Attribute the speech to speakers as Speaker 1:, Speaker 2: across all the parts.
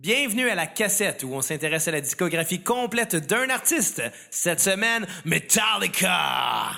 Speaker 1: Bienvenue à la cassette où on s'intéresse à la discographie complète d'un artiste. Cette semaine, Metallica.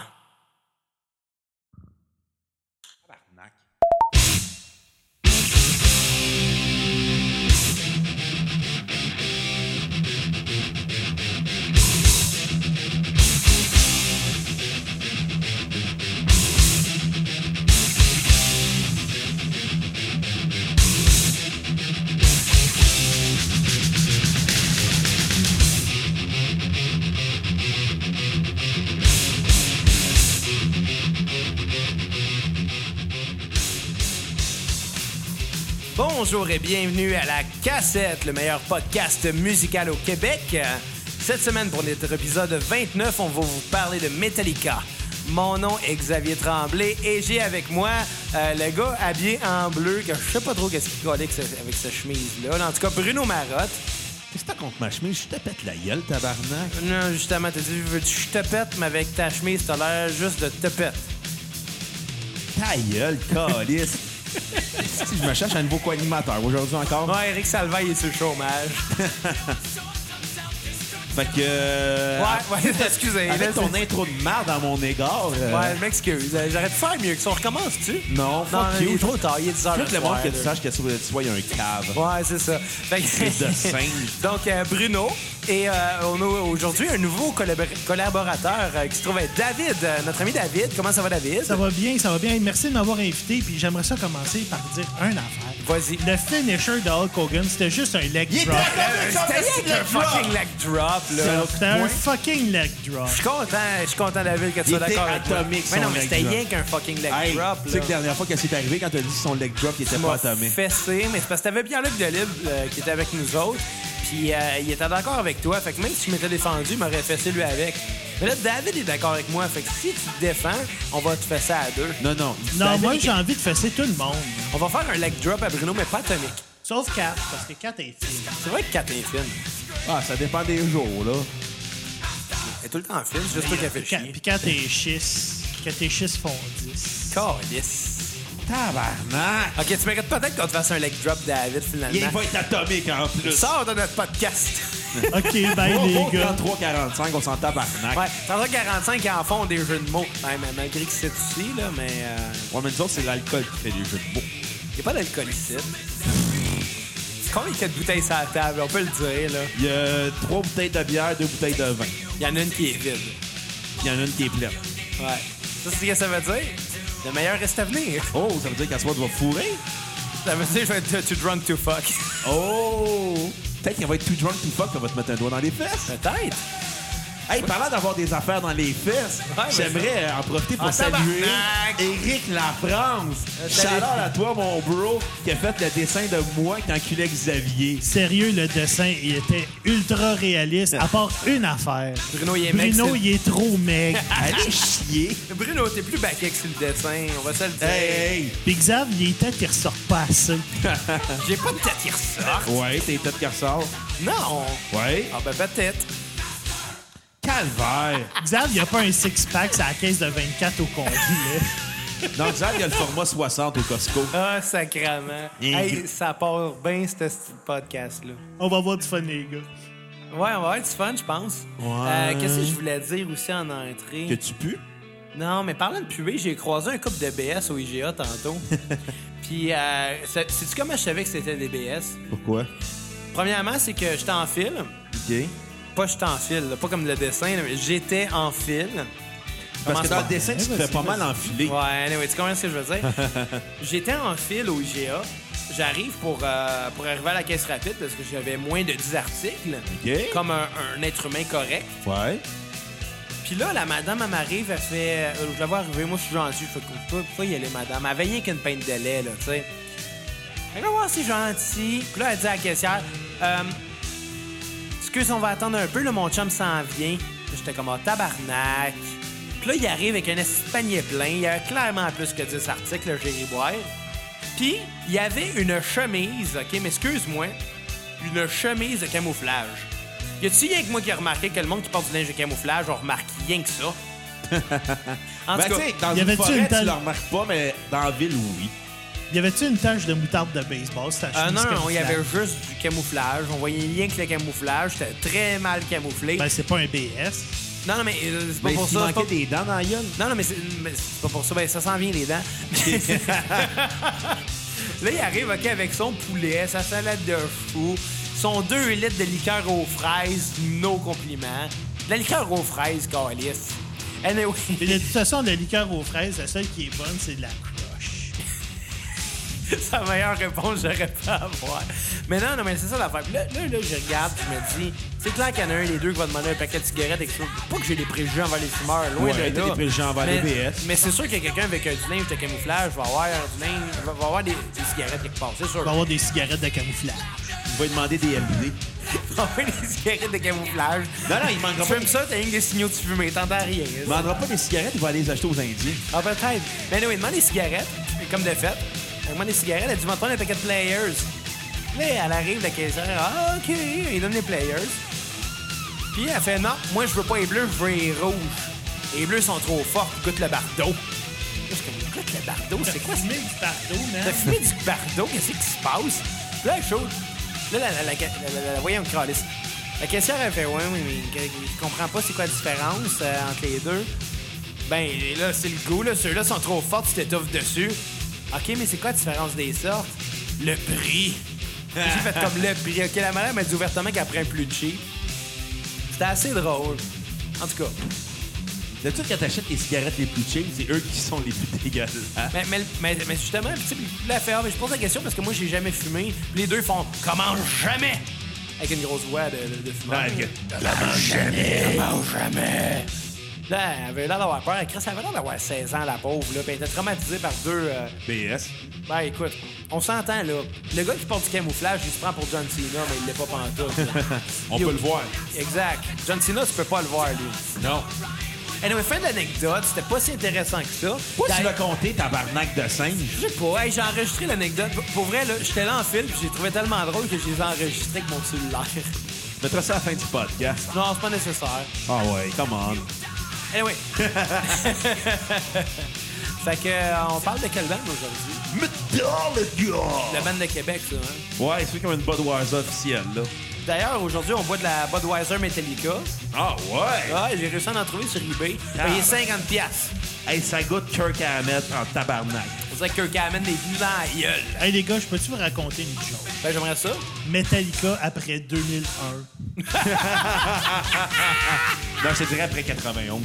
Speaker 1: Bonjour et bienvenue à la cassette, le meilleur podcast musical au Québec. Cette semaine, pour notre épisode 29, on va vous parler de Metallica. Mon nom est Xavier Tremblay et j'ai avec moi euh, le gars habillé en bleu que je sais pas trop qu'est-ce qu'il collait avec ce- avec cette chemise-là. En tout cas, Bruno Marotte.
Speaker 2: Qu'est-ce que t'as contre ma chemise? Je te pète la gueule, tabarnak.
Speaker 1: Non, hein, justement, t'as dit, veux-tu que je te pète, mais avec ta chemise, t'as l'air juste de te pète.
Speaker 2: Ta gueule, calice. si je me cherche un nouveau co-animateur aujourd'hui encore.
Speaker 1: Ouais, Eric Salvaille est sur le chômage.
Speaker 2: Fait que... euh,
Speaker 1: Ouais, ouais, excusez. là,
Speaker 2: Avec ton
Speaker 1: c'est-
Speaker 2: intro de merde à mon égard... euh,
Speaker 1: Ouais, je m'excuse. J'aurais pu faire mieux que ça. On recommence-tu?
Speaker 2: Non, fuck
Speaker 1: il
Speaker 2: you.
Speaker 1: est trop tard. Il est 10 heures.
Speaker 2: Je veux
Speaker 1: le
Speaker 2: que le monde
Speaker 1: soir,
Speaker 2: que tu
Speaker 1: là.
Speaker 2: saches que tu tu vois, il y a un cave.
Speaker 1: Ouais, c'est ça. Fait que-
Speaker 2: Espèce de singe.
Speaker 1: Donc, euh, Bruno, et euh, on a aujourd'hui un nouveau collabor- collaborateur euh, qui se trouve être David, euh, notre ami David. Comment ça va, David?
Speaker 3: Ça va bien, ça va bien. Merci de m'avoir invité. Puis j'aimerais ça commencer par dire un affaire.
Speaker 1: Vas-y.
Speaker 3: Le finisher de Hulk Hogan, c'était juste un leg drop.
Speaker 1: Euh, C'était rien qu'un fucking leg drop, là.
Speaker 3: C'était un fucking leg drop.
Speaker 1: Je suis content, je suis content, David, que tu sois
Speaker 2: était
Speaker 1: d'accord avec moi.
Speaker 2: atomique,
Speaker 1: Mais non,
Speaker 2: son
Speaker 1: mais
Speaker 2: leg
Speaker 1: c'était
Speaker 2: drop.
Speaker 1: rien qu'un fucking leg
Speaker 2: Hey,
Speaker 1: drop,
Speaker 2: tu sais
Speaker 1: là.
Speaker 2: que la dernière fois, qu'est-ce qui est arrivé quand t'as dit son leg drop, il était
Speaker 1: Tu
Speaker 2: pas
Speaker 1: m'as
Speaker 2: atomé.
Speaker 1: fessé, mais c'est parce que t'avais Pierre-Luc Delib euh, qui était avec nous autres. Puis euh, il était d'accord avec toi. Fait que même si je m'étais défendu, il m'aurait fessé lui avec. Mais là, David est d'accord avec moi. Fait que si tu te défends, on va te fesser à deux.
Speaker 2: Non, non.
Speaker 3: Non, moi, j'ai envie de fesser tout le monde.
Speaker 1: On va faire un leg drop à Bruno, mais pas atomique.
Speaker 3: Sauf Kat, parce que Kat est fine.
Speaker 1: C'est vrai que Kat est fine.
Speaker 2: Ah, ça dépend des jours, là.
Speaker 1: Elle est tout le temps fine, c'est juste toi qui as fait
Speaker 3: Kat-
Speaker 1: chier.
Speaker 3: Puis Kat est schiste. Kat est schiste font 10.
Speaker 1: Calisse.
Speaker 2: Tabarnak!
Speaker 1: Ok, tu mérites peut-être qu'on te fasse un leg drop, David,
Speaker 2: Il
Speaker 1: finalement.
Speaker 2: va être atomique, en plus.
Speaker 1: Sors de notre podcast.
Speaker 3: OK, bye
Speaker 1: Oh,
Speaker 3: les gars.
Speaker 2: 3-45, on s'en tabarnak.
Speaker 1: Ouais, 145 en font des jeux de mots. Ouais, mais malgré que c'est ici, là, mais. euh,
Speaker 2: Ouais, mais nous autres, c'est l'alcool qui fait des jeux de mots.
Speaker 1: Il n'y a pas d'alcool ici. Combien il y a de bouteilles sur la table? On peut le dire, là.
Speaker 2: Il y a trois bouteilles de bière, deux bouteilles de vin. Puis
Speaker 1: Il y en a une qui est vide.
Speaker 2: il y en a une qui est pleine.
Speaker 1: Ouais. Ça, c'est ce que ça veut dire? Le meilleur reste à venir.
Speaker 2: Oh, ça veut dire qu'à ce soir, tu vas fourrer?
Speaker 1: Ça veut dire que je vais être too drunk to fuck.
Speaker 2: Oh! Peut-être qu'elle va être too drunk, too fuck, on va te mettre un doigt dans les fesses.
Speaker 1: Peut-être.
Speaker 2: Hey, parlant d'avoir des affaires dans les fesses,
Speaker 1: mais
Speaker 2: j'aimerais euh, en profiter pour
Speaker 1: Ah,
Speaker 2: saluer
Speaker 1: tabarnak! Euh,
Speaker 2: Éric Lafrance.
Speaker 1: salut.
Speaker 2: Chaleur à toi, mon bro, qui a fait le dessin de moi qui enculait Xavier.
Speaker 3: Sérieux, le dessin, il était ultra réaliste, à part une affaire.
Speaker 1: Bruno, il est mec.
Speaker 3: Bruno, il est trop maigre.
Speaker 2: Allez chier!
Speaker 1: Bruno, t'es plus baqué que sur le dessin. On va se le dire.
Speaker 2: Hey, hey!
Speaker 3: Puis Xav, il était qui ressort pas assez.
Speaker 1: J'ai pas de tête qui ressort.
Speaker 2: Ouais, t'es tête qui ressort.
Speaker 1: Non.
Speaker 2: Ouais.
Speaker 1: Ah, ben peut-être.
Speaker 2: Calvaire!
Speaker 3: Xav, il a pas un six-pack à la caisse de 24 au complet.
Speaker 2: Dans Xav, il y a le format 60 au Costco.
Speaker 1: Ah, sacrament.
Speaker 2: Bien.
Speaker 1: Hey, ça part bien, ce style podcast-là.
Speaker 3: On va voir du fun, les gars.
Speaker 1: Ouais, on va avoir du fun, je pense.
Speaker 2: Ouais.
Speaker 1: Euh, Qu'est-ce que je voulais dire aussi en entrée?
Speaker 2: Que tu pues?
Speaker 1: Non, mais parlant de puer, j'ai croisé un couple de BS au IGA tantôt. Puis, euh, ça- sais-tu comment je savais que c'était des BS?
Speaker 2: Pourquoi?
Speaker 1: Premièrement, c'est que j'étais en file.
Speaker 2: OK.
Speaker 1: Pas j'étais en file, là, pas comme le dessin, là, mais j'étais en file.
Speaker 2: Parce
Speaker 1: Comment
Speaker 2: que
Speaker 1: ça
Speaker 2: dans
Speaker 1: va?
Speaker 2: le dessin, tu te
Speaker 3: Eh,
Speaker 2: fais
Speaker 3: vas-y,
Speaker 2: pas mal
Speaker 3: vas-y.
Speaker 2: enfiler.
Speaker 1: Ouais, anyway, tu comprends ce que je veux dire? j'étais en file au IGA. J'arrive pour, euh, pour arriver à la caisse rapide parce que j'avais moins de 10 articles.
Speaker 2: OK.
Speaker 1: Comme un- un être humain correct.
Speaker 2: Ouais.
Speaker 1: Puis là, la madame, elle m'arrive, elle fait. euh, je la vois arriver, moi, je suis gentil. Je fais pourquoi, pourquoi y aller, madame? Elle veillait qu'une peinte de lait, là, tu sais. Elle va voir, c'est gentil. Puis là, elle dit à la caissière, euh, excuse, on va attendre un peu, là, mon chum s'en vient. Puis j'étais comme, ah, tabarnak. Puis là, il arrive avec un esti de panier plein. Il y a clairement plus que 10 articles, le Jerry Boire. Puis, il y avait une chemise, OK, mais excuse-moi, une chemise de camouflage. Y a-tu rien que moi qui ai remarqué que le monde qui porte du linge de camouflage, on remarque rien que ça? en
Speaker 2: Ben,
Speaker 1: tout cas,
Speaker 2: tu Ben, sais, dans
Speaker 3: y
Speaker 2: une
Speaker 3: avait-tu
Speaker 2: forêt,
Speaker 3: une
Speaker 2: tu
Speaker 3: telle-
Speaker 2: le remarques pas, mais dans la ville, oui.
Speaker 3: Y avait-tu une tache de moutarde de baseball? C'était la
Speaker 1: Euh,
Speaker 3: chemise
Speaker 1: non, non, il y
Speaker 3: camouflage.
Speaker 1: avait juste du camouflage. On voyait rien que le camouflage. C'était très mal camouflé.
Speaker 3: Ben, c'est pas un BS.
Speaker 1: non, non, mais euh, c'est pas
Speaker 2: Mais
Speaker 1: pour ça.
Speaker 2: ben, s'il
Speaker 1: c'est
Speaker 2: manquait
Speaker 1: pas-
Speaker 2: des dents dans la gueule.
Speaker 1: Non, non, mais c'est mais c'est pas pour ça. Ben, ça s'en vient, les dents. Là, il arrive, OK, avec son poulet, sa salade de chou, son 2 litres de liqueur aux fraises, nos compliments. De la liqueur aux fraises, Calis. Anyway.
Speaker 3: Et de toute façon, la liqueur aux fraises, la seule qui est bonne, c'est de la crush.
Speaker 1: Sa meilleure réponse, j'aurais pas à avoir. Mais non, non, mais c'est ça l'affaire. Puis Là, là, là, je regarde, je me dis, c'est clair qu'il y en a un des deux qui va demander un paquet de cigarettes et que je- Pas que j'ai des préjugés envers les fumeurs, loin
Speaker 2: Ouais,
Speaker 1: de là.
Speaker 2: t'as des préjugés envers les
Speaker 1: Mais-
Speaker 2: BS.
Speaker 1: Mais c'est sûr que quelqu'un avec euh, du linge de camouflage va avoir du linge, va va avoir des, des cigarettes quelque part, c'est sûr.
Speaker 3: On va avoir des cigarettes de camouflage.
Speaker 2: Il va lui demander des LBD.
Speaker 1: Il va avoir des cigarettes de camouflage.
Speaker 2: Non, non, il
Speaker 1: Tu
Speaker 2: manquera pas.
Speaker 1: fumes ça, t'as rien que des signaux de fumée, t'entends rien.
Speaker 2: Il vendra pas des cigarettes, il va aller les acheter aux Indiens.
Speaker 1: Ah, peut-être. Mais anyway, demande des cigarettes, et comme de fait. Elle demande des cigarettes, elle dit, m'entends un paquet de players. Là, elle arrive, la caissière, ah, OK, il donne les players. Puis elle fait, non, moi, je veux pas les bleus, je veux les rouges. Les bleus sont trop forts, goûte le bardo. Là, je suis comme, goûte le bardo, c'est quoi ce
Speaker 3: Fumé du bardo, man.
Speaker 1: T'as fumé du bardo, qu'est-ce qui se passe? Là, elle chaude. Là, la, la, la, la, la- la- voyons, Carlis. La caissière, elle fait Ouais, oui, mais que- je comprends pas c'est quoi la différence euh, entre les deux. Ben, là, c'est le goût, là. Ceux-là sont trop forts, tu t'étouffes dessus. OK, mais c'est quoi la différence des sortes? Le prix. J'ai fait comme le prix. OK, la madame, elle dit ouvertement qu'elle prend plus cheap. C'était assez drôle. En tout cas.
Speaker 2: D'habitude, quand t'achètes les cigarettes les plus cheap, c'est eux qui sont les plus dégueulasses. hein?
Speaker 1: Mais, mais, mais, mais justement, tu sais, puis là, elle fait, ah, mais je pose la question parce que moi, j'ai jamais fumé. Puis les deux font Comment jamais Avec une grosse voix de, de, de fumeur.
Speaker 2: Ouais, que-
Speaker 1: Là, elle avait l'air d'avoir peur. Elle Chris, elle avait l'air d'avoir 16 ans, la pauvre. Là, puis elle était traumatisée par deux. euh,
Speaker 2: BS.
Speaker 1: Ben, écoute, on s'entend, là. Le gars qui porte du camouflage, il se prend pour John Cena, mais il l'est pas pantoute. là.
Speaker 2: On
Speaker 1: Yo.
Speaker 2: peut le voir.
Speaker 1: Exact. John Cena, tu peux pas le voir, lui.
Speaker 2: Non.
Speaker 1: Anyway, fin de l'anecdote, c'était pas si intéressant que ça.
Speaker 2: Pourquoi tu
Speaker 1: D'ailleurs-
Speaker 2: l'as compté, tabarnak de singe?
Speaker 1: Je sais pas, hey, j'ai enregistré l'anecdote. Pour- Pour vrai, là, j'étais là en fil, puis j'ai trouvé tellement drôle que je les ai enregistrés avec mon cellulaire.
Speaker 2: Je mettrai ça à la fin du podcast.
Speaker 1: Non, c'est pas nécessaire.
Speaker 2: Ah ouais, come on.
Speaker 1: Anyway. fait que, euh, on parle de quelle bande aujourd'hui?
Speaker 2: Mais dans le
Speaker 1: La
Speaker 2: gars!
Speaker 1: bande de Québec, ça, hein?
Speaker 2: Ouais, c'est comme une Budweiser officielle, là.
Speaker 1: D'ailleurs, aujourd'hui, on boit de la Budweiser Metallica.
Speaker 2: Ah ouais!
Speaker 1: Ah, j'ai réussi à en trouver sur eBay.
Speaker 2: Ah,
Speaker 1: Payé
Speaker 2: ouais.
Speaker 1: 50 pièces.
Speaker 2: Hey, ça goûte Kirk Hammett en tabarnak.
Speaker 1: On dirait que Kirk Hammett est venu dans la gueule.
Speaker 3: Hey, les gars, je peux-tu vous raconter une chose?
Speaker 1: Ben, j'aimerais ça.
Speaker 3: Metallica après 2001.
Speaker 2: Non, je te dirais après 91.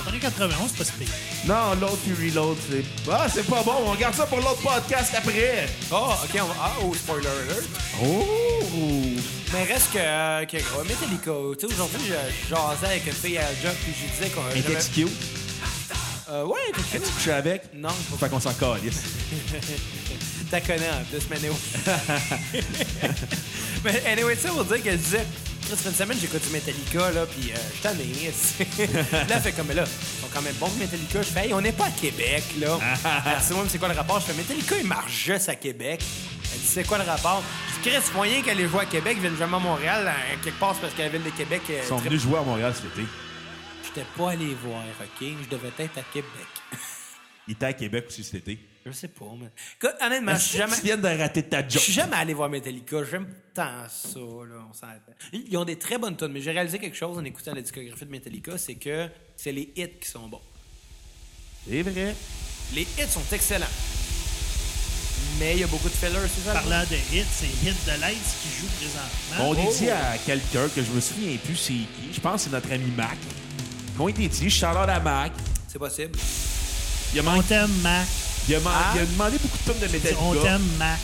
Speaker 3: Après 91, c'est pas si pire.
Speaker 2: Non, l'autre, tu reload, c'est... Ah, c'est pas bon, on garde ça pour l'autre podcast après!
Speaker 1: Oh, OK, on va... Ah, oh, spoiler alert.
Speaker 2: Oh!
Speaker 1: Mais reste que, euh, que gros, Metallica, tu sais, aujourd'hui, je jasais avec une fille à la job, puis je lui disais qu'on...
Speaker 2: Et
Speaker 1: j'avais-
Speaker 2: t'es-tu cute?
Speaker 1: Euh, ouais, t'es cute.
Speaker 2: T'es-tu couché avec?
Speaker 1: Non, c'est pas-
Speaker 2: Fait qu'on s'en calisse.
Speaker 1: t'as connais en plus, mais anyway. mais anyway, tu sais, on dirait qu'elle disait... Ça fait une semaine, j'écoute du Metallica, là, puis euh, je t'en ai. là, elle fait comme, mais là, ils sont quand même bons, Metallica. Je fais, hey, on n'est pas à Québec, là. Elle dit, moi, mais c'est quoi le rapport? Je fais, Metallica, ils marchent juste à Québec. Elle dit, c'est quoi le rapport? Je dis, Chris, moyen qu'elle les joue à Québec, ils viennent jamais à Montréal, euh, quelque part, c'est parce que la ville de Québec... euh,
Speaker 2: Ils sont
Speaker 1: très-
Speaker 2: venus jouer à Montréal cet été.
Speaker 1: J'étais pas allé voir, OK? Je devais être à Québec.
Speaker 2: Ils étaient à Québec aussi cet été.
Speaker 1: Je sais pas, mais... Écoute, honnêtement, Ah, je suis jamais...
Speaker 2: Tu viens de rater ta
Speaker 1: Je
Speaker 2: joke.
Speaker 1: suis jamais allé voir Metallica. J'aime tant ça, là, on s'entend. Ils ont des très bonnes tonnes, mais j'ai réalisé quelque chose en écoutant la discographie de Metallica, c'est que c'est les hits qui sont bons.
Speaker 2: C'est vrai.
Speaker 1: Les hits sont excellents. Mais il y a beaucoup de fillers, c'est ça? le
Speaker 3: Parlant de hits, c'est Hit de l'Aide qui joue présentement.
Speaker 1: Oh!
Speaker 2: On est dit à quelqu'un que je me souviens plus c'est qui. Je pense que c'est notre ami Mac. On est dit, je à Mac.
Speaker 1: problème? C'est possible.
Speaker 2: Il a,
Speaker 3: On
Speaker 2: manqué-
Speaker 3: t'aime, Mac.
Speaker 2: il a man-
Speaker 1: Ah.
Speaker 2: il a demandé beaucoup de tonnes de Metallica.
Speaker 3: On t'aime, Mac.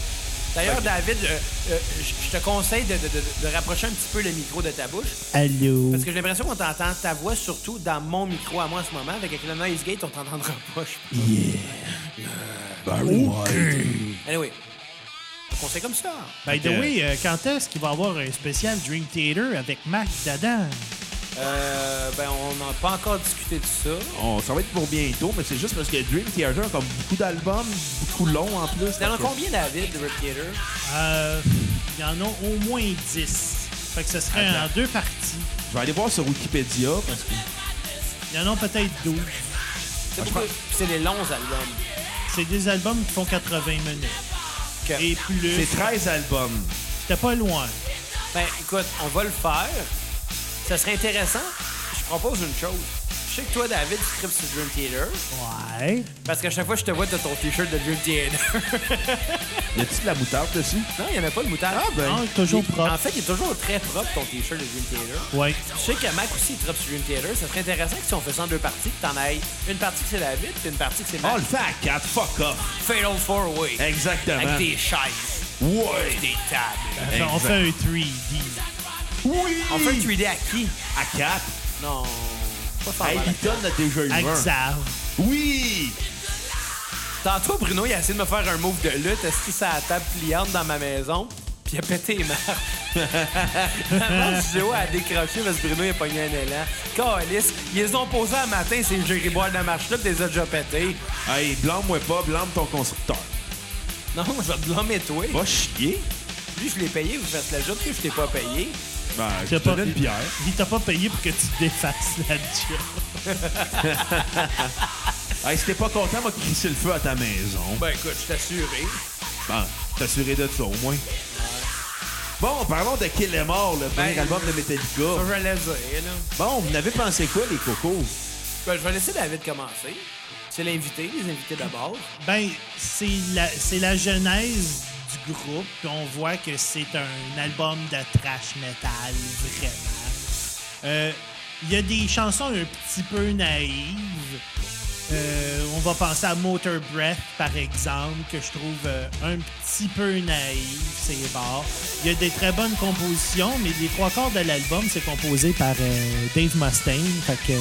Speaker 1: D'ailleurs, David, euh, euh, je je te conseille de, de- de- de rapprocher un petit peu le micro de ta bouche.
Speaker 3: Allô.
Speaker 1: Parce que j'ai l'impression qu'on t'entend ta voix surtout dans mon micro à moi en ce moment. Avec le noise gate, on t'entendra pas. je-
Speaker 2: Ben
Speaker 1: Anyway, on sait comme ça.
Speaker 3: By the
Speaker 2: Fait que-
Speaker 3: way, euh, quand est-ce qu'il va y avoir un spécial Dream Theater avec Mac Dadan?
Speaker 1: Euh, ben, on n'a pas encore discuté de ça.
Speaker 2: On- ça va être pour bientôt, mais c'est juste parce que Dream Theater a comme beaucoup d'albums, beaucoup longs en
Speaker 1: T'en
Speaker 2: plus.
Speaker 1: as
Speaker 2: Fait que- Ah,
Speaker 1: combien, David, de Rip Theater?
Speaker 3: Euh, il y en a au moins 10. Fait que ce serait en deux parties.
Speaker 2: Je vais aller voir sur Wikipédia parce que
Speaker 3: Il y en a peut-être 12.
Speaker 1: C'est beaucoup- Puis c'est les longs albums.
Speaker 3: C'est des albums qui font 80 minutes.
Speaker 1: Que-
Speaker 3: Et plus.
Speaker 2: C'est 13 albums.
Speaker 3: T'es pas loin.
Speaker 1: Ben, écoute, on va le faire. Ça serait intéressant. Je propose une chose. Je sais que toi, David, tu tripes sur Dream Theater.
Speaker 3: Ouais.
Speaker 1: Parce qu'à chaque fois que je te vois, t'as ton T-shirt de Dream Theater.
Speaker 2: Y a-tu de la moutarde dessus?
Speaker 1: non, il n'y en a pas de moutarde.
Speaker 2: Ah, ben.
Speaker 3: Non, toujours
Speaker 1: En
Speaker 3: propre.
Speaker 1: fait, il est toujours très propre, ton T-shirt de Dream Theater.
Speaker 3: Ouais.
Speaker 1: Je sais que Mac aussi, il tripe sur Dream Theater. Ça serait intéressant que si on fait ça en deux parties, que t'en ailles une partie que c'est David, puis une partie que c'est
Speaker 2: Ah, On
Speaker 1: Mac.
Speaker 2: Oh, le fait à 4. Fuck off.
Speaker 1: Fatal Four Way.
Speaker 2: Exactement.
Speaker 1: Avec des chaises,
Speaker 2: Ouais.
Speaker 1: des tables.
Speaker 3: Fait, On
Speaker 2: Exact.
Speaker 3: fait un 3D.
Speaker 2: Oui.
Speaker 1: On fait un 3D à qui?
Speaker 2: à 4.
Speaker 1: Non. Pas
Speaker 2: Hey,
Speaker 1: Farman.
Speaker 2: il donne a déjà eu un.
Speaker 3: Axav.
Speaker 2: Oui.
Speaker 1: Tantôt, Bruno, il a essayé de me faire un move de lutte. Est-ce que ça a la table pliante dans ma maison? Puis il a pété les marques. Maman Joe a décroché parce que Bruno, il a pogné un élan. Calice, ils les ont posés un matin, c'est une gérie boire de la marche là, puis les a déjà pétés.
Speaker 2: Hey, blâme-moi pas, blâme ton constructeur.
Speaker 1: Non, je vais te blâmer toi.
Speaker 2: Va chier.
Speaker 1: Lui, je l'ai payé, vous faites la job que je t'ai pas payé.
Speaker 2: Ben, je
Speaker 3: T'as
Speaker 2: te
Speaker 3: pas-
Speaker 2: donne une pierre.
Speaker 3: Il t'a pas payé pour que tu défasses la job.
Speaker 2: Hey, si t'es pas content, m'a crissé le feu à ta maison.
Speaker 1: Ben écoute, je t'assurerai.
Speaker 2: Ben, t'assurer de ça, au moins. Bon, parlons de Kill Em All, le premier
Speaker 1: Ben,
Speaker 2: album de
Speaker 1: Ça,
Speaker 2: Metallica.
Speaker 1: je vais le dire, là.
Speaker 2: Bon, vous n'avez pensé quoi, les cocos?
Speaker 1: Ben, je vais laisser David commencer. C'est l'invité, les invités d'abord.
Speaker 3: Ben, c'est la, c'est la genèse du groupe. puis On voit que c'est un album de trash metal, vraiment. Euh, Il y a des chansons un petit peu naïves. Euh, on va penser à Motor Breath, par exemple, que je trouve euh, un petit peu naïf, c'est bars. Il y a des très bonnes compositions, mais les trois quarts de l'album, c'est composé par euh, Dave Mustaine. Fait que,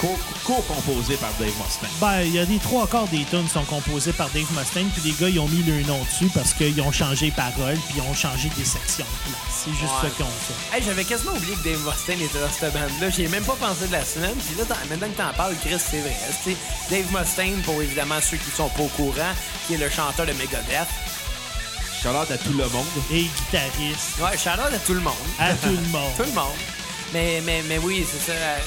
Speaker 2: Co- Co-composé par Dave Mustaine.
Speaker 3: ben, il y a des trois quarts des tunes sont composées par Dave Mustaine, puis les gars, ils ont mis leur nom dessus parce qu'ils ont changé les paroles, puis ils ont changé des sections de place. C'est juste
Speaker 1: Ouais.
Speaker 3: ce qu'on fait.
Speaker 1: Hey, j'avais quasiment oublié que Dave Mustaine était dans cette bande-là. J'y ai même pas pensé de la semaine. Puis là, t'en- maintenant que t'en parles, Chris, c'est vrai. Tu sais, Dave Mustaine, pour évidemment ceux qui sont pas au courant, qui est le chanteur de Megadeth.
Speaker 2: Shout-out à tout le monde.
Speaker 3: Et guitariste,
Speaker 1: Ouais, shout-out à tout le monde.
Speaker 3: à tout le monde.
Speaker 1: Tout le monde. Mais, mais, mais oui, c'est ça. Euh,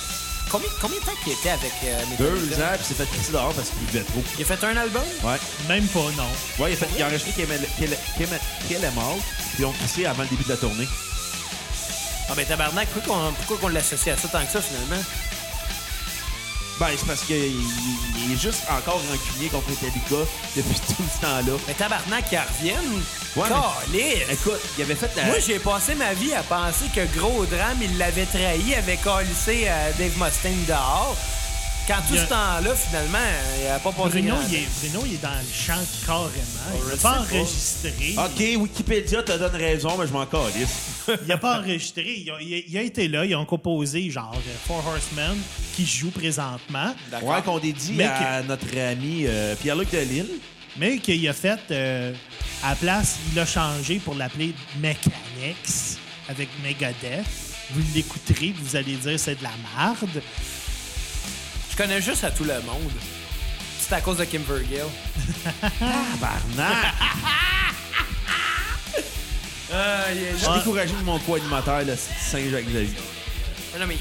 Speaker 1: Combien, combien de temps qu'il était avec euh,
Speaker 2: Deux
Speaker 1: Metallica?
Speaker 2: ans, puis s'est fait crisser dehors parce qu'il buvait trop.
Speaker 1: Il a fait un album?
Speaker 2: Ouais.
Speaker 3: Même pas, non.
Speaker 2: Ouais, il a, fait, il a enregistré Kill Em- Kill Em- Kill Em All, puis on crissé avant le début de la tournée.
Speaker 1: Ah ben tabarnak, pourquoi qu'on, pourquoi qu'on l'associe à ça tant que ça, finalement?
Speaker 2: Ben, c'est parce qu'il il est juste encore rancunier contre Metallica depuis tout le temps-là.
Speaker 1: Mais Ben, tabarnak, qu'ils reviennent.
Speaker 2: Ouais,
Speaker 1: Calisse!
Speaker 2: Écoute, il avait
Speaker 3: Euh,
Speaker 2: fait la...
Speaker 1: Moi, j'ai passé ma vie à penser que Gros Drame, il l'avait trahi, avait collissé euh, Dave Mustaine dehors. Quand tout
Speaker 3: Il y a-
Speaker 1: ce temps-là, finalement, il n'a pas passé
Speaker 3: Bruno
Speaker 1: grand
Speaker 3: il, est, Bruno, il est dans le chant carrément. Il
Speaker 1: je
Speaker 3: n'a
Speaker 1: sais
Speaker 3: pas
Speaker 1: pas. Ah.
Speaker 3: enregistré.
Speaker 2: OK, Wikipédia te donne raison, mais je m'en calisse.
Speaker 3: Il n'a pas enregistré. Il a, il a- il a été là. Ils ont composé, genre, euh, Four Horsemen, qui joue présentement.
Speaker 1: D'accord.
Speaker 2: Ouais, qu'on dédie
Speaker 3: Mais
Speaker 2: à notre ami euh, Pierre-Luc Delisle.
Speaker 3: Mais qu'il a fait, euh, à la place, il l'a changé pour l'appeler Mechanics avec Megadeth. Vous l'écouterez, vous allez dire c'est de la marde.
Speaker 1: Je connais juste à tout le monde. C'est à cause de Kim Vergil.
Speaker 2: Tabarnak!
Speaker 3: Euh,
Speaker 2: Je suis
Speaker 3: Ouais.
Speaker 2: découragé de mon co-animateur, le Saint-Jacques-Xavier.
Speaker 1: Non, mais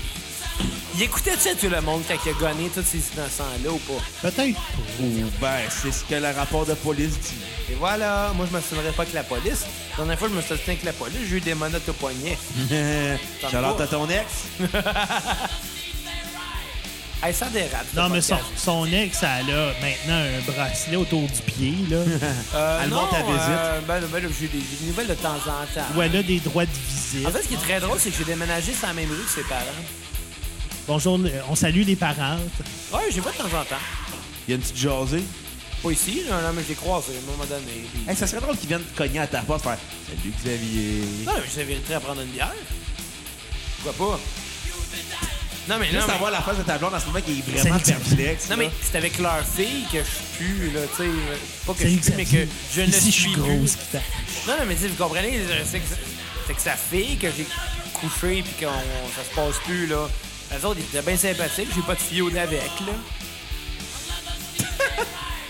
Speaker 1: il- il écoutait-tu à tout le monde quand il a gagné tous ces innocents-là ou pas?
Speaker 3: Peut-être pas.
Speaker 2: Ou ben, c'est ce que le rapport de police dit.
Speaker 1: Et voilà, moi, je me souviendrai pas que la police. La dernière fois, je me suis avec la police, j'ai eu des menottes au poignet.
Speaker 2: Charlotte à ton ex.
Speaker 1: Hey, ça dérape. ce
Speaker 3: Non, mais son,
Speaker 1: podcast.
Speaker 3: son ex, elle a maintenant un bracelet autour du pied, là,
Speaker 1: Euh,
Speaker 2: Elle
Speaker 1: non,
Speaker 2: monte à visite.
Speaker 1: euh, ben, ben, là, j'ai des, des nouvelles de temps en temps.
Speaker 3: où elle a des droits de visite.
Speaker 1: En fait, ce qui est très drôle, c'est que j'ai déménagé sur la même rue que ses parents.
Speaker 3: Bonjour, le- on salue les parents.
Speaker 1: Ouais, j'ai vois de temps en temps.
Speaker 2: Il y a une petite jasée.
Speaker 1: Pas ici, là, non, mais je l'ai croisé à un moment donné. puis-
Speaker 2: Hey, ça serait drôle qu'ils viennent te cogner à ta porte faire Salut Xavier.
Speaker 1: Non, mais je t'inviterais à prendre une bière. Pourquoi pas? Non, mais non,
Speaker 2: Juste
Speaker 1: mais...
Speaker 2: avoir la face de ta blonde en ce moment qui est vraiment
Speaker 3: Salut, Xavier.
Speaker 2: perplexe.
Speaker 1: Non, mais
Speaker 2: là.
Speaker 1: c'est avec leur fille que je pue, là, tu sais. euh, Pas que je
Speaker 3: Salut,
Speaker 1: pue, mais
Speaker 3: Xavier.
Speaker 1: que je ne
Speaker 3: Ici,
Speaker 1: suis
Speaker 3: je suis
Speaker 1: plus.
Speaker 3: grosse. qui t'a-
Speaker 1: Non, non, mais tu sais, vous comprenez, euh, c'est que, c'est que sa fille que j'ai couché puis qu'on ça se passe plus, là. Les autres, ils étaient bien sympathiques, j'ai pas de fille au nez avec, là.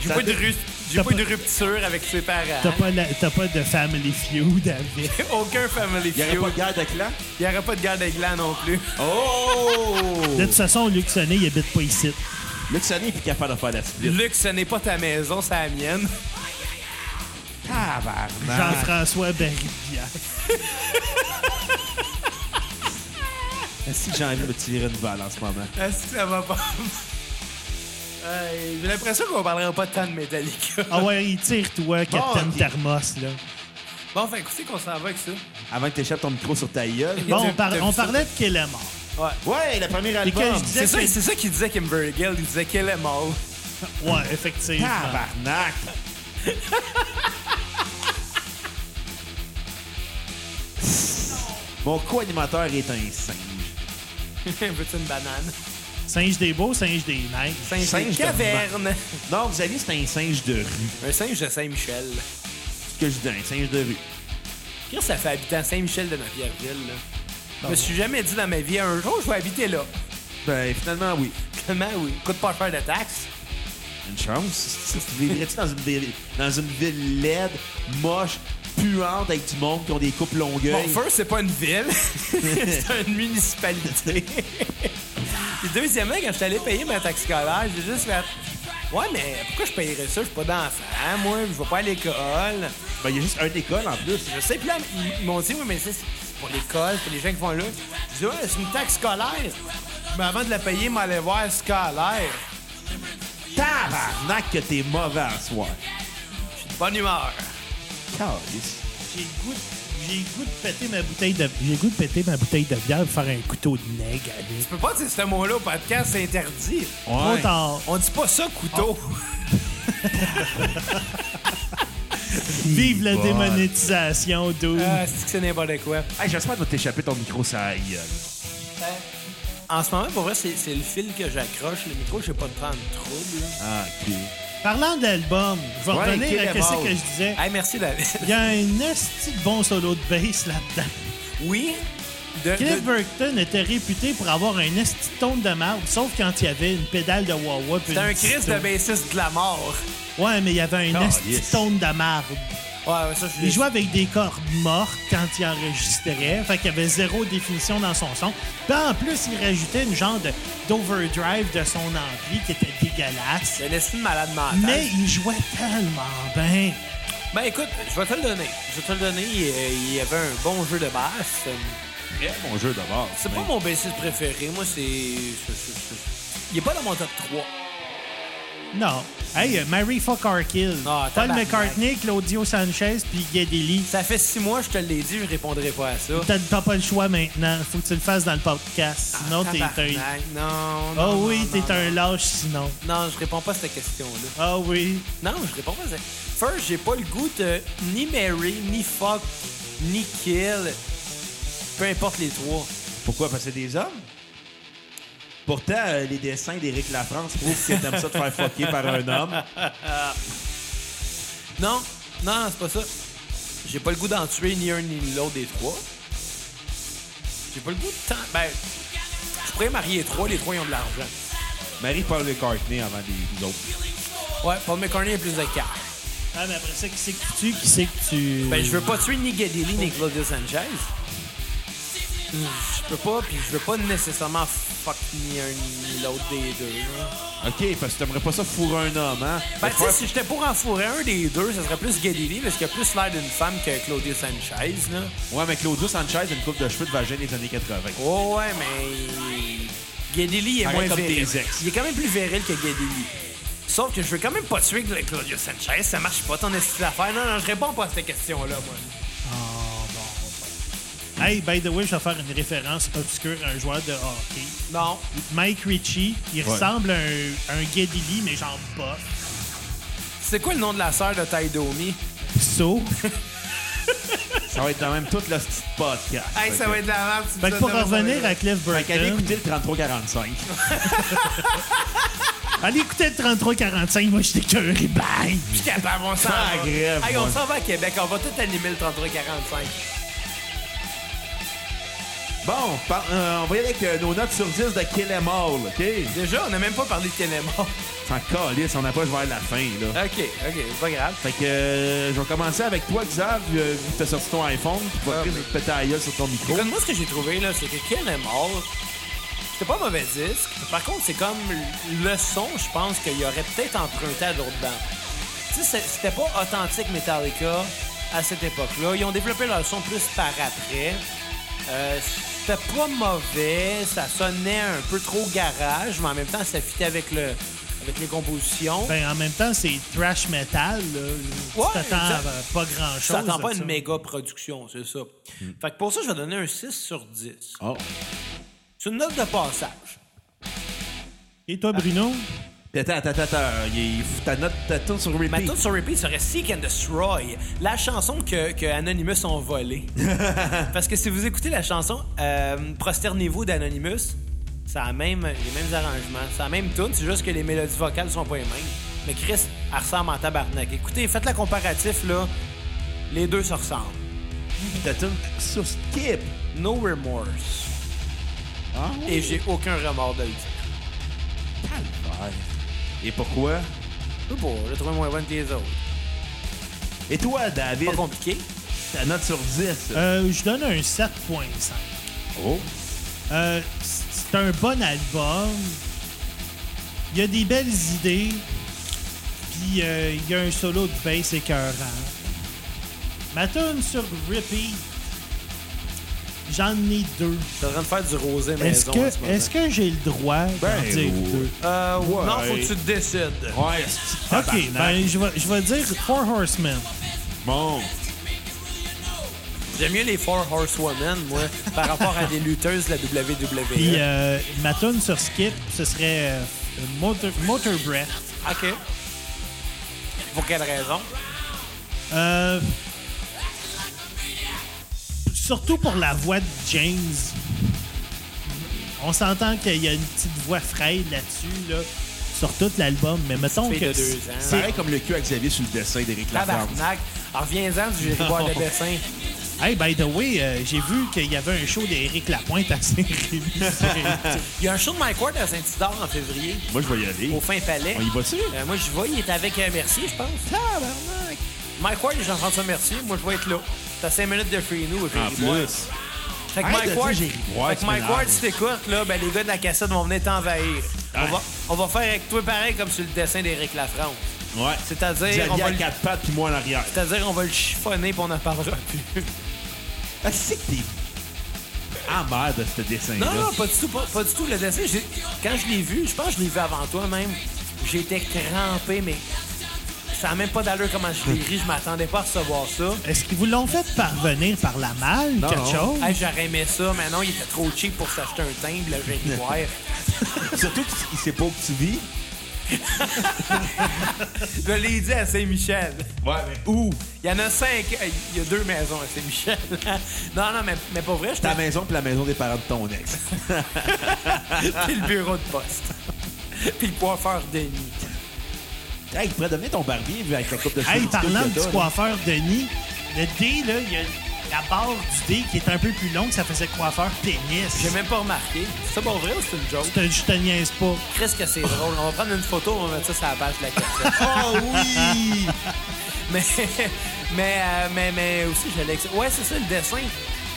Speaker 1: J'ai
Speaker 2: Ça
Speaker 1: pas, de
Speaker 2: te-
Speaker 1: ru- j'ai
Speaker 3: t'as
Speaker 1: pas eu de rupture avec ses parents.
Speaker 3: T'as pas, la- t'as pas de family feud avec.
Speaker 1: Aucun family
Speaker 2: Il n'y aurait
Speaker 1: feud.
Speaker 2: pas de guerre de clan?
Speaker 1: Il y aurait pas de garde des glands non plus.
Speaker 2: Oh!
Speaker 3: De toute façon, Luc Sonnet, il habite pas ici.
Speaker 2: Luc Sonny est plus capable de faire la split.
Speaker 1: Luc, ce n'est pas ta maison, c'est la mienne.
Speaker 2: Tabarnak.
Speaker 3: Jean-François Barry-Pierre.
Speaker 2: Est-ce que j'ai envie de me tirer une balle en ce moment?
Speaker 1: Est-ce que ça va pas? Euh, J'ai l'impression qu'on parlera pas tant de Metallica.
Speaker 3: Ah ouais, il tire, toi, Captain
Speaker 2: ok.
Speaker 3: Thermos, là.
Speaker 1: Bon, fait écoutez qu'on s'en va avec ça.
Speaker 2: Avant que t'échappes ton micro sur ta gueule.
Speaker 3: Bon,
Speaker 1: t'as-
Speaker 3: on, par-
Speaker 1: t'as vu
Speaker 3: on
Speaker 1: ça?
Speaker 3: parlait de Kellemore.
Speaker 1: Ouais.
Speaker 2: Ouais, le premier
Speaker 3: Et que
Speaker 2: album.
Speaker 3: je disais
Speaker 1: C'est ça,
Speaker 3: que-
Speaker 1: c'est ça qu'il disait Kim Gill. Il disait qu'elle est mort.
Speaker 3: Ouais, effectivement.
Speaker 2: Tabarnak. Mon co-animateur est un singe.
Speaker 1: Veux-tu une banane?
Speaker 3: Singe des beaux, singe des neiges.
Speaker 1: Singe,
Speaker 2: Singe
Speaker 1: de
Speaker 2: de
Speaker 1: caverne.
Speaker 2: Non, vous aviez, c'est un singe de rue.
Speaker 1: Un singe de Saint-Michel.
Speaker 2: Ce que je dis, un singe de rue.
Speaker 1: Qu'est-ce que ça fait habiter à Saint-Michel de Napierville, là? Je me suis jamais dit dans ma vie, un jour, je vais habiter là.
Speaker 2: Ben, finalement, oui.
Speaker 1: Comment, oui? Coûte pas cher de taxes.
Speaker 2: Une chance. Tu vivrais-tu dans une, ville, dans une ville laide, moche, puante, avec du monde qui ont des coupes
Speaker 1: Bon,
Speaker 2: longueuil?
Speaker 1: first, c'est pas une ville. c'est une municipalité. Puis deuxièmement, quand je suis allé payer ma taxe scolaire, j'ai juste fait... Ouais, mais pourquoi je payerais ça? Je suis pas d'enfant, moi. Je vais pas à l'école.
Speaker 2: Ben, il y a juste une école en plus.
Speaker 1: Je sais, puis là, ils, ils m'ont dit, oui, mais c'est c'est pour l'école, c'est pour les gens qui vont là. Je dis, ouais, c'est une taxe scolaire. Mais avant de la payer, m'aller voir scolaire.
Speaker 2: Tabarnak que t'es mauvais à soir.
Speaker 1: Je suis de bonne humeur.
Speaker 2: Calice.
Speaker 3: J'ai le goût, de- j'ai le goût de péter ma bouteille de, j'ai le goût de péter ma bouteille de bière et faire un couteau de nègre avec.
Speaker 1: Tu peux pas dire ce mot-là au podcast, c'est interdit.
Speaker 3: Trop tard.
Speaker 1: On dit pas ça, couteau.
Speaker 3: Vive la
Speaker 2: bon.
Speaker 3: démonétisation, dude.
Speaker 1: Ah, c'est que c'est n'importe quoi.
Speaker 2: Hey, j'espère que tu vas t'échapper ton micro sur la gueule.
Speaker 1: En ce moment, pour vrai, c'est c'est le fil que j'accroche. Le micro, j'ai pas de temps de trouble. là.
Speaker 2: Ah, ok.
Speaker 3: Parlant d'album, je vais
Speaker 2: Ouais,
Speaker 3: revenir à
Speaker 2: Kellemore.
Speaker 3: ce que je disais.
Speaker 1: Hey, merci, David.
Speaker 3: Il y a un esti de bon solo de bass là-dedans.
Speaker 1: Oui. De,
Speaker 3: Cliff
Speaker 1: de-
Speaker 3: Burton était réputé pour avoir un esti de tone de merde, sauf quand il y avait une pédale de wah-wah. puis
Speaker 1: C'était
Speaker 3: une
Speaker 1: un
Speaker 3: petite
Speaker 1: Christ de
Speaker 3: tone.
Speaker 1: bassiste de la mort.
Speaker 3: Ouais, mais il y avait un
Speaker 2: Oh,
Speaker 3: esti
Speaker 2: yes.
Speaker 3: de tone de merde.
Speaker 1: Ouais, ouais, ça, je l'ai-
Speaker 3: Il jouait avec des cordes mortes quand il enregistrait, fait qu'il y avait zéro définition dans son son. Puis en plus, il rajoutait une genre de- d'overdrive de son ampli qui était dégueulasse.
Speaker 1: J'ai un esti de malade mental.
Speaker 3: Mais il jouait tellement bien.
Speaker 1: Ben écoute, je vais te le donner. Je vais te le donner. Il, euh, il y avait un bon jeu de basse.
Speaker 2: Très bon jeu d'abord.
Speaker 1: C'est pas mon bassiste préféré. Moi, c'est. c'est- c'est- c'est- Il est pas dans mon top 3.
Speaker 3: Non. Hey, euh, Mary Fuck or Kill.
Speaker 1: Ah,
Speaker 3: Paul
Speaker 1: tabarnak.
Speaker 3: McCartney, Claudio Sanchez, puis Guedelli.
Speaker 1: Ça fait six mois, je te l'ai dit, je répondrai pas à ça.
Speaker 3: T'as t'as pas le choix maintenant. Faut que tu le fasses dans le podcast. Sinon, t'es un.
Speaker 1: Ah, Tabarnak. Non, non.
Speaker 3: Ah
Speaker 1: non,
Speaker 3: oui,
Speaker 1: non,
Speaker 3: t'es un
Speaker 1: non.
Speaker 3: lâche sinon.
Speaker 1: Non, je réponds pas à cette question-là.
Speaker 3: Ah oui.
Speaker 1: Non, je réponds pas à ça. First, j'ai pas le goût de ni marry, ni fuck, ni kill. Peu importe les trois.
Speaker 2: Pourquoi? Parce que c'est des hommes? Pourtant, euh, les dessins d'Éric Lafrance prouvent que t'aimes ça te faire fucker par un homme.
Speaker 1: Non, non, c'est pas ça. J'ai pas le goût d'en tuer ni un ni l'autre des trois. J'ai pas le goût de tant. Ben, je pourrais marier trois, les trois ils ont de l'argent.
Speaker 2: Marie Paul McCartney avant les autres.
Speaker 1: Ouais, Paul McCartney a plus de cartes.
Speaker 3: Ah, mais après ça, qui c'est que tu tues, qui c'est que tu.
Speaker 1: Ben, je veux pas tuer ni Gadeli ni Claudio Sanchez. Hmm, Je peux pas, puis je veux pas nécessairement fuck ni un ni l'autre des deux. là.
Speaker 2: OK, parce que t'aimerais pas ça fourrer un homme, hein?
Speaker 1: Ben, tu
Speaker 2: Te
Speaker 1: sais,
Speaker 2: faire-
Speaker 1: si j'étais pour en fourrer un des deux, ça serait plus Gadeli, parce qu'il a plus l'air d'une femme que Claudio Sanchez, là.
Speaker 2: Ouais, mais Claudio Sanchez a une coupe de cheveux de vagin des années 80.
Speaker 1: Oh ouais, mais. Guedeli est
Speaker 2: Pareil
Speaker 1: moins
Speaker 2: comme
Speaker 1: viril.
Speaker 2: tes ex.
Speaker 1: Il est quand même plus viril que Guedeli. Sauf que je veux quand même pas tuer Cla- Claudio Sanchez, ça marche pas ton esti d'affaires. Non, non, je réponds pas à cette question-là, moi.
Speaker 3: Ah, Hey, by the way, je vais faire une référence obscure à un joueur de hockey.
Speaker 1: Non.
Speaker 3: Mike Ritchie, il
Speaker 2: Ouais.
Speaker 3: ressemble à un, un Guedelli, mais genre pas.
Speaker 1: C'est quoi le nom de la sœur de Ty Domi?
Speaker 3: So.
Speaker 2: Ça va être quand même tout le petit podcast.
Speaker 1: Hey, ça va être de la merde. tu me donnes
Speaker 3: Fait que ben, pour
Speaker 1: la
Speaker 3: revenir
Speaker 1: raison.
Speaker 3: à Cliff
Speaker 2: Fait qu'allez
Speaker 3: Burton.
Speaker 2: écouter le 3345.
Speaker 3: Allez écouter le 3345, moi j'étais cœur bye!
Speaker 1: Je suis capable, on s'en
Speaker 2: Ah,
Speaker 1: va.
Speaker 2: grève,
Speaker 1: Hey, on
Speaker 2: moi.
Speaker 1: s'en va à Québec, on va tout animer le 33-45.
Speaker 2: Bon, par- euh, on va y aller avec euh, nos notes sur 10 de Kill Em All, OK?
Speaker 1: Déjà, on a même pas parlé de Télémon.
Speaker 2: Sans calice, on n'a pas vers la fin, là.
Speaker 1: OK, OK, c'est pas grave.
Speaker 2: Fait que euh, je vais commencer avec toi, Xav, euh, vu que t'as sorti ton iPhone, puis tu vas
Speaker 1: Ah,
Speaker 2: te péter la gueule sur ton micro.
Speaker 1: Écoute, moi, ce que j'ai trouvé, là, c'est que Ken est mort. C'était pas un mauvais disque. Par contre, c'est comme le son, je pense, qu'il aurait peut-être emprunté à d'autres bandes. Tu sais, c'est- c'était pas authentique Metallica à cette époque-là. Ils ont développé leur son plus par après. Euh, c'était pas mauvais, ça sonnait un peu trop garage, mais en même temps, ça fitait avec, le, avec les compositions.
Speaker 3: Ben, en même temps, c'est trash metal. Là. Tu
Speaker 1: Ouais,
Speaker 3: t'attends à
Speaker 1: exact.
Speaker 3: pas grand-chose.
Speaker 1: ça n'attend pas
Speaker 3: de
Speaker 1: une
Speaker 3: ça.
Speaker 1: méga production, c'est ça. Fait que pour ça, je vais donner un 6 sur 10.
Speaker 2: Oh.
Speaker 1: C'est une note de passage.
Speaker 3: Et toi, Bruno?
Speaker 2: Attends, attends, attends, attends. Il faut ta note, ta tourne sur
Speaker 1: Ma
Speaker 2: repeat.
Speaker 1: tune sur repeat serait Seek and Destroy, la chanson que, que Anonymous ont volée. Parce que si vous écoutez la chanson euh, Prosternez-vous d'Anonymous, ça a même les mêmes arrangements, ça a même tune, c'est juste que les mélodies vocales sont pas les mêmes. Mais Chris, elle ressemble en tabarnak. Écoutez, faites la comparatif, là. Les deux se ressemblent.
Speaker 2: Ta tourne sur skip.
Speaker 1: No remorse.
Speaker 2: Ah oui.
Speaker 1: Et j'ai aucun remords de le dire.
Speaker 2: Ouais. Et pourquoi?
Speaker 1: Je sais pas, je la trouve moins bonne que les autres.
Speaker 2: Et toi,
Speaker 1: Pas
Speaker 2: David,
Speaker 1: compliqué.
Speaker 2: ta note sur 10.
Speaker 3: Euh, je donne un 7.5.
Speaker 2: Oh.
Speaker 3: Euh, c- c'est un bon album. Il y a des belles idées. Puis euh, il y a un solo de bass écœurant. Ma tune sur repeat, j'en ai deux.
Speaker 1: Je suis en train de faire du rosé
Speaker 3: Est-ce
Speaker 1: maison en ce
Speaker 3: que,
Speaker 1: moment.
Speaker 3: est-ce que j'ai le droit d'en
Speaker 2: Ben,
Speaker 3: dire
Speaker 2: ouais.
Speaker 3: deux?
Speaker 1: Euh,
Speaker 2: Ouais.
Speaker 1: Non, faut que tu te décides.
Speaker 2: Ouais,
Speaker 3: Ok, ben je vais, je vais dire Four Horsemen.
Speaker 2: Bon.
Speaker 1: J'aime mieux les Four Horsewomen, moi, par rapport à des lutteuses de la E. WWE.
Speaker 3: Puis euh, ma tune sur skip, ce serait euh, Motor, Motor Breath.
Speaker 1: OK. Pour quelle raison?
Speaker 3: Euh, surtout pour la voix de James. On s'entend qu'il y a une petite voix fraîche là-dessus, là, sur tout l'album, mais mettons
Speaker 1: fille
Speaker 3: que.
Speaker 1: de deux ans.
Speaker 3: c'est-
Speaker 2: Pareil comme le cul à Xavier sur le dessin d'Éric Lafargue.
Speaker 1: Tabarnak. Alors, viens-en du riboire de dessin.
Speaker 3: Hey, by the way, euh, j'ai vu qu'il y avait un show d'Éric Lapointe à Saint-Rémy.
Speaker 1: Il y a un show de Mike Ward à Saint-Isidore en février,
Speaker 2: Moi, je vais y aller.
Speaker 1: au fin palais.
Speaker 2: On y va-tu?
Speaker 1: Euh, moi, j'y vais. Il est avec euh, Mercier, je pense.
Speaker 2: Tabarnak.
Speaker 1: Mike Ward et Jean-François Mercier. Moi, je vais être là. T'as 5 minutes de free nous. au
Speaker 2: En
Speaker 1: Riboire.
Speaker 2: plus.
Speaker 1: Fait que
Speaker 2: Arrête de
Speaker 1: Mike
Speaker 2: dire
Speaker 1: Ward,
Speaker 2: j'ai ri. Ouais,
Speaker 1: fait que
Speaker 2: c'est
Speaker 1: Mike
Speaker 2: énorme.
Speaker 1: Ward, si t'écoutes, là, ben, les gars de la cassette vont venir t'envahir. On,
Speaker 2: Ouais.
Speaker 1: va, on va faire avec toi pareil comme sur le dessin d'Éric Lafrance.
Speaker 2: Ouais.
Speaker 1: C'est-à-dire, on
Speaker 2: Xavier
Speaker 1: va
Speaker 2: à
Speaker 1: le-
Speaker 2: quatre pattes, puis moi en arrière.
Speaker 1: C'est-à-dire, on va le chiffonner puis on n'en parlera plus.
Speaker 2: Ah, c'est que t'es amer de Ah, ce dessin-là.
Speaker 1: Non, non, pas du tout, pas, pas du tout. Le dessin, j'ai- quand je l'ai vu, je pense que je l'ai vu avant toi même, j'étais crampé, mais ça n'a même pas d'allure comment je l'ai ri. Je m'attendais pas à recevoir ça.
Speaker 3: Est-ce qu'ils vous l'ont fait parvenir par la malle, quelque
Speaker 2: non.
Speaker 3: chose?
Speaker 1: Hey, J'aurais aimé ça, mais non, il était trop cheap pour s'acheter un timbre, le Rick Wire.
Speaker 2: Surtout qu'il sait pas où tu vis.
Speaker 1: Je l'ai dit à Saint-Michel.
Speaker 2: Ouais, mais où?
Speaker 1: Il y en a cinq. euh, Il y a deux maisons à Saint-Michel. non, non, mais, mais pas vrai,
Speaker 2: Ta
Speaker 1: j'étais
Speaker 2: maison puis la maison des parents de ton ex.
Speaker 1: puis le bureau de poste. puis le coiffeur Denis.
Speaker 2: hey, il pourrait devenir ton barbier vu avec la coupe de cheveux.
Speaker 3: Hey,
Speaker 2: que
Speaker 3: parlant
Speaker 2: t'as,
Speaker 3: du
Speaker 2: là.
Speaker 3: coiffeur Denis, le dé, là, il y a la barre du dé qui est un peu plus longue, ça faisait coiffeur pénis.
Speaker 1: J'ai même pas remarqué. C'est ça pour vrai ou c'est une joke?
Speaker 3: Je te, je te niaise pas.
Speaker 1: Presque que c'est drôle. On va prendre une photo, on va mettre ça sur la page de la cassette.
Speaker 2: Oh oui!
Speaker 1: mais, mais, euh, mais, mais aussi, j'allais. ex- Ouais, c'est ça, le dessin.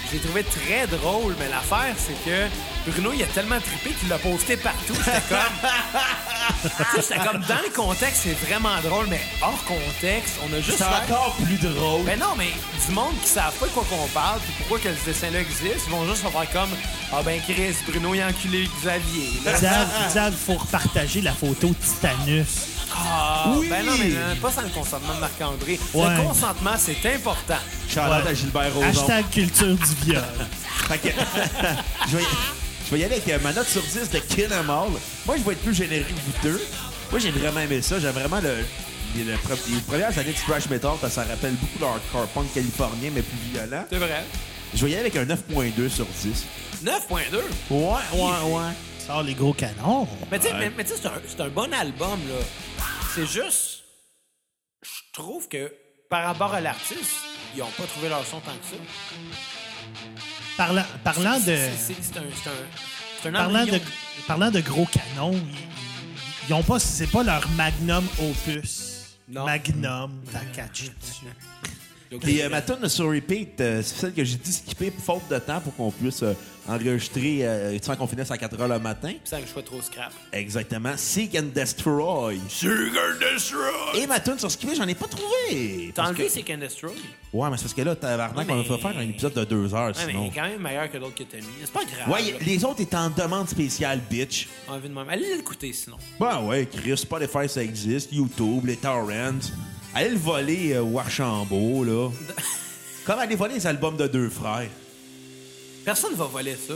Speaker 1: J'ai trouvé très drôle, mais l'affaire, c'est que Bruno, il a tellement trippé qu'il l'a posté partout. J'étais comme. Tu sais, j'étais comme dans le contexte, c'est vraiment drôle, mais hors contexte, on a juste.
Speaker 2: C'est
Speaker 1: l'air-
Speaker 2: encore plus drôle.
Speaker 1: Mais non, mais du monde qui savent pas de quoi qu'on parle, puis pourquoi que ce dessin-là existe, ils vont juste faire comme Ah ben Chris, Bruno, il a enculé Xavier. là.
Speaker 3: Xav, Xav, faut repartager la photo de Titanus.
Speaker 1: Ah,
Speaker 2: Oui.
Speaker 1: ben non, mais euh, pas sans le consentement de Marc-André.
Speaker 3: Ouais.
Speaker 1: Le consentement, c'est important.
Speaker 2: Charlotte à Gilbert Rozon.
Speaker 3: Hashtag culture du viol.
Speaker 2: Fait que, je, vais, je vais y aller avec euh, ma note sur 10 de Kill 'Em All. Moi, je vais être plus générique que vous deux. Moi, j'ai vraiment aimé ça. J'aime vraiment le, le- le pre- les premières années du thrash metal parce que ça rappelle beaucoup le hardcore punk californien, mais plus violent.
Speaker 1: C'est vrai.
Speaker 2: Je vais y aller avec un 9.2 sur 10.
Speaker 1: 9.2.
Speaker 2: Ouais, ouais, ouais.
Speaker 3: Sors les gros canons.
Speaker 1: Mais tu sais,
Speaker 2: Ouais.
Speaker 1: mais- mais tu sais, c'est un- c'est un, bon album, là. C'est juste. Je trouve que par rapport à l'artiste, ils ont pas trouvé leur son tant que ça.
Speaker 3: Parlant, parlant de.
Speaker 1: C'est- C'est c'est un. C'est un. C'est un
Speaker 3: Parlant de,
Speaker 1: embryon.
Speaker 3: parlant de gros canons, ils- ils ont pas. C'est pas leur magnum opus.
Speaker 1: Non.
Speaker 3: Magnum, t'as catché dessus.
Speaker 1: Donc,
Speaker 2: Puis euh,
Speaker 1: euh,
Speaker 2: ma tune sur repeat, euh, c'est celle que j'ai dit skipper faute de temps pour qu'on puisse euh, enregistrer euh, sans qu'on finisse à 4 h le matin.
Speaker 1: sans que je sois trop scrap.
Speaker 2: Exactement. Seek and Destroy.
Speaker 1: Sugar Destroy!
Speaker 2: Et ma tune sur skipper, j'en ai pas trouvé.
Speaker 1: T'as
Speaker 2: Parce que-
Speaker 1: enlevé Seek and Destroy?
Speaker 2: Ouais, mais c'est parce que là, tabarnak,
Speaker 1: Ouais,
Speaker 2: on
Speaker 1: mais-
Speaker 2: va faire un épisode de 2 heures
Speaker 1: Ouais, mais il
Speaker 2: sinon.
Speaker 1: est quand même meilleur que l'autre que t'as mis. C'est pas grave.
Speaker 2: Ouais,
Speaker 1: là.
Speaker 2: les autres étaient en demande spéciale, bitch.
Speaker 1: On a vu de même. Allez l'écouter sinon.
Speaker 2: Ben ouais, Chris, Spotify, ça existe, YouTube, les torrents. Allez le voler euh, au Archambault, là. Comme aller voler les albums de deux frères.
Speaker 1: Personne va voler ça.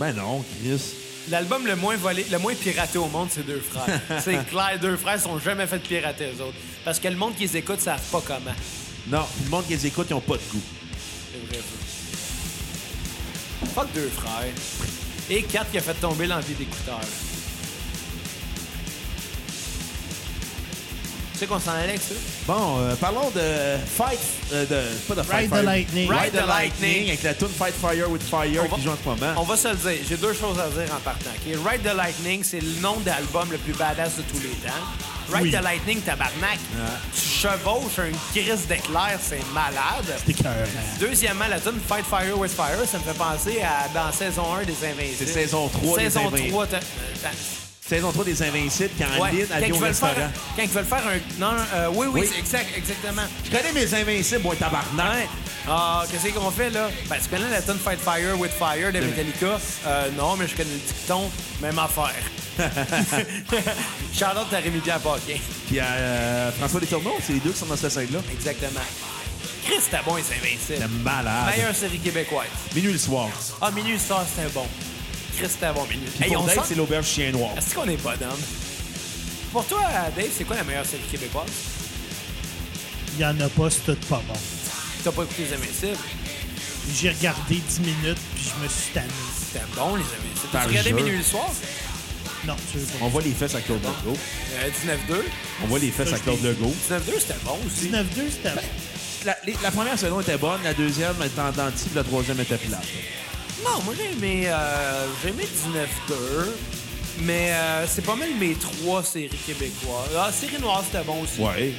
Speaker 2: Ben non, Chris.
Speaker 1: L'album le moins volé, le moins piraté au monde, c'est Deux Frères. c'est clair, Deux Frères sont jamais fait pirater eux autres. Parce que le monde qui les écoute, savent pas comment.
Speaker 2: Non, puis le monde qui les écoute, ils ont pas de goût.
Speaker 1: C'est vrai, ça. Fuck Deux Frères. Et 4 qui a fait tomber l'envie d'écouteur. Tu sais qu'on s'en allait avec ça?
Speaker 2: Bon, euh, parlons de Fight... euh, de, pas de Fight
Speaker 3: Ride the
Speaker 2: Fire.
Speaker 3: Lightning.
Speaker 2: Ride,
Speaker 1: Ride
Speaker 2: the
Speaker 1: the
Speaker 2: Lightning,
Speaker 1: Lightning.
Speaker 2: avec la tune Fight Fire with Fire
Speaker 1: On
Speaker 2: qui
Speaker 1: va-
Speaker 2: joue en ce moment.
Speaker 1: On va se le dire. J'ai deux choses à dire en partant. ok? Ride the Lightning, c'est le nom d'album le plus badass de tous les temps. Ride
Speaker 3: Oui.
Speaker 1: the Lightning, tabarnak. Tu chevauches un crise d'éclair, c'est malade.
Speaker 3: T'es cœur. hein.
Speaker 1: Deuxièmement, la tune Fight Fire with Fire, ça me fait penser à dans saison 1 des Invincibles.
Speaker 2: C'est saison 3 des
Speaker 1: Saison
Speaker 2: Invincibles.
Speaker 1: 3, t'as- euh,
Speaker 2: Saison 3 des Invincibles, quand
Speaker 1: t'as- ouais.
Speaker 2: Lynn
Speaker 1: Quand
Speaker 2: allait
Speaker 1: ils
Speaker 2: au
Speaker 1: veulent
Speaker 2: restaurant.
Speaker 1: faire, quand ils veulent faire un, non, euh, oui, oui,
Speaker 2: Oui.
Speaker 1: c'est exact, exactement.
Speaker 2: Je connais mes Invincibles, moi, tabarnak.
Speaker 1: Ouais. Ah, qu'est-ce qu'on fait là? Ben, tu connais la tune Fight Fire with Fire de Metallica? Euh, non, mais je connais le dicton, même affaire. Charlotte à Rémi Pierre Paquin.
Speaker 2: Puis euh, François Letourneau, c'est les deux qui sont dans cette scène-là.
Speaker 1: Exactement. Chris, c'était bon, c'est
Speaker 2: T'es
Speaker 1: invincible.
Speaker 2: malade.
Speaker 1: Meilleure série québécoise.
Speaker 2: Minuit le soir.
Speaker 1: Ah, Minus Star, c'était bon. Chris, c'était bon, Minus.
Speaker 2: Puis pour
Speaker 1: on
Speaker 2: Dave,
Speaker 1: sent-
Speaker 2: c'est l'auberge chien noir.
Speaker 1: Est-ce qu'on est pas d'âme? Pour toi, Dave, c'est quoi la meilleure série québécoise?
Speaker 3: Il y en a pas, c'est tout pas bon.
Speaker 1: T'as pas écouté Les Invincibles?
Speaker 3: J'ai regardé 10 minutes, puis je me suis tanné.
Speaker 1: C'était bon, Les Invincibles.
Speaker 2: Par
Speaker 1: T'as regardé
Speaker 2: jeu.
Speaker 1: Minuit le soir?
Speaker 3: Non, tu veux pas.
Speaker 2: On voit les fesses à Claude Legault.
Speaker 1: Euh, 19-2.
Speaker 2: On voit les fesses
Speaker 3: Ça,
Speaker 2: à
Speaker 3: je
Speaker 2: Claude
Speaker 3: l'ai-
Speaker 2: Legault.
Speaker 1: 19-2, c'était bon aussi.
Speaker 3: 19-2, c'était
Speaker 2: Ben,
Speaker 3: bon.
Speaker 2: La, les- la première saison était bonne, la deuxième était en dentiste, puis la troisième était plate.
Speaker 1: Non, moi j'ai aimé, euh, j'ai aimé 19-2, mais euh, c'est pas mal mes trois séries québécoises. Ah, Série Noire, c'était bon aussi.
Speaker 2: Ouais.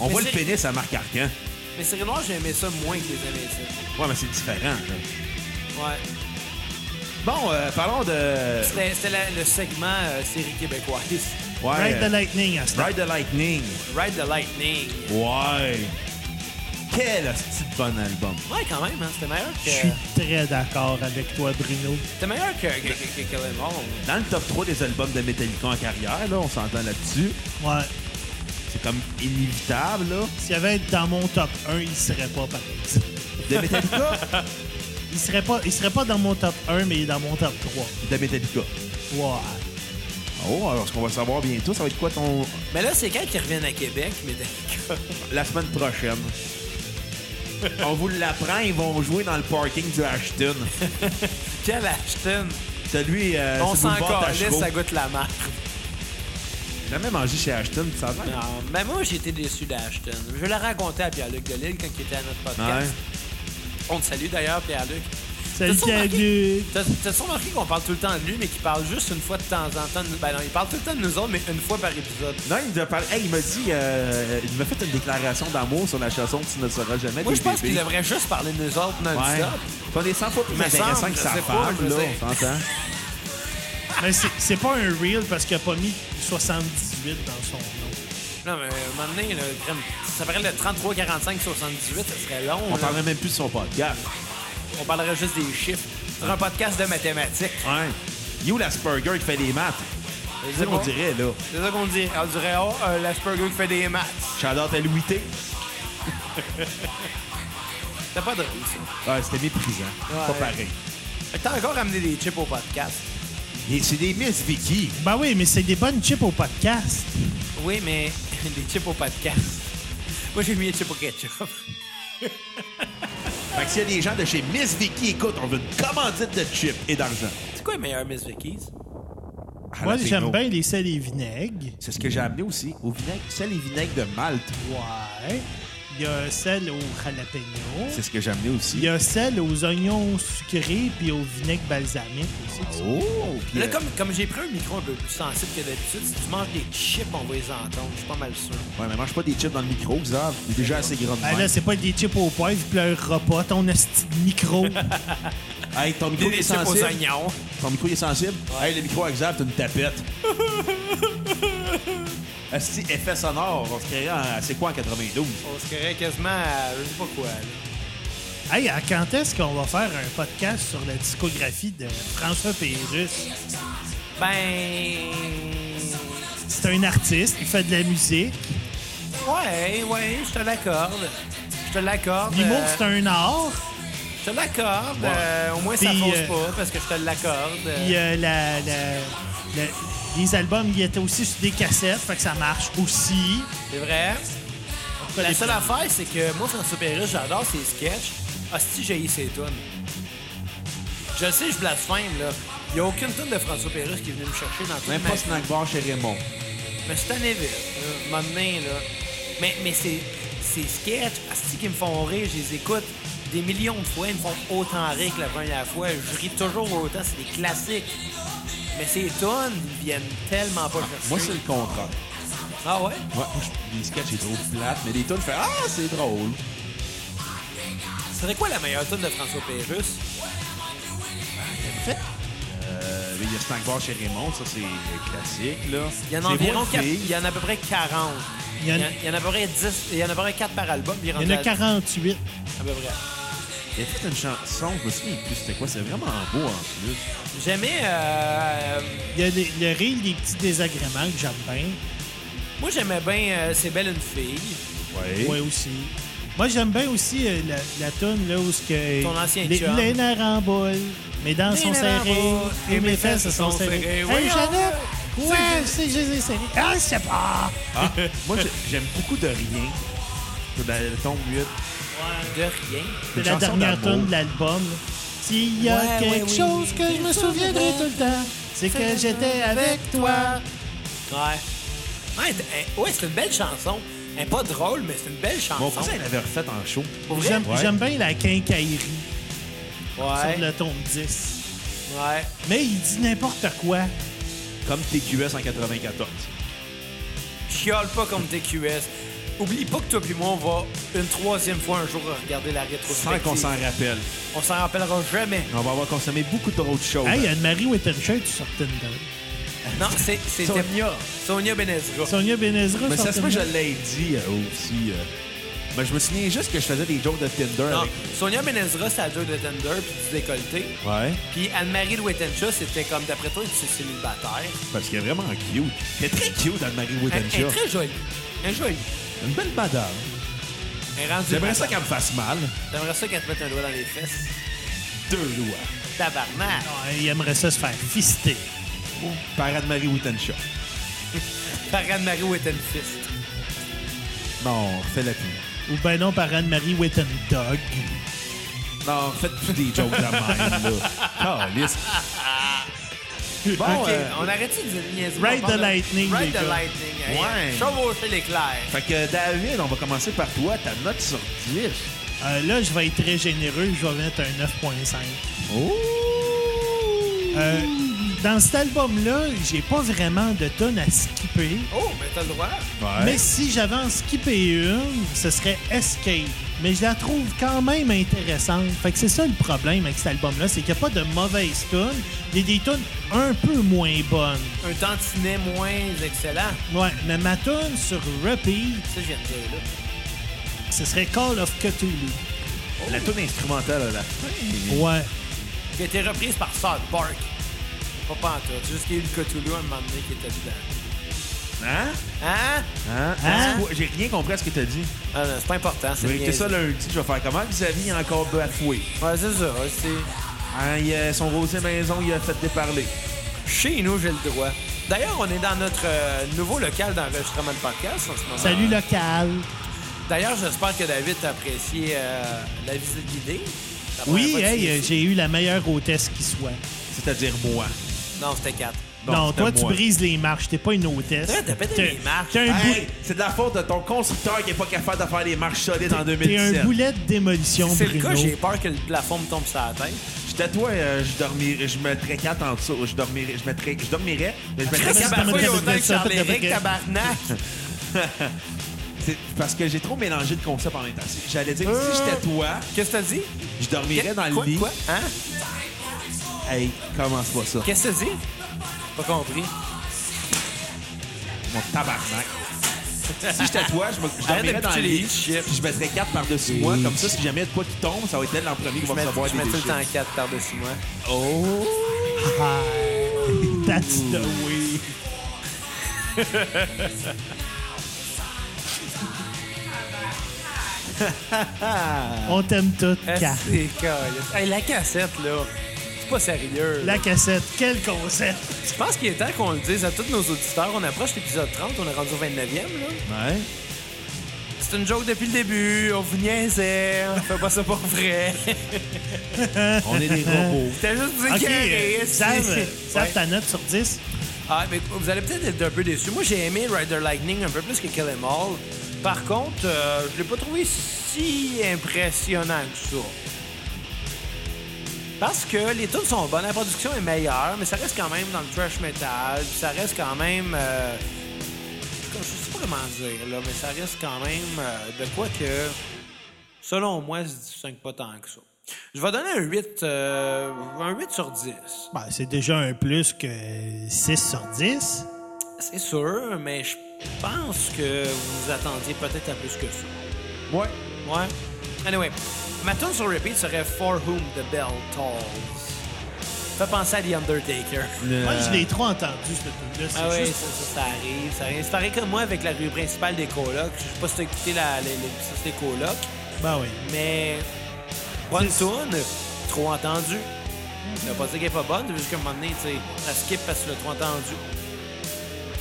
Speaker 2: On
Speaker 1: Mais
Speaker 2: voit le
Speaker 1: c'est-
Speaker 2: pénis à Marc Arcan.
Speaker 1: Mais Série Noire, j'ai aimé ça moins que Les Invincibles.
Speaker 2: Ouais, mais c'est différent. là.
Speaker 1: Ouais.
Speaker 2: Bon, euh, parlons de
Speaker 1: C'était, c'était la- le segment euh, série québécoise.
Speaker 2: ouais,
Speaker 3: Ride
Speaker 2: euh,
Speaker 3: the Lightning hein, à ce temps.
Speaker 2: Ride the Lightning.
Speaker 1: Ride the Lightning.
Speaker 2: Ouais. Quel hostie de bon album.
Speaker 1: Ouais, quand même, hein, c'était meilleur
Speaker 3: Je suis
Speaker 1: que.
Speaker 3: très d'accord avec toi, Bruno.
Speaker 1: C'était meilleur que, que, que, que Kill 'Em All.
Speaker 2: Dans le top 3 des albums de Metallica en carrière, là, on s'entend là-dessus.
Speaker 3: Ouais.
Speaker 2: C'est comme inévitable, là.
Speaker 3: S'il y avait été dans mon top 1, il serait pas par exemple.
Speaker 2: De Metallica?
Speaker 3: Il serait pas, il serait pas dans mon top 1, mais il est dans mon top
Speaker 2: de Metallica.
Speaker 3: 3. Ouais.
Speaker 2: Oh, alors ce qu'on va le savoir bientôt, ça va être quoi ton.
Speaker 1: Mais là, c'est quand qu'ils reviennent à Québec, Metallica?
Speaker 2: La semaine prochaine. On vous l'apprend, ils vont jouer dans le parking du Ashton.
Speaker 1: Quel Ashton!
Speaker 2: Celui. Euh,
Speaker 1: On
Speaker 2: sur le
Speaker 1: s'en
Speaker 2: boulevard
Speaker 1: calisse,
Speaker 2: Tachereau.
Speaker 1: ça goûte la marque.
Speaker 2: J'ai jamais mangé chez Ashton, ça va?
Speaker 1: Non, mais moi, j'ai été déçu d'Ashton. Je l'ai raconté à Pierre-Luc Delille quand il était à notre podcast.
Speaker 2: Ouais.
Speaker 1: On te salue d'ailleurs, Pierre-Luc.
Speaker 3: Salut,
Speaker 1: T'as-tu remarqué-
Speaker 3: Pierre-Luc.
Speaker 1: T'as- T'as-tu remarqué qu'on parle tout le temps de lui, mais qu'il parle juste une fois de temps en temps? de nous- Ben non, il parle tout le temps de nous autres, mais une fois par épisode.
Speaker 2: Non, il m'a parlé. Hey, il m'a dit. euh, il m'a fait une déclaration d'amour sur la chanson Tu ne seras jamais
Speaker 1: Moi,
Speaker 2: des
Speaker 1: je pense qu'il
Speaker 2: bébés.
Speaker 1: devrait juste parler de nous autres
Speaker 2: Ouais.
Speaker 1: non-stop.
Speaker 2: On est 100 fois plus
Speaker 1: Me
Speaker 2: intéressant
Speaker 1: semble,
Speaker 2: que
Speaker 1: je
Speaker 2: sa
Speaker 1: sais pas,
Speaker 2: femme,
Speaker 1: je
Speaker 2: là,
Speaker 1: sais.
Speaker 2: on s'entend.
Speaker 3: Mais c'est c'est pas un reel parce qu'il a pas mis 78 dans son nom.
Speaker 1: Non, mais à un moment donné, là, crème, ça s'appellerait le 33-45-78, ça serait long.
Speaker 2: On
Speaker 1: là.
Speaker 2: parlerait même plus de son podcast.
Speaker 1: On parlerait juste des chiffres. C'est un podcast de mathématiques.
Speaker 2: Ouais. You, l'Asperger, qui fait des maths. C'est ça qu'on dirait, là.
Speaker 1: C'est ça qu'on dit. On dirait, oh, euh, l'Asperger qui fait des maths.
Speaker 2: J'adore à Louis T.
Speaker 1: C'est pas drôle, ça.
Speaker 2: Ouais, c'était méprisant. Pas
Speaker 1: Ouais.
Speaker 2: pareil.
Speaker 1: Fait que T'as encore amené des chips au podcast.
Speaker 2: Et c'est des Miss Vicky.
Speaker 3: Ben oui, mais c'est des bonnes chips au podcast.
Speaker 1: Oui, mais des chips au podcast. Moi, j'ai mis des chips au ketchup.
Speaker 2: Fait que s'il y a des gens de chez Miss Vicky, écoute, on veut une commandite de chips et d'argent.
Speaker 1: C'est quoi le meilleur Miss Vicky's?
Speaker 2: Ah,
Speaker 3: Moi,
Speaker 2: là, c'est
Speaker 3: j'aime
Speaker 2: no.
Speaker 3: bien les sels et vinaigres.
Speaker 2: C'est ce que j'ai amené aussi. Au vinaigre, sel et vinaigre de Malte.
Speaker 3: Ouais. Il y a celle au jalapeno.
Speaker 2: C'est ce que j'ai amené
Speaker 3: Il
Speaker 2: aussi.
Speaker 3: y a celle aux oignons sucrés puis au vinaigre balsamique aussi. qui sont-
Speaker 2: Oh! puis,
Speaker 1: Là,
Speaker 2: euh,
Speaker 1: comme, comme j'ai pris un micro un peu plus sensible que d'habitude, si tu manges des chips, on va les entendre. Je suis pas mal sûr.
Speaker 2: Ouais, mais mange pas des chips dans le micro, Xav. Il est déjà assez grand. de
Speaker 3: Ben
Speaker 2: même.
Speaker 3: là, c'est pas des chips au poivre, il pleurera pas. Ton esti de micro.
Speaker 2: Hey, ton micro il est
Speaker 1: chips aux
Speaker 2: sensible.
Speaker 1: oignons.
Speaker 2: Ton micro il est sensible. Hey, le micro à Xav, t'as une tapette. Asti, effet sonore, on se créerait en... C'est quoi en 92?
Speaker 1: On se créerait Oh, quasiment à je sais pas quoi. là.
Speaker 3: hey, à quand est-ce qu'on va faire un podcast sur la discographie de François Pérus?
Speaker 1: Ben.
Speaker 3: C'est un artiste, il fait de la musique.
Speaker 1: Ouais, ouais, je te l'accorde. Je te l'accorde.
Speaker 3: L'humour,
Speaker 1: euh,
Speaker 3: c'est un art.
Speaker 1: Je te l'accorde. euh, au moins, ça
Speaker 3: Puis,
Speaker 1: fonce
Speaker 3: euh,
Speaker 1: pas parce que je te l'accorde.
Speaker 3: Puis euh, la- la- la- les albums, il était aussi sur des cassettes, fait que ça marche aussi.
Speaker 1: C'est vrai.
Speaker 3: En tout cas,
Speaker 1: La
Speaker 3: les-
Speaker 1: seule affaire, c'est que moi, François Pérus, j'adore ses sketchs. Hostie, j'ai ses tunes. Je le sais, je blasphème, là. Il n'y a aucune tune de François Pérus qui est venue me chercher dans toute
Speaker 2: Même
Speaker 1: ma
Speaker 2: pas
Speaker 1: vie.
Speaker 2: snack bar chez Raymond.
Speaker 1: Mais je t'en ai vu, là, un moment donné, là. Mais, mais ces, ces sketchs, hostie, qui me font rire, je les écoute des millions de fois. Ils me font autant rire que la première fois. Je ris toujours autant. C'est des classiques. Mais ces tunes, ils viennent tellement pas chercher.
Speaker 2: Ah, Moi, c'est le contraire.
Speaker 1: Ah ouais?
Speaker 2: Ouais, moi, je- les sketchs, c'est trop plate, mais les tunes, je fais Ah, c'est drôle.
Speaker 1: Ce serait quoi la meilleure tune de François Pérus?
Speaker 2: Euh, mais il y a Snack Bar chez Raymond, ça, c'est euh, classique, là.
Speaker 1: Il y en
Speaker 2: C'est
Speaker 1: a environ
Speaker 2: moi,
Speaker 1: quatre-
Speaker 2: fille.
Speaker 1: il y en a à peu près 40. Il
Speaker 3: Il y
Speaker 1: y
Speaker 3: en-
Speaker 1: en, il y en a à peu près 10, il y en a à peu près 4 par album. puis
Speaker 3: Il y
Speaker 1: rendu
Speaker 3: en a
Speaker 1: à-
Speaker 3: 48.
Speaker 1: à peu près.
Speaker 2: Il y a toute une chanson, je me souviens plus c'était quoi, c'est vraiment beau en plus.
Speaker 1: J'aimais euh,
Speaker 3: Il y a les- le rire des petits désagréments que j'aime bien.
Speaker 1: moi j'aimais bien euh, C'est belle une fille.
Speaker 2: Ouais.
Speaker 3: Ouais, aussi. Moi, j'aime bien aussi euh, la, la toune là, où ce que... euh,
Speaker 1: Ton ancien
Speaker 3: les,
Speaker 1: chum.
Speaker 3: les nerfs en boule, mes dents
Speaker 1: Les
Speaker 3: sont
Speaker 1: nerfs en
Speaker 3: serrées,
Speaker 1: boule,
Speaker 3: et mes fesses se sont serrées. Hey,
Speaker 1: Voyons,
Speaker 3: Jeannette!
Speaker 1: c'est
Speaker 3: Ouais,
Speaker 1: juste-
Speaker 3: c'est je les ai serrées. Ah, je sais pas!
Speaker 2: Ah, moi, j'ai- j'aime beaucoup de rien. C'est dans le tombe 8.
Speaker 1: De rien.
Speaker 3: C'est
Speaker 2: Une
Speaker 3: la
Speaker 2: chanson
Speaker 3: dernière
Speaker 2: d'amour.
Speaker 3: tune de l'album. S'il y a
Speaker 1: Ouais, ouais,
Speaker 3: quelque
Speaker 1: oui.
Speaker 3: chose que je me souviendrai tout le temps, c'est que j'étais avec toi.
Speaker 1: Ouais. Ouais, t- eh, ouais, c'est une belle chanson. Elle est pas drôle, mais c'est une belle chanson.
Speaker 2: Mon cousin l'avait refait en show.
Speaker 1: Pour vrai?
Speaker 3: J'aime
Speaker 2: Ouais.
Speaker 3: j'aime bien la quincaillerie
Speaker 1: Ouais.
Speaker 3: sur le tome 10.
Speaker 1: Ouais.
Speaker 3: Mais il dit n'importe quoi.
Speaker 2: Comme TQS en 94.
Speaker 1: Chiale pas comme TQS. Oublie pas que toi puis moi, on va une troisième fois un jour regarder la rétrospective.
Speaker 2: Sans qu'on s'en rappelle.
Speaker 1: On s'en rappellera jamais.
Speaker 2: On va avoir consommé beaucoup d'autres choses.
Speaker 3: Hey, Anne-Marie Wittenshirt sur Tinder.
Speaker 1: Non, c'est- c'était...
Speaker 2: Sonia.
Speaker 1: Sonia Benezra.
Speaker 3: Sonia Benezra
Speaker 2: Mais
Speaker 3: sur
Speaker 2: hein, ça se peut que je
Speaker 3: Tinder.
Speaker 2: l'ai dit euh, aussi. euh. Mais je me souviens juste que je faisais des jokes de Tinder
Speaker 1: Non,
Speaker 2: avec.
Speaker 1: Sonia Benezra, c'est la joke de Tender puis du décolleté.
Speaker 2: Ouais.
Speaker 1: Puis Anne-Marie Louetencha, c'était comme, d'après toi, tu es célibataire.
Speaker 2: Parce qu'elle est vraiment cute. Elle est très cute, Anne-Marie
Speaker 1: Elle, elle est
Speaker 2: Wittenshaw.
Speaker 1: très jolie. Elle est jolie.
Speaker 2: Une belle madame.
Speaker 1: Elle est rendue
Speaker 2: J'aimerais ça
Speaker 1: madame.
Speaker 2: qu'elle me fasse mal.
Speaker 1: T'aimerais ça qu'elle te mette un doigt dans les fesses.
Speaker 2: Deux doigts.
Speaker 1: Tabarnak.
Speaker 3: Ouais, Ah, Il aimerait ça se faire fister.
Speaker 2: Par Anne-Marie Wittenshaw.
Speaker 1: Par Anne-Marie Wettenfist.
Speaker 2: Non, fais la pub.
Speaker 3: Ou ben non, par Anne-Marie Wittendog.
Speaker 2: Non, faites plus des jokes de la même, là. Calisse. Bon,
Speaker 1: OK,
Speaker 2: euh,
Speaker 1: on arrête-tu de dire niaiserie? On
Speaker 3: Ride
Speaker 1: parle
Speaker 3: the
Speaker 1: de-
Speaker 3: lightning,
Speaker 1: Ride
Speaker 3: les
Speaker 1: the
Speaker 3: gars.
Speaker 1: lightning. hey,
Speaker 2: Ouais.
Speaker 1: Chevaucher l'éclair.
Speaker 2: fait que David, on va commencer par toi. Ta note sur 10.
Speaker 3: Euh, là, je vais être très généreux, je vais mettre un 9.5.
Speaker 2: Oh!
Speaker 3: Euh, dans cet album-là, j'ai pas vraiment de tonnes à skipper.
Speaker 1: Oh, mais t'as le droit.
Speaker 2: Ouais.
Speaker 3: Mais si j'avais en skippé une, ce serait Escape. Mais je la trouve quand même intéressante. Fait que c'est ça le problème avec cet album-là, c'est qu'il n'y a pas de mauvaises tunes. Il y a des tunes un peu moins bonnes.
Speaker 1: Un tantinet moins excellent.
Speaker 3: Ouais, mais ma tune sur Repeat,
Speaker 1: Ça, je viens de dire, là.
Speaker 3: ce serait Call of Cthulhu.
Speaker 2: La tune instrumentale à la fin.
Speaker 3: Ouais.
Speaker 1: qui a été reprise par South Park. Pas pantoute, c'est juste qu'il y a eu le Cthulhu à un moment donné qui était dedans.
Speaker 2: Hein?
Speaker 1: Hein?
Speaker 2: Hein?
Speaker 3: Hein?
Speaker 2: C'est quoi? J'ai rien compris à ce que t'as dit.
Speaker 1: Ah non, c'est pas important,
Speaker 2: Je
Speaker 1: c'est
Speaker 2: vais écouter ça
Speaker 1: niaiseux.
Speaker 2: lundi. Je vais faire comment? Vis-à-vis, il a encore bafoué.
Speaker 1: Ouais, c'est ça, ouais, c'est...
Speaker 2: Hein, il a- son rosé maison, il a fait déparler.
Speaker 1: Chez nous, j'ai le droit. D'ailleurs, on est dans notre euh, nouveau local d'enregistrement de podcast en ce moment.
Speaker 3: Salut local.
Speaker 1: D'ailleurs, j'espère que David t'a apprécié euh, la visite guidée. La première
Speaker 3: Oui,
Speaker 1: fois que tu
Speaker 3: hey,
Speaker 1: viens
Speaker 3: euh,
Speaker 1: ici.
Speaker 3: j'ai eu la meilleure hôtesse qui soit.
Speaker 2: C'est-à-dire moi.
Speaker 1: Non, c'était quatre.
Speaker 2: Non,
Speaker 3: non,
Speaker 2: c'était
Speaker 3: toi, tu
Speaker 2: moi.
Speaker 3: brises les marches. T'es pas une hôtesse.
Speaker 1: T'as- t'as pété
Speaker 3: T'as-
Speaker 1: les marches.
Speaker 3: T'as un, bou-
Speaker 2: Hey, c'est de la faute de ton constructeur qui est pas capable de faire les marches solides en
Speaker 3: t'es
Speaker 2: 2017.
Speaker 3: un boulet de démolition,
Speaker 1: C'est le cas,
Speaker 3: Bruno.
Speaker 1: j'ai peur que le plafond me tombe sur la tête.
Speaker 2: J'étais toi, euh, je dormirais, je mettrais quatre en dessous, je dormirais, je mettrais, je dormirais, mais je mettrais
Speaker 3: Chris,
Speaker 2: quatre
Speaker 3: ben-
Speaker 2: en
Speaker 1: Parfois, il y a
Speaker 3: de-
Speaker 1: autant
Speaker 3: de-
Speaker 1: que
Speaker 3: de- de- de-
Speaker 1: Charles-Éric,
Speaker 3: de-
Speaker 1: tabarnak.
Speaker 2: C'est parce que j'ai trop mélangé de concepts en même temps. C'est- J'allais dire, que
Speaker 3: Euh.
Speaker 2: si j'étais toi,
Speaker 1: Qu'est-ce que t'as dit?
Speaker 2: je dormirais dans
Speaker 1: Quoi,
Speaker 2: le lit.
Speaker 1: Quoi? Hein?
Speaker 2: Hey, commence pas ça,
Speaker 1: Qu'est-ce que t'as dit? Pas compris.
Speaker 2: mon tabarnak. si j'étais toi, je, me, je
Speaker 1: Arrête de
Speaker 2: dormirais dans le
Speaker 1: pitcher les
Speaker 2: lit,
Speaker 1: chips.
Speaker 2: puis je mettrais quatre par-dessus
Speaker 1: Les
Speaker 2: moi, comme ça, si jamais il y a de quoi qui tombe, ça va être elle en premier
Speaker 1: Je
Speaker 2: qui va
Speaker 1: mets
Speaker 2: recevoir
Speaker 1: je
Speaker 2: des
Speaker 1: mets tout le
Speaker 2: déchets.
Speaker 1: temps 4 par-dessus moi.
Speaker 2: Oh!
Speaker 3: Ah, That's the way. On t'aime toutes,
Speaker 1: Ah,
Speaker 3: Kat.
Speaker 1: C'est calice. Hey, la cassette, là. C'est pas sérieux.
Speaker 3: La cassette, quel concept!
Speaker 1: Je pense qu'il est temps qu'on le dise à tous nos auditeurs. On approche l'épisode 30, on est rendu au 29e, là.
Speaker 2: Ouais.
Speaker 1: C'est une joke depuis le début, on vous niaisait, on fait pas ça pour vrai.
Speaker 2: On est des robots.
Speaker 1: C'était juste du
Speaker 3: Ok,
Speaker 1: carré,
Speaker 3: euh, Sam,
Speaker 1: c'est-
Speaker 3: euh, Sam,
Speaker 1: Ouais.
Speaker 3: ta note sur 10?
Speaker 1: Ah, mais vous allez peut-être être un peu déçus. Moi, j'ai aimé Rider Lightning un peu plus que Kill Em All. Par contre, euh, je l'ai pas trouvé si impressionnant que ça. Parce que les tunes sont bonnes, la production est meilleure, mais ça reste quand même dans le thrash metal, puis ça reste quand même... euh, je sais pas comment dire, là, mais ça reste quand même euh, de quoi que, selon moi, se distingue pas tant que ça. Je vais donner un 8, euh, un 8 sur 10.
Speaker 3: Ben, c'est déjà un plus que 6 sur 10.
Speaker 1: C'est sûr, mais je pense que vous vous attendiez peut-être à plus que ça.
Speaker 2: Ouais.
Speaker 1: Ouais. Anyway, ma tune sur repeat serait For Whom the Bell Tolls. Fait penser à The Undertaker.
Speaker 3: Moi, je l'ai trop entendu, ce truc-là. C'est
Speaker 1: Euh, Ah oui, ça,
Speaker 3: juste...
Speaker 1: ça, ça arrive, ça arrive. C'est pareil comme moi avec la rue principale des colocs. Je sais pas si t'as écouté la- les- l'épisode des colocs,
Speaker 3: Ben oui.
Speaker 1: mais bonne tune, trop entendu. Ça veut pas dire qu'elle est pas bonne, c'est juste qu'à un moment donné, tu sais, ça skip parce que tu l'as trop entendu.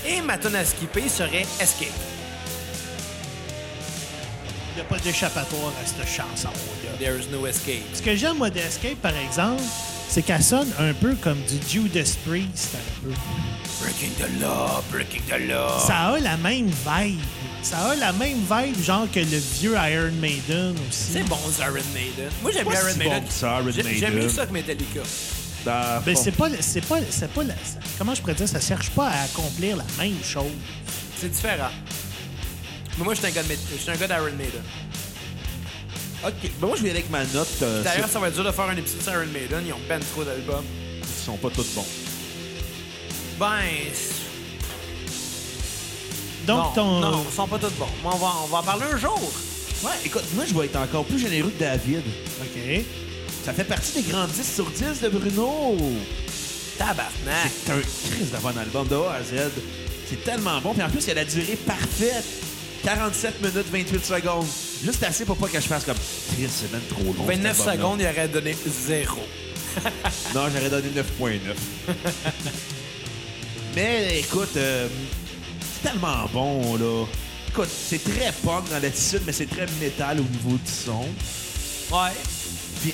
Speaker 1: Et ma tune à skipper serait Escape.
Speaker 3: Il n'y a pas d'échappatoire à cette chanson-là.
Speaker 1: There's no escape.
Speaker 3: Ce que j'aime, moi, d'Escape, par exemple, c'est qu'elle sonne un peu comme du Judas Priest, un peu.
Speaker 1: Breaking the law, breaking the
Speaker 2: Ah.
Speaker 1: law.
Speaker 3: Ça a la même vibe. Ça a la même vibe, genre que le vieux Iron Maiden aussi.
Speaker 1: C'est bon, c'est Iron Maiden. Moi, j'aime
Speaker 2: Pas
Speaker 1: bien Iron
Speaker 2: si
Speaker 1: Maiden.
Speaker 2: bon que ça, Iron
Speaker 1: J'ai- J'aime
Speaker 2: Maiden.
Speaker 1: mieux ça que Metallica.
Speaker 2: Dans-
Speaker 3: Mais
Speaker 2: Ah, bon.
Speaker 3: Ben, c'est pas, c'est pas, c'est pas la- ça- comment je pourrais dire, ça cherche pas à accomplir la même chose.
Speaker 1: C'est différent. Mais moi, je suis un gars de Met- je suis un gars d'Iron Maiden.
Speaker 2: OK. Ben moi, je vais aller avec ma note. euh,
Speaker 1: D'ailleurs, ça va être dur de faire un épisode sur Iron Maiden. Ils ont ben trop d'albums.
Speaker 2: ils sont pas tous bons.
Speaker 1: Ben. c'est-
Speaker 3: Donc
Speaker 1: non,
Speaker 3: ton,
Speaker 1: Non, ils sont pas tous bons. Mais on va, on va en parler un jour.
Speaker 2: Ouais, écoute, moi, je vais être encore plus généreux que David.
Speaker 3: ok,
Speaker 2: Ça fait partie des grands 10 sur 10 de Bruno.
Speaker 1: Tabarnak.
Speaker 2: C'est un crise de bon album de A à Z. C'est tellement bon. Puis en plus, il y a la durée parfaite. 47 minutes 28 secondes. Juste assez pour pas que je fasse comme... Chris, c'est même trop long.
Speaker 1: 29
Speaker 2: cet album-là.
Speaker 1: secondes, il aurait donné zéro.
Speaker 2: Non, j'aurais donné 9.9. Mais écoute, euh, c'est tellement bon, là. Écoute, c'est très punk dans l'attitude, mais c'est très métal au niveau du son.
Speaker 1: Ouais.
Speaker 2: Puis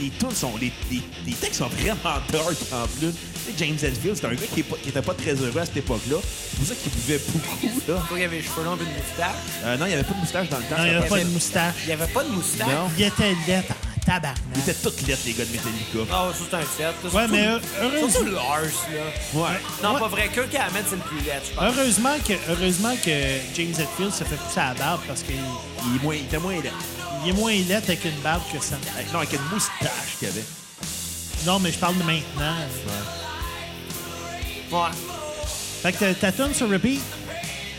Speaker 2: les tunes sont. Les, les- les textes sont vraiment dark en plus. Tu sais, James Hetfield, c'est un gars qui, est pas- qui était pas très heureux à cette époque-là. C'est pour ça qu'il buvait beaucoup, là.
Speaker 1: Toi, il y avait les cheveux longs et une moustache.
Speaker 2: Euh, non, il n'y avait pas de moustache dans le temps.
Speaker 3: non, il n'y
Speaker 2: ça
Speaker 3: avait pas
Speaker 2: passait.
Speaker 3: de moustache.
Speaker 1: Il y avait pas de moustache.
Speaker 2: Non.
Speaker 3: Il était laid en tabarnak.
Speaker 2: Ils étaient toutes lettres, les gars de Metallica.
Speaker 1: Ah, ça, c'est un fait. là.
Speaker 3: Ouais,
Speaker 1: Surtout-
Speaker 3: mais heu-
Speaker 1: Surtout
Speaker 3: heureusement,
Speaker 1: Lars, là.
Speaker 2: Ouais.
Speaker 1: Non,
Speaker 3: Ouais.
Speaker 1: pas vrai. Kirk Hammett, c'est une culette, je pense.
Speaker 3: heureusement, que, heureusement que James Hetfield se fait pousser à la barbe parce qu'il
Speaker 2: Il, est moins- il était moins laid.
Speaker 3: il est moins laid avec une barbe que ça.
Speaker 2: Euh, Non, avec une moustache qu'il y avait.
Speaker 3: Non, mais je parle de maintenant.
Speaker 1: Ouais.
Speaker 3: Fait que ta- ta tune sur repeat,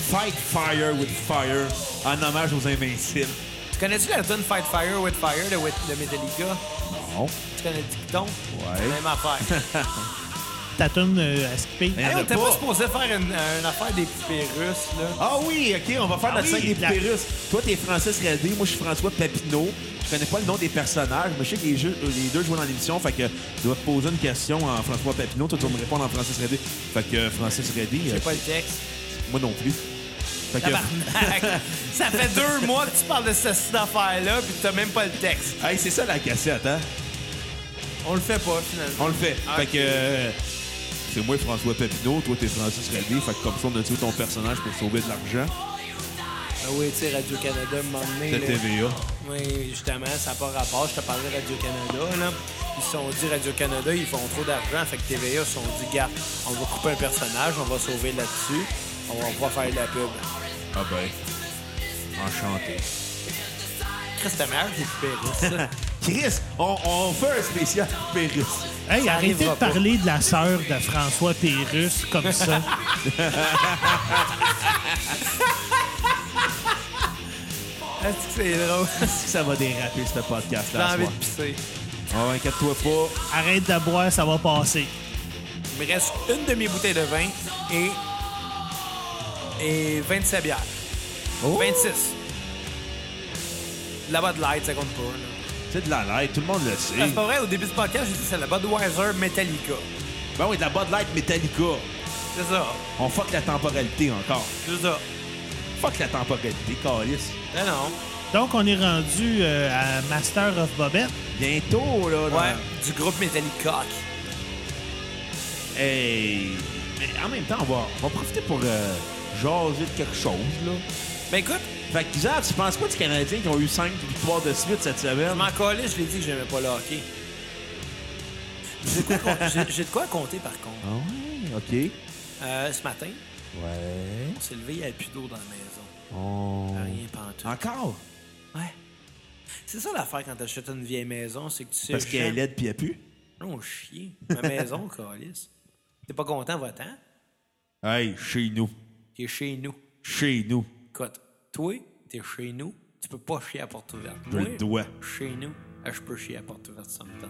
Speaker 2: Fight Fire with Fire en hommage aux Invincibles.
Speaker 1: Tu connais-tu la tune Fight Fire with Fire de, Wet- de Metallica?
Speaker 2: Non.
Speaker 1: Tu connais le dicton?
Speaker 2: Ouais.
Speaker 1: Même affaire.
Speaker 3: ta tune euh, à skipper.
Speaker 2: Mais-
Speaker 1: hey,
Speaker 2: en a
Speaker 1: on était pas
Speaker 2: pas.
Speaker 1: supposé faire une, une affaire des poupées russes, là.
Speaker 2: Ah oui, ok, on va faire
Speaker 3: Ah
Speaker 2: notre
Speaker 3: oui,
Speaker 2: scène des
Speaker 3: la-
Speaker 2: poupées russes. Toi, t'es Francis Radé, moi, je suis François Papineau. Je connais pas le nom des personnages, mais je sais que les, jeux- euh, les deux jouent dans l'émission, fait que je dois te poser une question en François Papineau, toi, tu vas me répondre en Francis Radé. Fait que euh, Francis Radé, euh,
Speaker 1: C'est pas le texte.
Speaker 2: moi non plus. Fait que,
Speaker 1: Tabarnak. Ça fait deux mois que tu parles de cette affaire-là, puis t'as même pas le texte.
Speaker 2: hey, c'est ça la cassette, hein?
Speaker 1: On le fait pas, finalement.
Speaker 2: On le fait. Fait que. euh, c'est moi François Papineau, toi t'es Francis Rabhi, fait que comme ça on a tué ton personnage pour sauver de l'argent.
Speaker 1: Ah oui, tu sais, Radio-Canada m'a emmené.
Speaker 2: C'était
Speaker 1: là.
Speaker 2: TVA.
Speaker 1: Oui, justement, ça n'a pas rapport. Je te parlais de Radio-Canada, là. Ils se sont dit, Radio-Canada, ils font trop d'argent. Fait que TVA se sont dit, gars, on va couper un personnage, on va sauver là-dessus, on va pouvoir faire de la pub.
Speaker 2: Ah ben. Enchanté.
Speaker 1: Chris, c'était meilleur que j'ai fait ça.
Speaker 2: Chris, on, on fait un spécial Pérus.
Speaker 3: Hey,
Speaker 1: Ça
Speaker 3: arrêtez de
Speaker 1: arrivera pas.
Speaker 3: parler de la sœur de François Pérus comme ça.
Speaker 1: Est-ce que c'est drôle?
Speaker 2: Est-ce que ça va déraper ce
Speaker 1: J'ai
Speaker 2: podcast-là? à
Speaker 1: envie
Speaker 2: soir?
Speaker 1: de pisser.
Speaker 2: Oh, inquiète-toi pas.
Speaker 3: Arrête de boire, ça va passer.
Speaker 1: Il me reste une demi-bouteille de vin et. et 27 bières.
Speaker 2: Oh,
Speaker 1: 26. De La Bud Light, ça compte pas, là. Ah,
Speaker 2: C'est de la light, tout le monde le sait.
Speaker 1: C'est pas vrai, au début du podcast, j'ai dit c'est la Budweiser Metallica.
Speaker 2: Ben oui, de la Bud Light Metallica.
Speaker 1: C'est ça.
Speaker 2: On fuck la temporalité encore.
Speaker 1: C'est ça.
Speaker 2: Fuck la temporalité, Calis.
Speaker 1: Non, non.
Speaker 3: Donc, on est rendu euh, à Master of Bobette.
Speaker 2: Bientôt, là. dans-
Speaker 1: Ouais, du groupe Metallica.
Speaker 2: Hey. Mais en même temps, on va, on va profiter pour euh, jaser de quelque chose, là.
Speaker 1: Ben écoute,
Speaker 2: Fait que, Xav, tu penses quoi du Canadien qui ont eu 5 victoires de suite cette
Speaker 1: je
Speaker 2: semaine?
Speaker 1: m'en collais, je l'ai dit que j'aimais pas le hockey. J'ai de quoi con- j'ai- J'ai de quoi compter par contre.
Speaker 2: Ah ouais, OK.
Speaker 1: Euh, ce matin,
Speaker 2: Ouais.
Speaker 1: on s'est levé, il n'y avait plus d'eau dans la maison.
Speaker 2: On...
Speaker 1: Rien pantoute.
Speaker 2: Encore?
Speaker 1: Ouais. C'est ça l'affaire quand t'achètes une vieille maison, c'est que tu sais.
Speaker 2: Parce qu'elle est
Speaker 1: jamais-
Speaker 2: laide puis elle pue?
Speaker 1: Non, chier. Ma maison, Calis. T'es pas content, va-t'en?
Speaker 2: Hey, chez nous.
Speaker 1: T'es chez nous.
Speaker 2: Chez nous.
Speaker 1: Écoute, toi, t'es chez nous. Tu peux pas chier à porte ouverte.
Speaker 2: Je le
Speaker 1: Moi,
Speaker 2: dois.
Speaker 1: Chez nous, ah, je peux chier à porte ouverte sans me tente.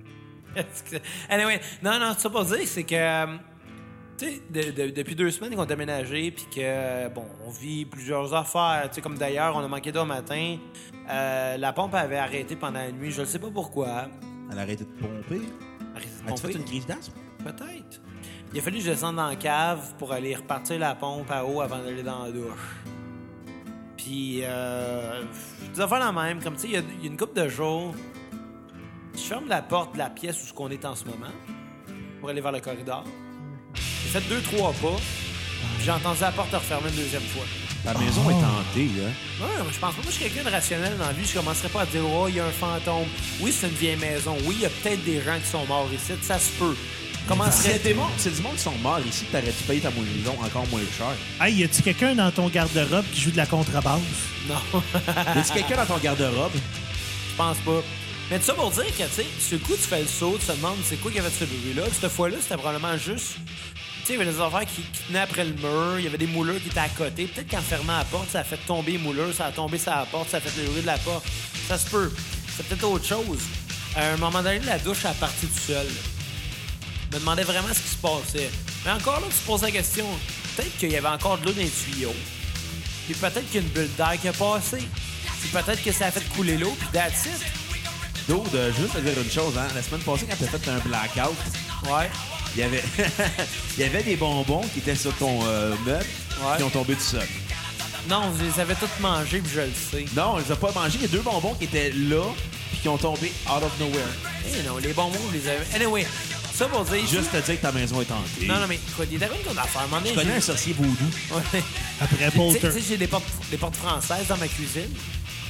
Speaker 1: Est-ce que- Anyway, non, non, ça pour dire, c'est que. euh, Tu sais, de- de- depuis deux semaines qu'on a déménagé, puis que, bon, on vit plusieurs affaires. Tu sais, comme d'ailleurs, on a manqué d'eau un matin. Euh, la pompe avait arrêté pendant la nuit, je ne sais pas pourquoi.
Speaker 2: Elle a arrêté de pomper.
Speaker 1: Arrêtez de
Speaker 2: As-tu
Speaker 1: pomper.
Speaker 2: fait Ah, une crise d'asthme?
Speaker 1: Peut-être. Il a fallu que je descende dans la cave pour aller repartir la pompe à eau avant d'aller dans la douche. Puis, euh, des affaires la même. Comme, tu sais, il y a- il y, a une couple de jours, je ferme la porte de la pièce où ce qu'on est en ce moment pour aller vers le corridor. J'ai fait deux, trois pas, puis j'ai entendu la porte refermer une deuxième fois.
Speaker 2: La maison est tentée, là.
Speaker 1: Ouais, mais je pense pas. Moi, je suis quelqu'un de rationnel dans la vie. Je commencerais pas à dire, oh, il y a un fantôme. Oui, c'est une vieille maison. Oui, il y a peut-être des gens qui sont morts ici. Ça se peut. Comment serait
Speaker 2: C'est des morts, c'est du monde qui sont morts ici. T'aurais dû payer ta maison encore moins cher.
Speaker 3: Hey, y a-tu quelqu'un dans ton garde-robe qui joue de la contrebasse?
Speaker 1: Non. Ah,
Speaker 2: Y a-tu quelqu'un dans ton garde-robe?
Speaker 1: Je pense pas. Mais tout ça pour dire que, tu sais, sur le coup, tu fais le saut, tu te demandes c'est quoi qui avait de ce bruit-là. Puis Cette fois-là, c'était probablement juste. Tu sais, il y avait des affaires qui, qui tenaient après le mur, il y avait des mouleurs qui étaient à côté. Peut-être qu'en fermant la porte, ça a fait tomber les mouleurs, ça a tombé sur la porte, ça a fait le bruit de la porte. Ça se peut. C'est peut-être autre chose. À un moment donné, la douche a parti tout seul. Je me demandais vraiment ce qui se passait. Mais encore là, tu te poses la question. Peut-être qu'il y avait encore de l'eau dans les tuyaux. Puis peut-être qu'il y a une bulle d'air qui a passé. Puis peut-être que ça a fait couler l'eau, puis that's it.
Speaker 2: Dude, euh, je veux juste te dire une chose, hein. La semaine passée, quand t'as fait un blackout,
Speaker 1: Ouais.
Speaker 2: il y avait, il y avait des bonbons qui étaient sur ton euh, meuble
Speaker 1: Ouais.
Speaker 2: qui ont tombé du sol.
Speaker 1: Non, vous les avez tous mangés, puis je le sais.
Speaker 2: Non, on les a pas mangés. Il y a deux bonbons qui étaient là puis qui ont tombé out of nowhere.
Speaker 1: Eh non, les bonbons, vous les avez. Anyway, ça pour dire.
Speaker 2: Juste te dire que ta maison est hantée.
Speaker 1: Non, non, mais écoute, il est arrivé qu'on a affaire.
Speaker 2: Je connais un sorcier vaudou.
Speaker 3: Après
Speaker 1: Tu sais,
Speaker 3: Polter.
Speaker 1: tu sais, j'ai des portes, des portes françaises dans ma cuisine.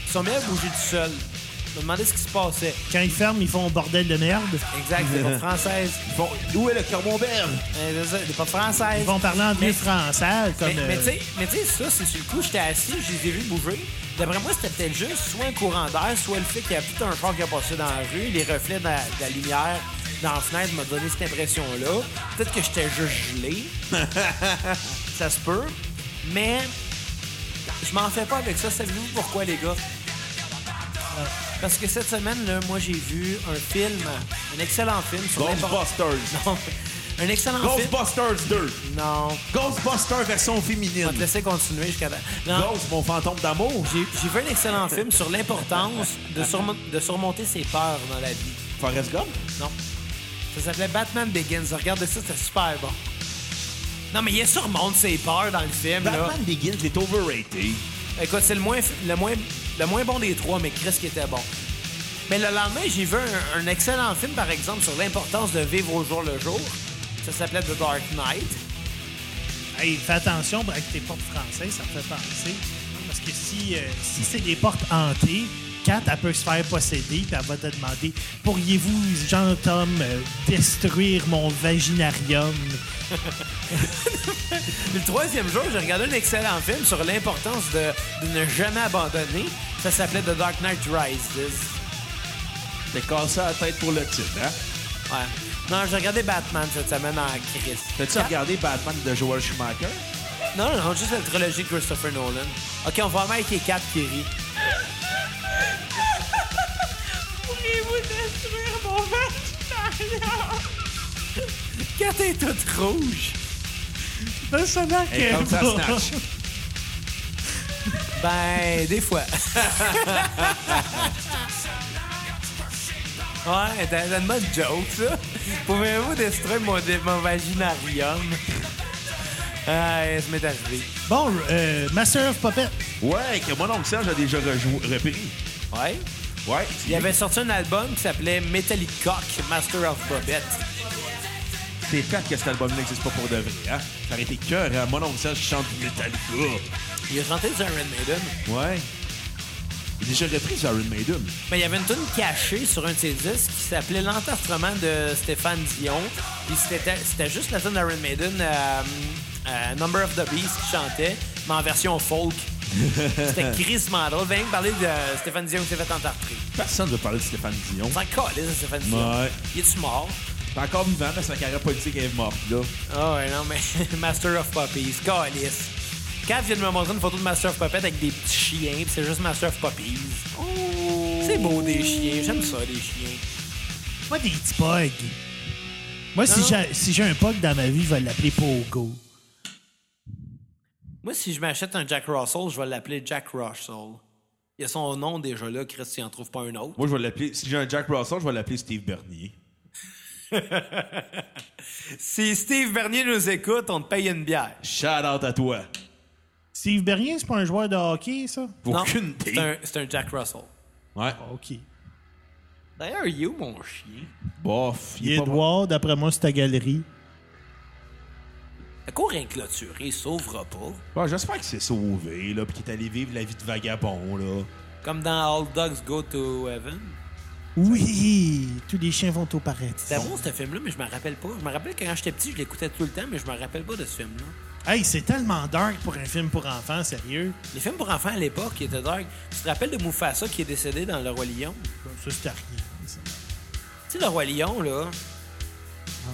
Speaker 1: Ils sont mis à bouger tout seul. Je me demandais ce qui se passait.
Speaker 3: Quand ils ferment, ils font bordel de merde.
Speaker 1: Exact, des portes françaises.
Speaker 2: Ils font, où est le cormon-berbe?
Speaker 1: Euh, c'est ça, Des portes françaises.
Speaker 3: Ils vont parler en vieux
Speaker 1: Mais-
Speaker 3: français. Comme,
Speaker 1: Mais, mais
Speaker 3: euh,
Speaker 1: tu sais- mais tu sais, ça, c'est sur le coup, j'étais assis, je les ai vus bouger. D'après moi, c'était peut-être juste soit un courant d'air, soit le fait qu'il y a tout un char qui a passé dans la rue, les reflets de la, de la lumière dans la fenêtre m'ont donné cette impression-là. Peut-être que j'étais juste gelé. ça se peut. Mais je m'en fais pas avec ça. Savez-vous pourquoi, les gars? Parce que cette semaine, là, moi, j'ai vu un film, un excellent film sur l'import-
Speaker 2: Ghostbusters.
Speaker 1: Non, un excellent film.
Speaker 2: Ghostbusters 2.
Speaker 1: Non.
Speaker 2: Ghostbusters version féminine.
Speaker 1: Je vais te laisser continuer jusqu'à... temps. Non,
Speaker 2: Ghost, mon fantôme d'amour.
Speaker 1: J'ai j'ai vu un excellent film sur l'importance de, surmo- de surmonter ses peurs dans la vie.
Speaker 2: Forrest Gump.
Speaker 1: Non. Ça s'appelait Batman Begins. Regarde ça, c'était super bon. Non, mais il surmonte ses peurs dans le film, là.
Speaker 2: Batman Begins, il est overrated.
Speaker 1: Écoute, c'est le moins, le, moins, le moins bon des trois, mais Chris qui était bon. Mais le lendemain, j'ai vu un, un excellent film, par exemple, sur l'importance de vivre au jour le jour. Ça s'appelait The Dark Knight.
Speaker 3: Hey, fais attention avec tes portes françaises, ça me fait penser. Parce que si, euh, si c'est des portes hantées, Kat, elle peut se faire posséder, puis elle va te demander Pourriez-vous, gentil homme, euh, détruire mon vaginarium
Speaker 1: Puis le troisième jour, j'ai regardé un excellent film sur l'importance de, de ne jamais abandonner. Ça s'appelait The Dark Knight Rises.
Speaker 2: T'es cassé la tête pour le titre, hein?
Speaker 1: Ouais. Non, j'ai regardé Batman cette semaine en crise.
Speaker 2: T'as-tu regardé Batman de Joel Schumacher?
Speaker 1: Non, non, non, juste la trilogie de Christopher Nolan. OK, on va Mike et Kat qui rit.
Speaker 4: Pourriez-vous détruire mon vaginarium?
Speaker 1: Kat est toute rouge.
Speaker 3: Ben, ça marque
Speaker 2: Hey, comme ça,
Speaker 3: pas.
Speaker 2: Snatch.
Speaker 1: Ben, des fois. ouais, t'as une bonne joke, ça. Pouvez-vous détruire mon, dé- mon vaginarium? Ah, ça m'est arrivé.
Speaker 3: Bon, euh, Master of Puppet.
Speaker 2: Ouais, que mon oncle Serge a déjà rejou- repris.
Speaker 1: Ouais.
Speaker 2: Ouais.
Speaker 1: Il avait sorti un album qui s'appelait Metallic Cock, Master of Puppet.
Speaker 2: C'est plate que cet album-là n'existe pas pour de vrai, hein? Ça aurait été cœur, hein? Mon oncle Serge chante du Metallica.
Speaker 1: Il a chanté du Iron Maiden.
Speaker 2: Ouais. Il a déjà repris du Iron Maiden.
Speaker 1: Mais il y avait une tune cachée sur un de ses disques qui s'appelait L'enregistrement de Stéphane Dion. Puis c'était c'était juste la tune d'Iron Maiden, euh, euh, Number of the Beast, qui chantait, mais en version folk. c'était crissement drôle. Venez me parler de Stéphane Dion qui s'est fait entartrer.
Speaker 2: Personne ne veut parler de Stéphane Dion.
Speaker 1: On s'en calait de hein, Stéphane Dion.
Speaker 2: Ouais.
Speaker 1: Il est-tu mort?
Speaker 2: T'es encore vivant parce que sa carrière politique est morte, là.
Speaker 1: Ah ouais, non, mais Master of Puppies, calisse. Kat vient de me montrer une photo de Master of Puppet avec des petits chiens, puis c'est juste Master of Puppies. C'est beau des chiens, j'aime ça, des chiens.
Speaker 3: Moi, des petits pugs. Moi, si
Speaker 1: Non.
Speaker 3: j'ai, si j'ai un pug dans ma vie, je vais l'appeler Pogo.
Speaker 1: Moi, si je m'achète un Jack Russell, je vais l'appeler Jack Russell. Il y a son nom déjà là, Chris, il en trouve pas un autre.
Speaker 2: Moi, je vais l'appeler. Si j'ai un Jack Russell, je vais l'appeler Steve Bernier.
Speaker 1: Si Steve Bernier nous écoute, on te paye une bière.
Speaker 2: Shout out à toi.
Speaker 3: Steve Berrien, c'est pas un joueur de hockey, ça?
Speaker 2: Pour
Speaker 1: Non,
Speaker 2: aucune
Speaker 1: c'est un, c'est un Jack Russell.
Speaker 2: Ouais.
Speaker 3: OK.
Speaker 1: D'ailleurs, il est où mon chien?
Speaker 2: Bof. Il est pas bon.
Speaker 3: Edouard, d'après moi, c'est ta galerie.
Speaker 1: La cour est clôturée, il sauvera pas.
Speaker 2: Ouais, Ah, J'espère qu'il s'est sauvé, là, puis qu'il est allé vivre la vie de vagabond, là.
Speaker 1: Comme dans All Dogs Go to Heaven.
Speaker 3: Oui! Tous les chiens vont au paradis.
Speaker 1: C'était bon, ce film-là, mais je me rappelle pas. Je me rappelle que quand j'étais petit, je l'écoutais tout le temps, mais je me rappelle pas de ce film-là.
Speaker 3: Hey, c'est tellement dark pour un film pour enfants, sérieux.
Speaker 1: Les films pour enfants à l'époque qui étaient dark. Tu te rappelles de Mufasa qui est décédé dans Le Roi Lion?
Speaker 3: Ça, c'est rien. ça.
Speaker 1: Tu sais, Le Roi Lion, là,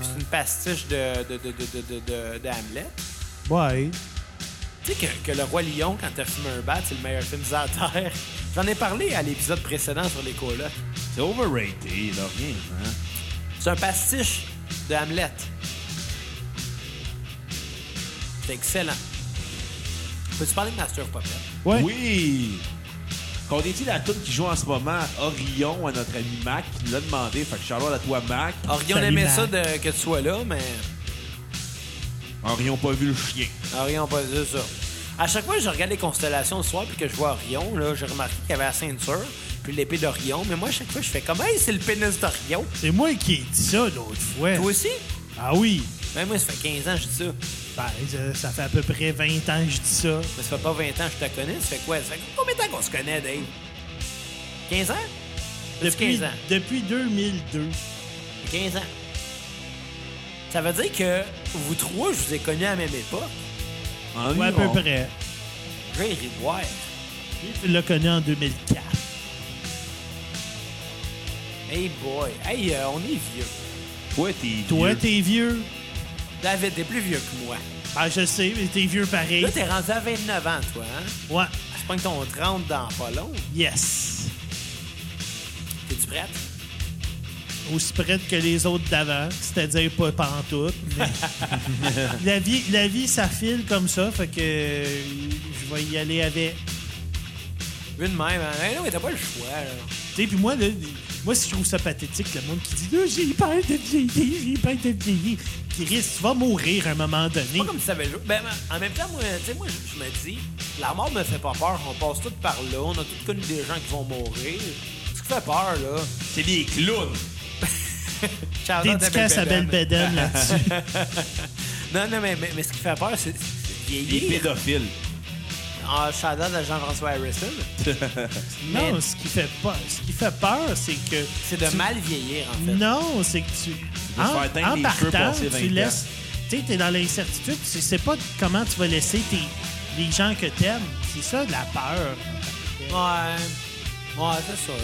Speaker 1: c'est une pastiche de, de, de, de, de, de, de- de Hamlet.
Speaker 3: Ouais.
Speaker 1: Tu sais que, que Le Roi Lion, quand t'as fumé un bat, c'est le meilleur film sur la Terre. J'en ai parlé à l'épisode précédent sur les colocs.
Speaker 2: C'est overrated, là, rien, hein.
Speaker 1: C'est un pastiche de Hamlet. C'est excellent. Peux-tu parler de Master of Puppets?
Speaker 3: Ouais.
Speaker 2: Oui! Qu'on dédie la tune qui joue en ce moment à Orion, à notre ami Mac, qui nous l'a demandé. Fait que Charlotte à toi, Mac. Ah,
Speaker 1: Orion
Speaker 3: Salut,
Speaker 1: aimait
Speaker 3: Mac.
Speaker 1: Ah, ça de- que tu sois là, mais
Speaker 2: Orion pas vu le chien.
Speaker 1: Orion ah, pas dit ça. À chaque fois que je regarde les constellations le soir puis que je vois Orion, là, j'ai remarqué qu'il y avait la ceinture puis l'épée d'Orion, mais moi à chaque fois je fais comme Hey, c'est le pénis d'Orion!
Speaker 3: C'est moi qui ai dit ça l'autre fois.
Speaker 1: Toi aussi?
Speaker 3: Ah oui.
Speaker 1: Ben moi ça fait 15 ans que je dis ça. Mais
Speaker 3: Ben, ça, ça fait à peu près 20 ans que je dis ça.
Speaker 1: ça fait pas 20 ans que je te connais, ça fait quoi? Ça fait combien de temps qu'on se connaît, Dave? 15 ans? Depuis
Speaker 3: Depuis,
Speaker 1: 15 ans.
Speaker 3: depuis 2002.
Speaker 1: 15 ans. Ça veut dire que vous trois, je vous ai connus à la même époque.
Speaker 2: Ah,
Speaker 3: Ouais, à peu près.
Speaker 1: J'ai ri voir.
Speaker 3: Il l'a connu en 2004.
Speaker 1: Hey boy, hey, euh, on est vieux.
Speaker 2: Toi, t'es.
Speaker 3: Toi,
Speaker 2: vieux.
Speaker 3: t'es vieux.
Speaker 1: David, t'es plus vieux que moi.
Speaker 3: Ah, je sais, mais t'es vieux pareil.
Speaker 1: Là, t'es rendu à 29 ans, toi, hein?
Speaker 3: Ouais.
Speaker 1: Tu prends ton 30 dans pas long.
Speaker 3: Yes.
Speaker 1: T'es-tu prête?
Speaker 3: Aussi prête que les autres d'avant, c'est-à-dire pas pantoute. Mais... la, vie, la vie, ça file comme ça, fait que euh, je vais y aller avec.
Speaker 1: Une même, hein? Hey, non, mais t'as pas le choix, là.
Speaker 3: Tu sais, puis moi, là, moi, si je trouve ça pathétique, le monde qui dit là, j'ai peur de vieillir, j'ai peur de vieillir. Chris, tu vas mourir à un moment donné.
Speaker 1: Pas comme si t'avais le choix. Ben, en même temps, moi, tu sais, moi, je je me dis, la mort me fait pas peur. On passe tous par là. On a tous connu des gens qui vont mourir. Ce qui fait peur, là.
Speaker 2: C'est des clowns.
Speaker 1: Shout-out à
Speaker 3: Dédicace à Belle
Speaker 1: Belle Bédaine.
Speaker 3: Beden là-dessus.
Speaker 1: Non, non, mais, mais, mais ce qui fait peur, c'est c'est
Speaker 2: Les
Speaker 1: vieillir.
Speaker 2: pédophiles.
Speaker 1: En shout-out à Jean-François Harrison. mais
Speaker 3: non, ce qui fait pas, ce qui fait peur, c'est que
Speaker 1: c'est de
Speaker 3: tu-
Speaker 1: mal vieillir, en fait.
Speaker 3: Non, c'est que tu
Speaker 2: vas
Speaker 3: en,
Speaker 2: se faire teindre
Speaker 3: en
Speaker 2: les cheveux
Speaker 3: partant,
Speaker 2: passer 20
Speaker 3: tu laisses. Tu sais, t'es dans l'incertitude. Tu sais pas comment tu vas laisser tes, les gens que t'aimes. C'est ça de la peur.
Speaker 1: Ouais. Ouais, c'est sûr.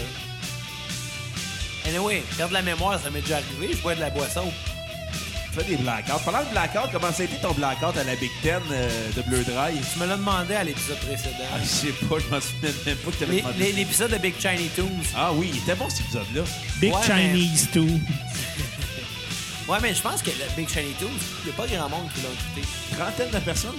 Speaker 1: Anyway, perdre la mémoire, ça m'est déjà arrivé. Je bois de la boisson.
Speaker 2: Fais des blackouts. Parlant de blackout, comment ça a été ton blackout à la Big Ten euh, de Bleu Drive?
Speaker 1: Tu me l'as demandé à l'épisode précédent.
Speaker 2: Ah, je sais pas, je m'en souviens même pas que t'avais
Speaker 1: Les-
Speaker 2: demandé.
Speaker 1: les- L'épisode de Big Shiny Toons.
Speaker 2: Ah oui, il était bon cet épisode-là.
Speaker 3: Big
Speaker 1: Ouais,
Speaker 3: Chinese too.
Speaker 1: Ouais, mais je pense que le Big Shiny Toons, il n'y a pas grand monde qui l'a écouté.
Speaker 2: Trentaine de personnes.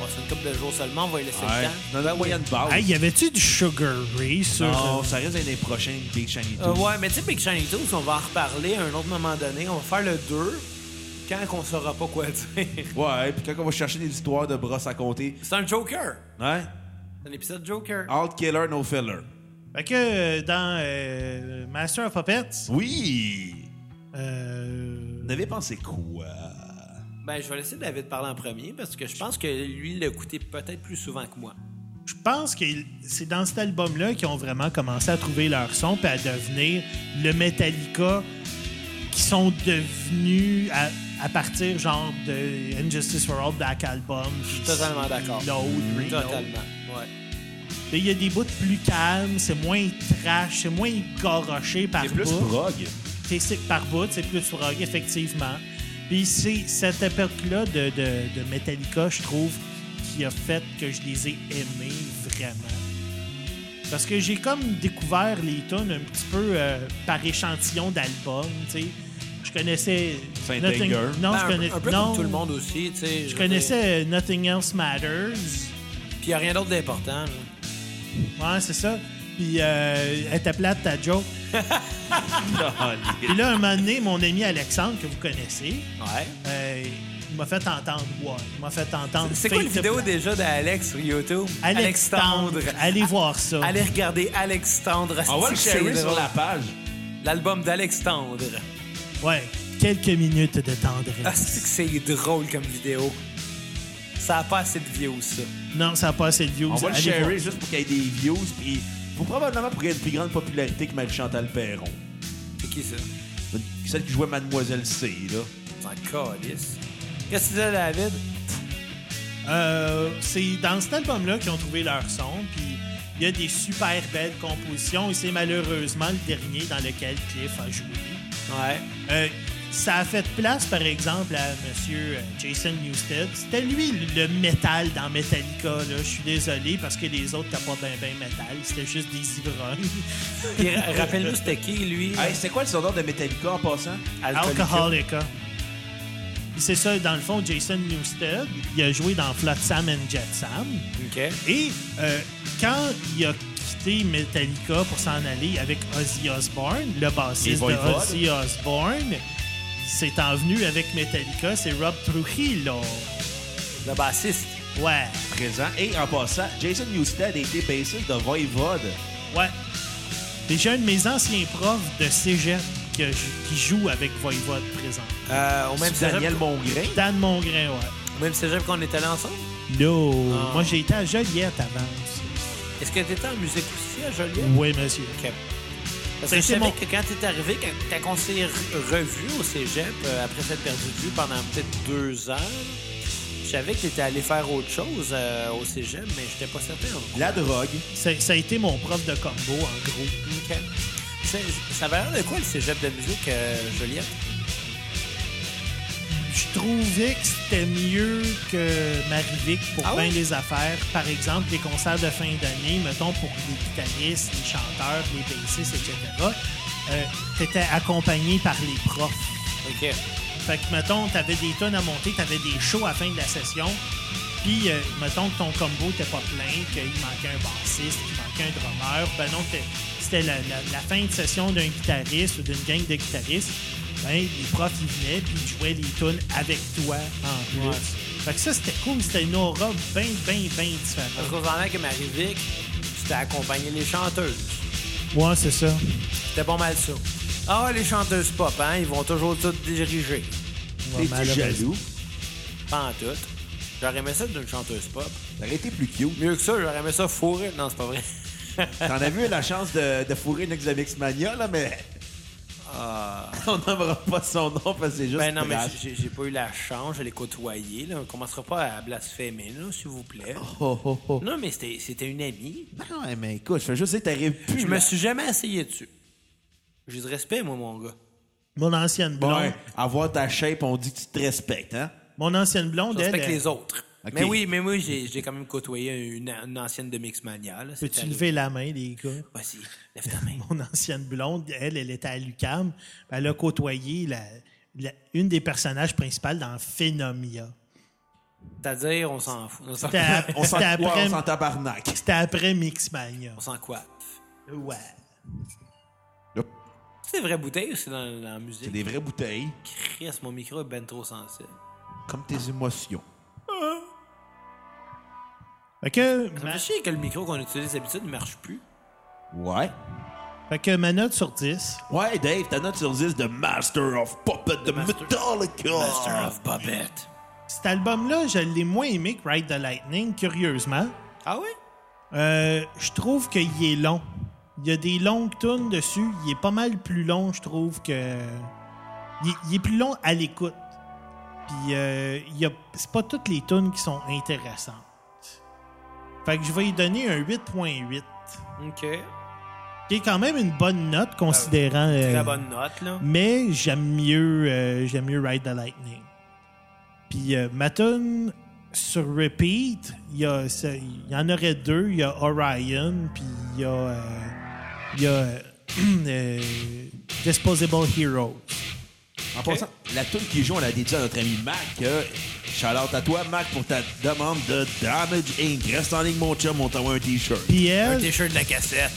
Speaker 1: Bon, c'est une couple de jours seulement, on va y laisser le temps.
Speaker 2: Non, non, ouais, il y a une base.
Speaker 3: Hey, y avait-tu du Sugar Ray sur.
Speaker 2: non, ça reste l'année prochaine, Big Shiny
Speaker 1: Euh,
Speaker 2: Toons.
Speaker 1: ouais, mais tu sais, Big Shiny Toons, on va en reparler à un autre moment donné. On va faire le 2 quand on saura pas quoi dire.
Speaker 2: Ouais, puis quand on va chercher des histoires de brosses à compter,
Speaker 1: C'est un Joker.
Speaker 2: ouais,
Speaker 1: C'est un épisode Joker.
Speaker 2: All Killer, No Filler.
Speaker 3: Fait que euh, dans euh, Master of Puppets,
Speaker 2: Oui!
Speaker 3: euh,
Speaker 2: Vous avez pensé quoi?
Speaker 1: Ben, je vais laisser David parler en premier parce que je pense que lui, il l'a écouté peut-être plus souvent que moi.
Speaker 3: je pense que c'est dans cet album-là qu'ils ont vraiment commencé à trouver leur son et à devenir le Metallica qui sont devenus à, à partir genre de Injustice for All Black Album. Je
Speaker 1: Totalement d'accord. Totalement. Ouais.
Speaker 3: Il y a des bouts plus calmes, c'est moins trash, c'est moins goroché par
Speaker 2: C'est plus
Speaker 3: bout.
Speaker 2: prog.
Speaker 3: C'est- c'est par bout, c'est plus rock, effectivement. Puis c'est cette époque-là de, de- de Metallica, je trouve, qui a fait que je les ai aimés vraiment. Parce que j'ai comme découvert les tunes un petit peu euh, par échantillon d'albums, tu sais. Je connaissais...
Speaker 2: Saint
Speaker 3: Nothing-
Speaker 2: Anger.
Speaker 3: Non,
Speaker 1: Ben,
Speaker 3: je
Speaker 1: un,
Speaker 3: connais-
Speaker 1: un peu
Speaker 3: non,
Speaker 1: comme tout le monde aussi, tu sais.
Speaker 3: Je
Speaker 1: veux dire.
Speaker 3: connaissais euh, Nothing Else Matters.
Speaker 1: Puis il a rien d'autre d'important. là.
Speaker 3: Ouais, c'est ça. Puis euh, elle était plate, ta joke.
Speaker 2: Ah,
Speaker 3: Puis là, un moment donné, mon ami Alexandre, que vous connaissez,
Speaker 1: Ouais.
Speaker 3: Euh, il m'a fait entendre ouais, Il m'a fait entendre.
Speaker 1: C'est quoi la
Speaker 3: Fate
Speaker 1: vidéo
Speaker 3: of-
Speaker 1: déjà d'Alex sur YouTube?
Speaker 3: Alex Tendre. Allez voir ça.
Speaker 1: Allez regarder Alex Tendre.
Speaker 2: On va le
Speaker 1: C'est
Speaker 2: sharer sur
Speaker 1: drôle.
Speaker 2: la page.
Speaker 1: L'album d'Alex Tendre.
Speaker 3: Ouais. Quelques minutes de
Speaker 1: Ah,
Speaker 3: tendresse.
Speaker 1: c'est que c'est drôle comme vidéo. Ça a pas assez de views, ça.
Speaker 3: Non, ça n'a pas assez de views.
Speaker 2: On va le
Speaker 3: Allez
Speaker 2: sharer
Speaker 3: voir.
Speaker 2: juste pour qu'il y ait des views, puis pour probablement pour qu'il y ait une plus grande popularité que Marie-Chantal Perron.
Speaker 1: C'est qui ça?
Speaker 2: Celle qui jouait Mademoiselle C, là.
Speaker 1: C'est un calice. Qu'est-ce que tu disais, David?
Speaker 3: Euh, c'est dans cet album-là qu'ils ont trouvé leur son. Puis il y a des super belles compositions. Et c'est malheureusement le dernier dans lequel Cliff a joué.
Speaker 1: Ouais.
Speaker 3: Euh, ça a fait place, par exemple, à M. Jason Newsted. C'était lui le métal dans Metallica. là. Je suis désolé parce que les autres n'étaient pas bien ben métal. C'était juste des ivrognes.
Speaker 1: Puis ra- rappelle-nous, c'était qui, lui?
Speaker 2: Hey, c'est quoi le sondage de Metallica en passant?
Speaker 1: Alcoolica.
Speaker 3: Alcoholica. C'est ça, dans le fond, Jason Newsted, il a joué dans Flat Sam and Jet Sam.
Speaker 1: OK.
Speaker 3: Et euh, quand il a quitté Metallica pour s'en aller avec Ozzy Osbourne, le
Speaker 2: Les
Speaker 3: bassiste de
Speaker 2: Voivode.
Speaker 3: Ozzy Osbourne, il s'est envenu avec Metallica, c'est Rob Trujillo.
Speaker 1: Le bassiste.
Speaker 3: Ouais,
Speaker 2: Présent. Et en passant, Jason Newsted a été bassiste de Voivode.
Speaker 3: ouais. Déjà un de mes anciens profs de cégep que je- qui joue avec Voivode présent.
Speaker 1: Euh, au, même
Speaker 2: Sous Daniel
Speaker 1: cégep,
Speaker 2: Mongrain.
Speaker 3: Dan Mongrain, ouais.
Speaker 1: au même cégep qu'on était là ensemble?
Speaker 3: No. Moi, j'ai été à Joliette avant.
Speaker 1: Est-ce que t'étais en musique aussi à Joliette?
Speaker 3: Oui, monsieur.
Speaker 1: OK. Parce
Speaker 3: Ça,
Speaker 1: que je
Speaker 3: c'est
Speaker 1: savais
Speaker 3: mon-
Speaker 1: que quand t'es arrivé, quand, quand on s'est re- revu au cégep, euh, après s'être perdu de vue pendant peut-être deux ans, je savais que t'étais allé faire autre chose euh, au cégep, mais j'étais pas certain.
Speaker 2: La drogue.
Speaker 3: Ça, ça a été mon prof de combo, en gros.
Speaker 1: OK. Ça- Ça avait l'air de quoi, le cégep de musique, euh, Joliette?
Speaker 3: je trouvais que c'était mieux que Marivic pour
Speaker 1: Ah
Speaker 3: bien
Speaker 1: ouais?
Speaker 3: des affaires. Par exemple, les concerts de fin d'année, mettons pour les guitaristes, les chanteurs, les bassistes, etc. Euh, T'étais accompagné par les profs.
Speaker 1: OK.
Speaker 3: Fait que, mettons, t'avais des tonnes à monter, t'avais des shows à la fin de la session. Puis, euh, mettons que ton combo était pas plein, qu'il manquait un bassiste, qu'il manquait un drummer. Ben non, t'es- c'était la, la- la fin de session d'un guitariste ou d'une gang de guitaristes. Ben, les profs, ils venaient, puis ils jouaient les tunes avec toi en plus.
Speaker 1: Ouais.
Speaker 3: Fait que ça, c'était cool. C'était une aura bien, bien, bien
Speaker 1: Parce
Speaker 3: différente.
Speaker 1: qu'au moment que Marie-Vic, tu t'es accompagné les chanteuses.
Speaker 3: Ouais, c'est ça.
Speaker 1: C'était pas mal ça. Ah, les chanteuses pop, hein, ils vont toujours tout diriger.
Speaker 3: Ouais,
Speaker 2: T'es-tu
Speaker 3: malheureusement.
Speaker 2: jaloux?
Speaker 1: Pas en tout. J'aurais aimé ça d'une chanteuse pop.
Speaker 2: T'aurais été plus cute.
Speaker 1: Mieux que ça, j'aurais aimé ça fourré. Non, c'est pas vrai.
Speaker 2: T'en as vu la chance de, de fourrer une ex de Mixmania, là, mais... On n'aimera pas son nom parce que c'est juste
Speaker 1: Ah. Ben non, mais
Speaker 2: trash.
Speaker 1: j'ai j'ai pas eu la chance, je l'ai côtoyé. Là. On commencera pas à blasphémer, là, s'il vous plaît.
Speaker 2: Oh, oh, oh.
Speaker 1: Non, mais c'était c'était une amie.
Speaker 2: Non, Ben mais écoute, je fais juste dire que t'arrives plus.
Speaker 1: Je
Speaker 2: là.
Speaker 1: me suis jamais essayé dessus. J'ai du respect, moi, mon gars.
Speaker 3: Mon ancienne
Speaker 2: Bon,
Speaker 3: blonde.
Speaker 2: avoir ta shape, on dit que tu te respectes, hein?
Speaker 3: Mon ancienne blonde,
Speaker 1: Je
Speaker 3: elle.
Speaker 1: respecte
Speaker 3: elle-
Speaker 1: les autres.
Speaker 2: Ok.
Speaker 1: Mais oui, mais oui, j'ai j'ai quand même côtoyé une, une ancienne de Mixmania. là, c'est
Speaker 3: Peux-tu
Speaker 1: arrivé.
Speaker 3: lever la main, les gars?
Speaker 1: Vas-y, lève ta main.
Speaker 3: Mon ancienne blonde, elle, elle était à l'UCAM. Elle a côtoyé la, la- une des personnages principales dans Phénomia.
Speaker 1: C'est-à-dire, on s'en fout. On s'en
Speaker 3: C'était à-
Speaker 2: On s'en
Speaker 3: c'était
Speaker 2: ouais,
Speaker 3: après,
Speaker 2: on s'en tabarnak.
Speaker 3: c'était après Mixmania.
Speaker 1: on s'en quoi?
Speaker 3: Ouais.
Speaker 2: Hop,
Speaker 1: C'est des vraies bouteilles ou c'est dans, dans la
Speaker 2: C'est
Speaker 1: musique?
Speaker 2: des vraies bouteilles,
Speaker 1: Chris, mon micro est ben trop sensible.
Speaker 2: comme tes émotions.
Speaker 3: Fait que,
Speaker 1: Ça me
Speaker 3: ma,
Speaker 1: fait chier que le micro qu'on utilise d'habitude ne marche plus.
Speaker 2: Ouais.
Speaker 3: fait que ma note sur 10,
Speaker 2: Ouais, Dave, ta note sur 10 de Master of Puppet de
Speaker 1: Master-
Speaker 2: Metallica.
Speaker 1: Master of Puppet.
Speaker 3: cet album-là, je l'ai moins aimé que Ride the Lightning, curieusement.
Speaker 1: Ah oui?
Speaker 3: Euh, je trouve qu'il est long. Il y a des longues tunes dessus. Il est pas mal plus long, je trouve que. Il, il est plus long à l'écoute. Puis, euh, il y a... c'est pas toutes les tunes qui sont intéressantes. Fait que je vais y donner un 8.8,
Speaker 1: OK.
Speaker 3: qui est quand même une bonne note considérant. euh,
Speaker 1: Ah Très bonne note, là.
Speaker 3: mais j'aime mieux, euh, j'aime mieux Ride the Lightning. Puis euh, ma tune sur repeat, il y, a ça- il y en aurait deux. Il y a Orion, puis il y a, euh, il y a euh, euh, Disposable Heroes.
Speaker 2: En passant, la tune qui joue, on l'a dédiée à notre ami Mac. Euh, shout-out à toi, Mac, pour ta demande de Damage Inc. Reste en ligne, mon chum, on t'envoie un T-shirt.
Speaker 3: Puis
Speaker 1: Un
Speaker 3: elle,
Speaker 1: t-shirt de la cassette.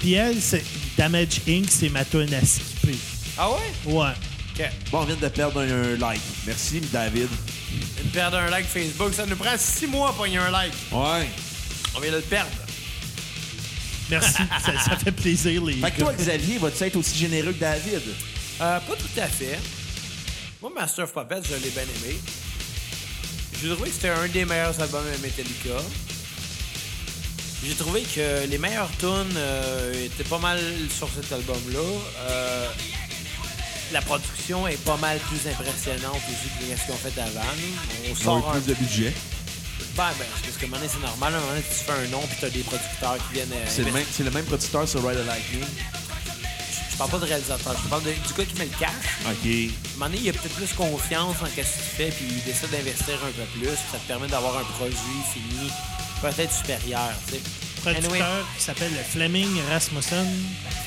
Speaker 3: puis elle, c'est Damage Inc., c'est ma tune à skipper.
Speaker 1: Ah ouais?
Speaker 3: Ouais.
Speaker 1: OK.
Speaker 2: Bon, on vient de perdre un, un like. Merci, David.
Speaker 1: De perdre un like Facebook, ça nous prend six mois à pogner un like.
Speaker 2: Ouais.
Speaker 1: On vient de le perdre.
Speaker 3: Merci, ça, ça fait plaisir les
Speaker 2: Fait que toi,
Speaker 3: gars.
Speaker 2: Xavier, vas-tu être aussi généreux que David?
Speaker 1: Euh, pas tout à fait. Moi, Master of Puppets, je l'ai bien aimé. J'ai trouvé que c'était un des meilleurs albums de Metallica. J'ai trouvé que les meilleures tunes euh, étaient pas mal sur cet album-là. Euh, la production est pas mal plus impressionnante aussi que ce qu'on fait avant. On
Speaker 2: On
Speaker 1: sort
Speaker 2: a
Speaker 1: un
Speaker 2: eu plus de budget.
Speaker 1: Ben, ben, c'est parce que un moment donné, c'est normal. À un moment donné, tu te fais un nom puis t'as des producteurs qui viennent. euh,
Speaker 2: C'est le, même- c'est le même producteur sur Ride the Lightning.
Speaker 1: Je parle pas de réalisateur, je parle de- du gars qui met le cash. À
Speaker 2: OK.
Speaker 1: un moment donné, il a peut-être plus confiance en ce que tu fais, puis il décide d'investir un peu plus, puis ça te permet d'avoir un produit fini peut-être supérieur, tu sais.
Speaker 3: producteur
Speaker 1: Anyway,
Speaker 3: qui s'appelle Fleming Rasmussen.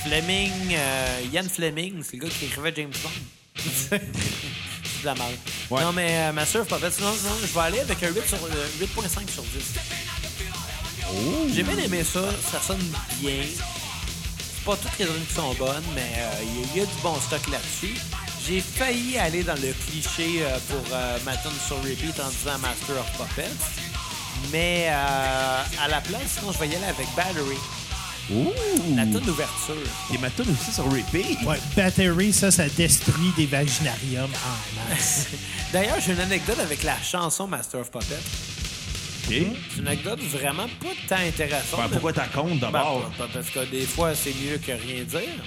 Speaker 1: Fleming, euh, Ian Fleming, c'est le gars qui écrivait James Bond. c'est de la merde.
Speaker 2: Ouais.
Speaker 1: Non, mais euh, ma sœur, pas fait non, non, je vais aller avec un 8 sur- euh, 8.5 sur 10. J'ai bien aimé ça, ça sonne bien. C'est Pas toutes les zones qui sont bonnes, mais euh, il y, a- il y a du bon stock là-dessus. J'ai failli aller dans le cliché euh, pour euh, ma tune sur repeat en disant Master of Puppets, mais euh, à la place, sinon je vais y aller avec Battery,
Speaker 2: Ouh!
Speaker 1: la tune d'ouverture.
Speaker 2: Et ma tune aussi sur repeat.
Speaker 3: Ouais, Battery, ça, ça détruit des vaginariums en masse.
Speaker 1: D'ailleurs, j'ai une anecdote avec la chanson Master of Puppets.
Speaker 2: OK.
Speaker 1: C'est une anecdote vraiment pas tant intéressante.
Speaker 2: Ben, pourquoi t'as compte
Speaker 1: Ben,
Speaker 2: d'abord?
Speaker 1: pas- pas- Parce que des fois, c'est mieux que rien dire.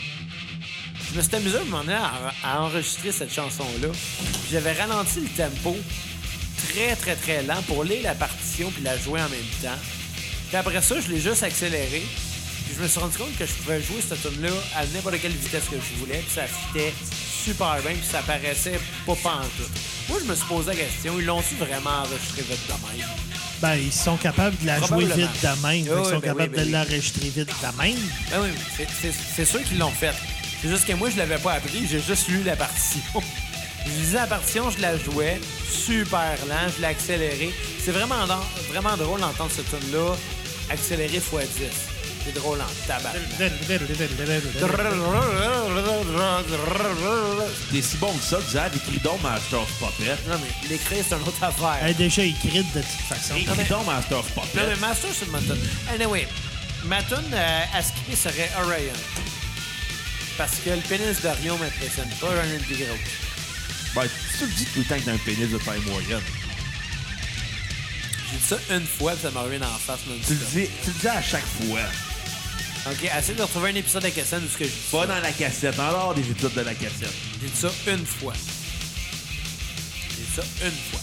Speaker 1: Je me suis amusé à un moment donné à, à enregistrer cette chanson-là. Puis J'avais ralenti le tempo très, très, très lent pour lire la partition puis la jouer en même temps. Puis après ça, je l'ai juste accéléré. Puis je me suis rendu compte que je pouvais jouer cette tune-là à n'importe quelle vitesse que je voulais. Puis ça fitait super bien. Puis ça paraissait pas pantoute. Moi, je me suis posé la question, ils l'ont-tu vraiment enregistré vite de même?
Speaker 3: Ben, ils sont capables de la jouer vite
Speaker 1: Probablement.
Speaker 3: de même.
Speaker 1: Ah
Speaker 3: ils
Speaker 1: oui,
Speaker 3: sont
Speaker 1: ben
Speaker 3: capables
Speaker 1: oui, ben
Speaker 3: de
Speaker 1: oui.
Speaker 3: l'enregistrer vite de même.
Speaker 1: Ben oui, c'est- c'est c'est sûr qu'ils l'ont fait. C'est juste que moi, je l'avais pas appris, j'ai juste lu la partition. je lisais la partition, je la jouais super lent, je l'ai accéléré. C'est vraiment, dr- vraiment drôle d'entendre ce tune-là accéléré x 10. C'est drôle en tabac. Non,
Speaker 2: T'es si bon que ça, Xav, écris donc Master of Puppet.
Speaker 1: mais l'écrire, c'est une autre affaire.
Speaker 3: Elle est déjà écrite de toute façon.
Speaker 2: Écris donc Master of Puppet.
Speaker 1: Non, mais Master, c'est une bonne tune. Anyway, ma tune euh, à skipper serait Orion. Parce que le pénis d'Orion m'impressionne pas, j'en ai plus gros.
Speaker 2: Ben, tu le dis tout le temps que t'as un pénis de taille moyenne.
Speaker 1: J'ai dit ça une fois, puis ça m'a revenu dans la face, même
Speaker 2: Tu le dis, tu le dis à chaque fois.
Speaker 1: Ok, essaye de retrouver un épisode de Cassane où ce que je dis.
Speaker 2: Pas dans la cassette, en dehors des épisodes de la cassette.
Speaker 1: J'ai dit ça une fois. J'ai dit ça une fois.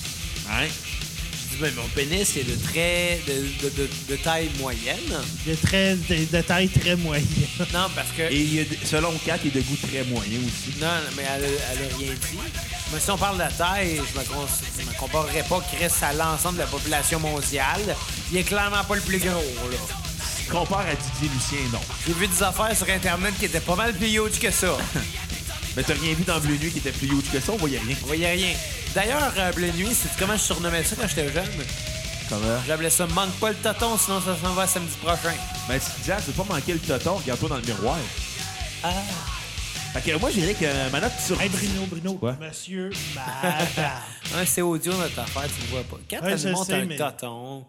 Speaker 2: Hein?
Speaker 1: J'ai dit, ben, mon pénis est de très. de, de, de, de taille moyenne.
Speaker 3: De, très, de, de taille très moyenne.
Speaker 1: Non, parce que.
Speaker 2: Et il y a de- selon Kat, il est de goût très moyen aussi.
Speaker 1: Non, non, mais elle, a- elle a rien dit. Mais si on parle de la taille, je me, cons- je me comparerais pas Chris à l'ensemble de la population mondiale. Il est clairement pas le plus gros, là.
Speaker 2: Compare à Didier Lucien, non.
Speaker 1: J'ai vu des affaires sur Internet qui étaient pas mal plus huge que ça.
Speaker 2: Mais t'as rien vu dans Bleu Nuit qui était plus huge que ça, on voyait rien.
Speaker 1: On voyait rien. D'ailleurs, euh, Bleu Nuit, c'est comment je surnommais ça quand j'étais jeune?
Speaker 2: Comment?
Speaker 1: J'appelais ça Manque pas le toton, sinon ça s'en va samedi prochain.
Speaker 2: Ben, tu te dis, ah, tu veux pas manquer le toton, regarde-toi dans le miroir.
Speaker 1: Ah.
Speaker 2: Fait que moi, je dirais que ma note sur.
Speaker 3: Hey Bruno, Bruno,
Speaker 2: Quoi?
Speaker 3: monsieur, madame.
Speaker 1: Hein, c'est audio notre affaire, tu le vois pas. Quand
Speaker 3: Ouais,
Speaker 1: tu
Speaker 3: je
Speaker 1: montres
Speaker 3: sais,
Speaker 1: un
Speaker 3: mais-
Speaker 1: toton.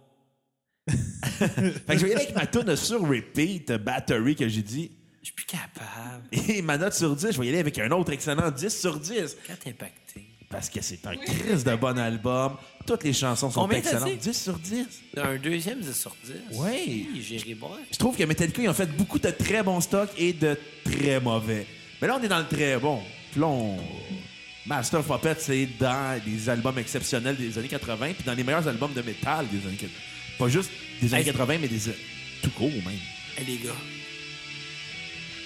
Speaker 2: Fait que je vais y aller avec ma tune sur repeat, euh, Battery, que j'ai dit.
Speaker 1: Je suis plus capable.
Speaker 2: Et ma note sur 10, je vais y aller avec un autre excellent 10 sur 10.
Speaker 1: Quand t'es impacté.
Speaker 2: Parce que c'est un crise de bon album. Toutes les chansons sont
Speaker 1: Combien t'as
Speaker 2: excellentes.
Speaker 1: dit?
Speaker 2: 10 sur 10.
Speaker 1: Un deuxième de sur 10.
Speaker 2: Oui.
Speaker 1: Oui, j'ai ri boire.
Speaker 2: Je trouve que Metallica, ils ont fait beaucoup de très bons stocks et de très mauvais. Mais là, on est dans le très bon. Puis là, on... Master of Puppets, c'est dans les albums exceptionnels des années 80, puis dans les meilleurs albums de métal des années 80. Pas juste des années
Speaker 1: Hey.
Speaker 2: 80, mais des... Tout court, même.
Speaker 1: Hey, les gars,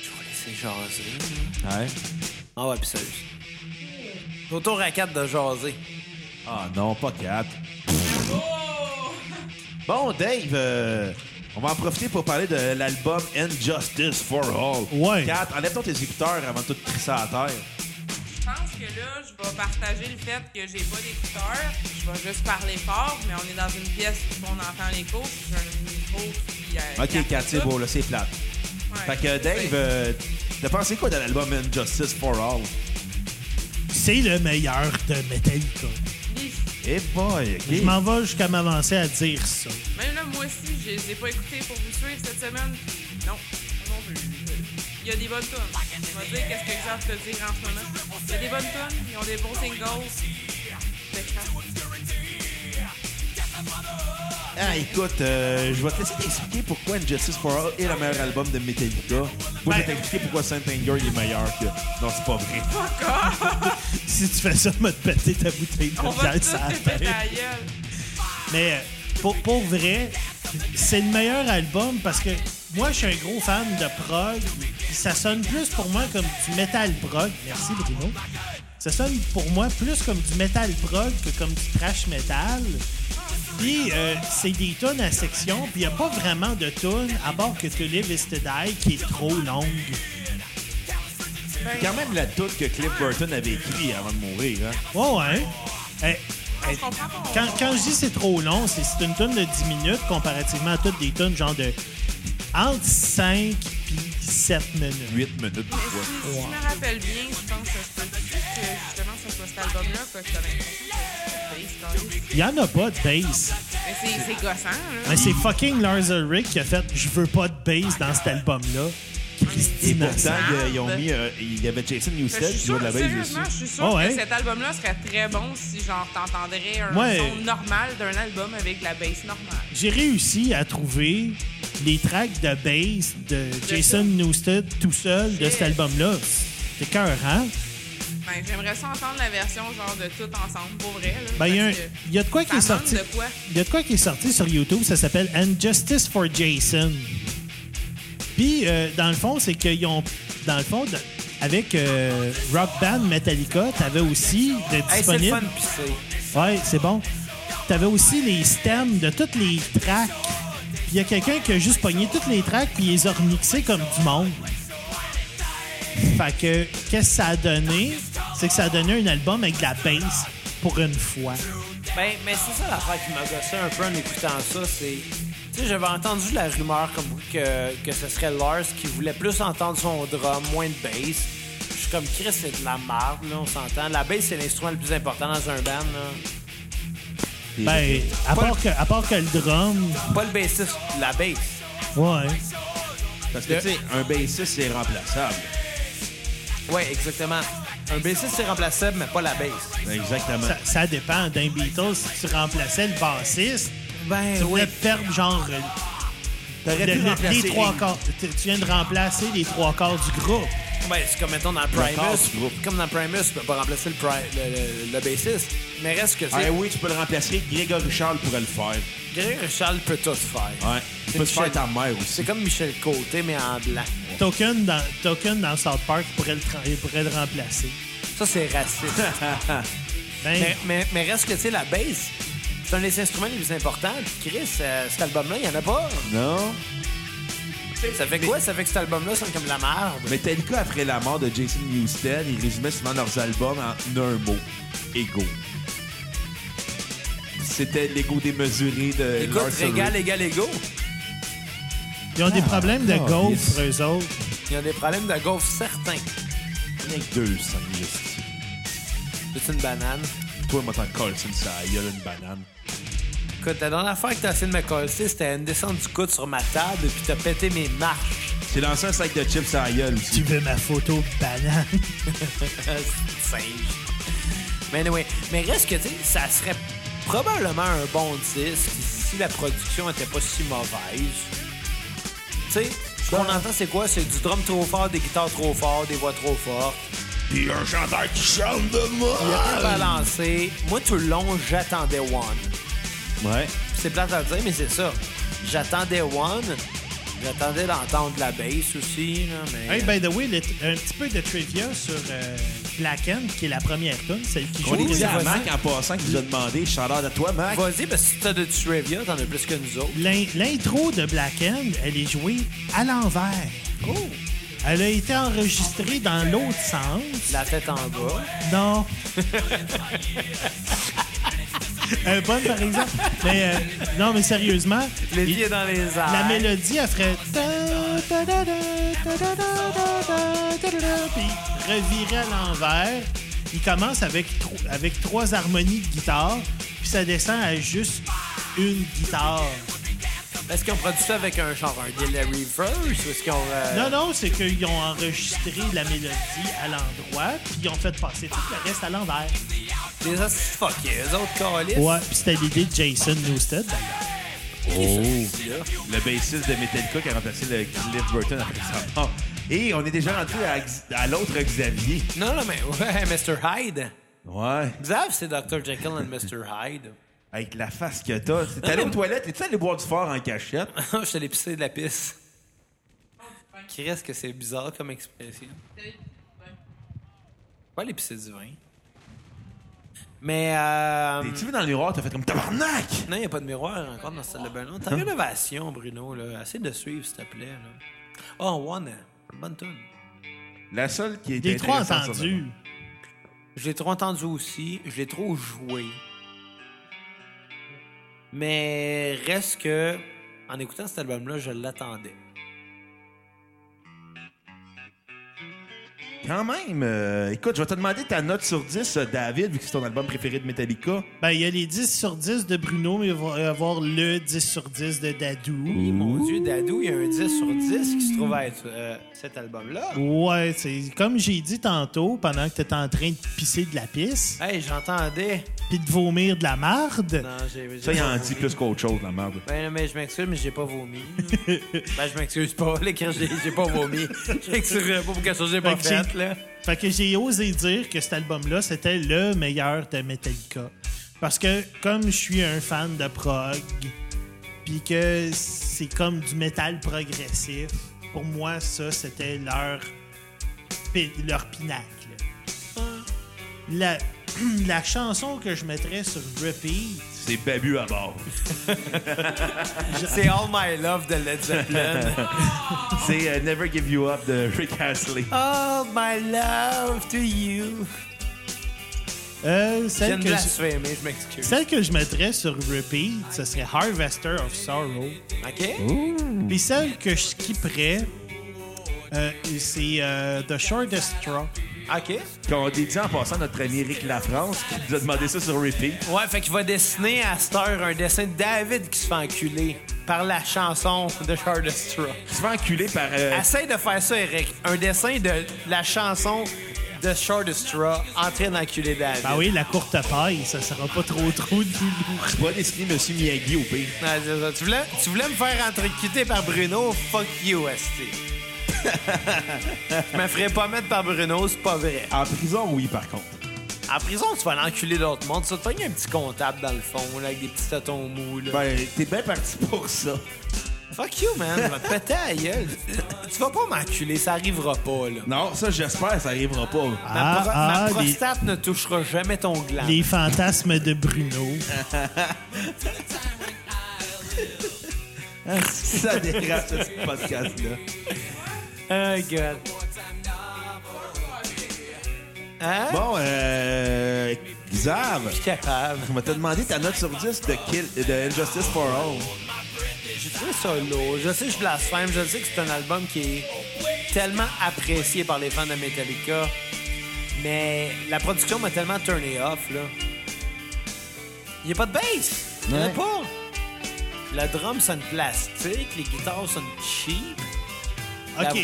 Speaker 1: je vais vous laisser jaser.
Speaker 2: Ouais.
Speaker 1: Ah ouais, pis sérieux. Autour à quatre de jaser.
Speaker 2: Ah non, pas 4. Bon, Dave, euh, on va en profiter pour parler de l'album And Justice for All.
Speaker 3: Ouais.
Speaker 2: 4, enlève donc tes écouteurs avant de tout crisser à terre.
Speaker 4: Je pense que là, je vais partager le fait que j'ai pas d'écouteurs. Je vais juste parler fort, mais on est dans une pièce où on entend les cours. J'ai un micro qui. euh,
Speaker 2: OK, 4, c'est
Speaker 4: ça.
Speaker 2: beau, là, c'est plate.
Speaker 4: Ouais.
Speaker 2: Fait que Dave, euh, t'as pensé quoi de l'album And Justice for All?
Speaker 3: C'est le meilleur de Metallica.
Speaker 4: Les-
Speaker 2: Eh boy,
Speaker 3: Je m'en vais jusqu'à m'avancer à dire ça.
Speaker 4: Même là, moi aussi, je les ai pas écoutés pour vous suivre cette semaine. Non, moi non plus. Il y a des bonnes tunes. Je vais dire qu'est-ce que j'ai à te dire en ce moment. Il y a des bonnes tunes, ils ont des bons singles. Fait que, hein,
Speaker 2: Ah, écoute, euh, je vais te laisser t'expliquer pourquoi And Justice for All est le meilleur album de Metallica. Moi, je vais
Speaker 3: Ben-
Speaker 2: t'expliquer pourquoi Saint Anger est meilleur que... Non, c'est pas vrai.
Speaker 3: Si tu fais ça, m'a te péter ta bouteille de
Speaker 4: On va
Speaker 3: bière
Speaker 4: tous
Speaker 3: sur la
Speaker 4: se péter
Speaker 3: tête.
Speaker 4: à la gueule.
Speaker 3: Mais euh, pour, pour vrai, c'est le meilleur album parce que moi, je suis un gros fan de prog. Ça sonne plus pour moi comme du metal prog. Merci, Bruno. Ça sonne pour moi plus comme du metal prog que comme du trash metal. Puis, euh, c'est des tunes à section, puis il n'y a pas vraiment de tunes, à part que To Live is to Die, qui est trop longue.
Speaker 2: quand même la toute que Cliff Burton avait écrit avant de mourir. Hein?
Speaker 3: Oh, hein? Eh, eh,
Speaker 4: Je comprends pas.
Speaker 3: Quand, quand je dis c'est trop long, c'est c'est une tonne de 10 minutes comparativement à toutes des tonnes genre de entre 5 et 7 minutes.
Speaker 2: 8 minutes de
Speaker 4: Mais si, si je me rappelle bien, je pense que je peux dire que justement, ça soit cet album-là, quoi, que j'avais l'impression que c'était une base,
Speaker 3: Il n'y en a pas de bass.
Speaker 4: quand même. Mais c'est c'est gossant, là.
Speaker 3: Mais c'est fucking Lars Ulrich qui a fait Je veux pas de bass dans cet album-là.
Speaker 2: Et
Speaker 3: Christina.
Speaker 2: pourtant, ils, ils ont mis. euh, il y avait Jason
Speaker 4: Mais je
Speaker 2: Newsted
Speaker 4: suis
Speaker 2: qui jouait
Speaker 4: sûre,
Speaker 2: de la base aussi.
Speaker 4: sérieusement, je suis sûre
Speaker 3: Ah ouais?
Speaker 4: que cet album-là serait très bon si, genre, t'entendrais un
Speaker 3: Ouais.
Speaker 4: son normal d'un album avec de la bass normale.
Speaker 3: J'ai réussi à trouver les tracks de bass de Jason Newsted tout seul de cet album-là. C'est hein? écœurant.
Speaker 4: Ben, j'aimerais ça entendre la version genre de tout ensemble, pour vrai. Là,
Speaker 3: Ben, il y a un-
Speaker 4: parce que
Speaker 3: il y a de quoi qui est
Speaker 4: ça manque
Speaker 3: sorti.
Speaker 4: de quoi?
Speaker 3: Il y a de quoi qui est sorti sur YouTube, ça s'appelle And Justice for Jason. Puis, euh, dans le fond, c'est qu'ils ont. Dans le fond, de- avec euh, Rock Band Metallica, t'avais aussi de
Speaker 1: Hey, c'est le fun
Speaker 3: disponible.
Speaker 1: de pisser.
Speaker 3: ouais, c'est bon. T'avais aussi les stems de toutes les tracks. Puis il y a quelqu'un qui a juste pogné toutes les tracks puis il les a remixées comme du monde. Fait que, qu'est-ce que ça a donné? C'est que ça a donné un album avec de la bass pour une fois.
Speaker 1: Ben, mais c'est ça l'affaire qui m'a gossé un peu en écoutant ça, c'est... Tu sais, j'avais entendu la rumeur comme que, que ce serait Lars qui voulait plus entendre son drum, moins de bass. Je suis comme, Chris, c'est de la marde, là, on s'entend. La bass, c'est l'instrument le plus important dans un band, là.
Speaker 3: Ben, à part, que, à part que le drum,
Speaker 1: Pas le bassiste, la bass.
Speaker 3: ouais.
Speaker 2: Parce que, tu sais, un bassiste, c'est remplaçable.
Speaker 1: Ouais, exactement. Un bassiste, c'est remplaçable, mais pas la bass.
Speaker 2: Exactement.
Speaker 3: Ça, ça dépend. D'un Beatles, si tu remplaçais le bassiste,
Speaker 1: Ben
Speaker 3: tu voulais perdre genre euh,
Speaker 2: T'aurais
Speaker 3: le-
Speaker 2: pu
Speaker 3: le-
Speaker 2: remplacer
Speaker 3: les trois
Speaker 2: Ringo.
Speaker 3: quarts. Tu tu viens de remplacer les trois quarts du groupe.
Speaker 1: Ben, c'est comme mettons dans
Speaker 2: corps
Speaker 1: Primus.
Speaker 2: du groupe.
Speaker 1: Comme dans Primus, tu peux pas remplacer le, pri- le, le- le bassiste. Mais reste que
Speaker 2: Ah
Speaker 1: c'est.
Speaker 2: oui, tu peux le remplacer. Grégory Charles pourrait le faire.
Speaker 1: Grégory Charles peut tout faire.
Speaker 2: Ouais. Tu peux le faire ta mère aussi.
Speaker 1: C'est comme Michel Côté, mais en blanc.
Speaker 3: Token dans, Token dans South Park pourrait le, tra- pourrait le remplacer.
Speaker 1: Ça, c'est raciste.
Speaker 3: Ben,
Speaker 1: mais, mais, mais reste que, tu sais, la bass, c'est un des instruments les plus importants. Puis Chris, euh, cet album-là, il y en a pas.
Speaker 2: Non?
Speaker 1: Ça fait quoi? Ça fait que cet album-là sonne comme de la merde.
Speaker 2: Metallica, après la mort de Jason Newsted, ils résumaient souvent leurs albums en un mot. Ego. C'était l'ego démesuré de Lars
Speaker 1: Écoute,
Speaker 2: Ulrich.
Speaker 1: régal, égal, égo.
Speaker 3: ils ont des problèmes de
Speaker 2: ah, yes.
Speaker 3: gaufres, eux autres.
Speaker 1: Il y a des problèmes de golf certains.
Speaker 2: Rien que deux, cinq, juste.
Speaker 1: C'est une banane.
Speaker 2: Toi, moi, t'en colles une ça a une banane.
Speaker 1: Écoute, la dernière fois que t'as essayé de me casser, c'était une descente du coude sur ma table et puis t'as pété mes marches.
Speaker 2: C'est lancé un sac de chips à la gueule
Speaker 3: Tu
Speaker 2: aussi.
Speaker 3: veux ma photo banane?
Speaker 1: Singe. Euh, Mais anyway, mais reste que, tu sais, ça serait probablement un bon disque si la production était pas si mauvaise. Tu sais, ce qu'on entend, c'est quoi? C'est du drum trop fort, des guitares trop fortes, des voix trop fortes.
Speaker 2: Pis un chanteur qui chante de moi!
Speaker 1: Il y a
Speaker 3: Ah
Speaker 1: rien balancé. Moi, tout le long, j'attendais One.
Speaker 2: Ouais.
Speaker 1: C'est plate à dire, mais c'est ça. J'attendais One. J'attendais d'entendre la bass aussi, là, mais...
Speaker 3: Hey, by the way, le- un petit peu de trivia sur euh, Blacken, qui est la première tune, celle qui joue
Speaker 2: On est dit à
Speaker 1: vas-y.
Speaker 2: Mac en passant qui nous a demandé, chanteur de toi, Mac.
Speaker 1: Vas-y, parce que si t'as de trivia, t'en as plus que nous autres.
Speaker 3: L'in- L'intro de Blacken, elle est jouée à l'envers.
Speaker 1: Oh!
Speaker 3: Elle a été enregistrée dans l'autre sens.
Speaker 1: La tête en bas.
Speaker 3: Non. Un bon, par exemple. Euh, Mais, euh, non, mais sérieusement,
Speaker 1: Les pieds dans les airs.
Speaker 3: la mélodie, elle ferait... ta, ta, da, da, ta, da, da, da, da, da, da, Puis il revirait à l'envers. Il commence avec, tro- avec trois harmonies de guitare, puis ça descend à juste une guitare.
Speaker 1: Est-ce qu'ils ont produit ça avec un genre un delay reverse ou est-ce qu'ils ont. euh,
Speaker 3: Non, non, c'est qu'ils ont enregistré la mélodie à l'endroit, puis ils ont fait passer tout le reste à l'envers.
Speaker 1: Des hosties fuckés, eux autres calices.
Speaker 3: Ouais, puis c'était l'idée de Jason Newsted, d'ailleurs.
Speaker 2: Oh. Le bassiste de Metallica qui a remplacé le Cliff Burton après sa mort. Et on est déjà rentré à, X- à l'autre Xavier.
Speaker 1: Non, non, mais ouais, Mr. Hyde.
Speaker 2: Ouais.
Speaker 1: Xav, c'est Dr. Jekyll and Mr. Hyde.
Speaker 2: Avec la face que t'as. T'es allé aux toilettes, t'es-tu allé boire du fort en cachette?
Speaker 1: Je suis allé pisser de la pisse. Qui reste que c'est bizarre comme expression? Pas les pisser du vin. Mais. Euh...
Speaker 2: T'es-tu vu dans le miroir, t'as fait comme tabarnak!
Speaker 1: Non, il n'y a pas de miroir encore dans cette bain.
Speaker 3: Hein?
Speaker 1: T'as une ovation, Bruno. Là. Essaye de suivre, s'il te plaît. Là. Oh, One. Bonne tune.
Speaker 2: La seule qui est
Speaker 3: Les trois
Speaker 2: intéressante sur le-
Speaker 3: entendus.
Speaker 1: Je l'ai trop entendu aussi. Je l'ai trop joué. Mais reste que, en écoutant cet album-là, je l'attendais.
Speaker 2: Quand même, euh, écoute, je vais te demander ta note sur 10, euh, David, vu que c'est ton album préféré de Metallica.
Speaker 3: Ben, il y a les 10 sur 10 de Bruno, mais il va y avoir le 10 sur 10 de Dadou.
Speaker 1: Et mon Dieu, Dadou, il y a un 10 sur 10 qui se trouve à être euh, cet album-là.
Speaker 3: Ouais, c'est comme j'ai dit tantôt, pendant que t'étais en train de pisser de la pisse,
Speaker 1: Hey, j'entendais.
Speaker 3: puis de vomir de la marde.
Speaker 1: Non, j'ai. j'ai
Speaker 2: Ça, il
Speaker 1: pas
Speaker 2: en
Speaker 1: vomi.
Speaker 2: dit plus qu'autre chose, la merde.
Speaker 1: Ben, non, mais je m'excuse, mais j'ai pas vomi. ben, je m'excuse pas, là, quand j'ai j'ai pas vomi. Je m'excuserais pas pour quelque chose que j'ai pas
Speaker 3: Fait que j'ai-
Speaker 1: fait, là.
Speaker 3: Fait que j'ai osé dire que cet album-là, c'était le meilleur de Metallica. Parce que, comme je suis un fan de prog, puis que c'est comme du métal progressif, pour moi, ça, c'était leur, pi- leur pinacle. La, la chanson que je mettrais sur repeat,
Speaker 2: C'est babu à bord.
Speaker 1: C'est All My Love de Led Zeppelin.
Speaker 2: C'est euh, Never Give You Up de Rick Astley.
Speaker 1: All my love to you.
Speaker 3: euh,
Speaker 1: J'ai
Speaker 3: celle,
Speaker 1: une
Speaker 3: que je,
Speaker 1: blasphémée, je m'excuse.
Speaker 3: celle que je mettrais sur repeat, ce serait Harvester of Sorrow.
Speaker 1: OK?
Speaker 3: Puis celle que je skipperais, euh, c'est euh, The Shortest Straw.
Speaker 1: OK.
Speaker 2: Qu'on dédie en passant à notre ami Eric Lafrance, qui nous a demandé ça sur repeat.
Speaker 1: Ouais, fait qu'il va dessiner à cette heure un dessin de David qui se fait enculer par la chanson de Charles Straw.
Speaker 2: Il se fait enculer par... euh,
Speaker 1: Essaye de faire ça, Eric. Un dessin de la chanson de Short Straw en train d'enculer David.
Speaker 3: Ben oui, la courte paille, ça sera pas trop trop douloureux.
Speaker 2: tu vas dessiner Monsieur Miyagi au pire.
Speaker 1: Ouais, c'est ça. Tu voulais, tu voulais me faire entrequitter par Bruno? Fuck you, ST. Je me ferais pas mettre par Bruno, c'est pas vrai.
Speaker 2: En prison, oui, par contre.
Speaker 1: En prison, tu vas l'enculer d'autres mondes. Tu vas te pogner un petit comptable dans le fond, là, avec des petits tatons mous. là.
Speaker 2: Ben, t'es bien parti pour ça.
Speaker 1: Fuck you, man. Va te péter la gueule. Tu vas pas m'enculer, ça arrivera pas, là.
Speaker 2: Non, ça, j'espère, ça arrivera pas.
Speaker 1: ma, pro-
Speaker 3: Ah,
Speaker 1: ma
Speaker 3: ah, les-
Speaker 1: prostate ne touchera jamais ton gland.
Speaker 3: Les fantasmes de Bruno.
Speaker 1: Euh,
Speaker 2: ça dérape, ce petit podcast-là.
Speaker 1: Oh, God. Hein?
Speaker 2: Bon, euh... Xav,
Speaker 1: Je suis capable.
Speaker 2: on va te demander ta note sur 10 de, Kill, de Injustice for All.
Speaker 1: J'ai trouvé ça lourd. Je sais que je blasphème. Je sais que c'est un album qui est tellement apprécié par les fans de Metallica. Mais la production m'a tellement turné off, là. Il n'y a pas de bass. Il n'y en a
Speaker 2: Ouais.
Speaker 1: pas. La drum sonne plastique. Les guitares sonnent cheap. La-
Speaker 3: OK.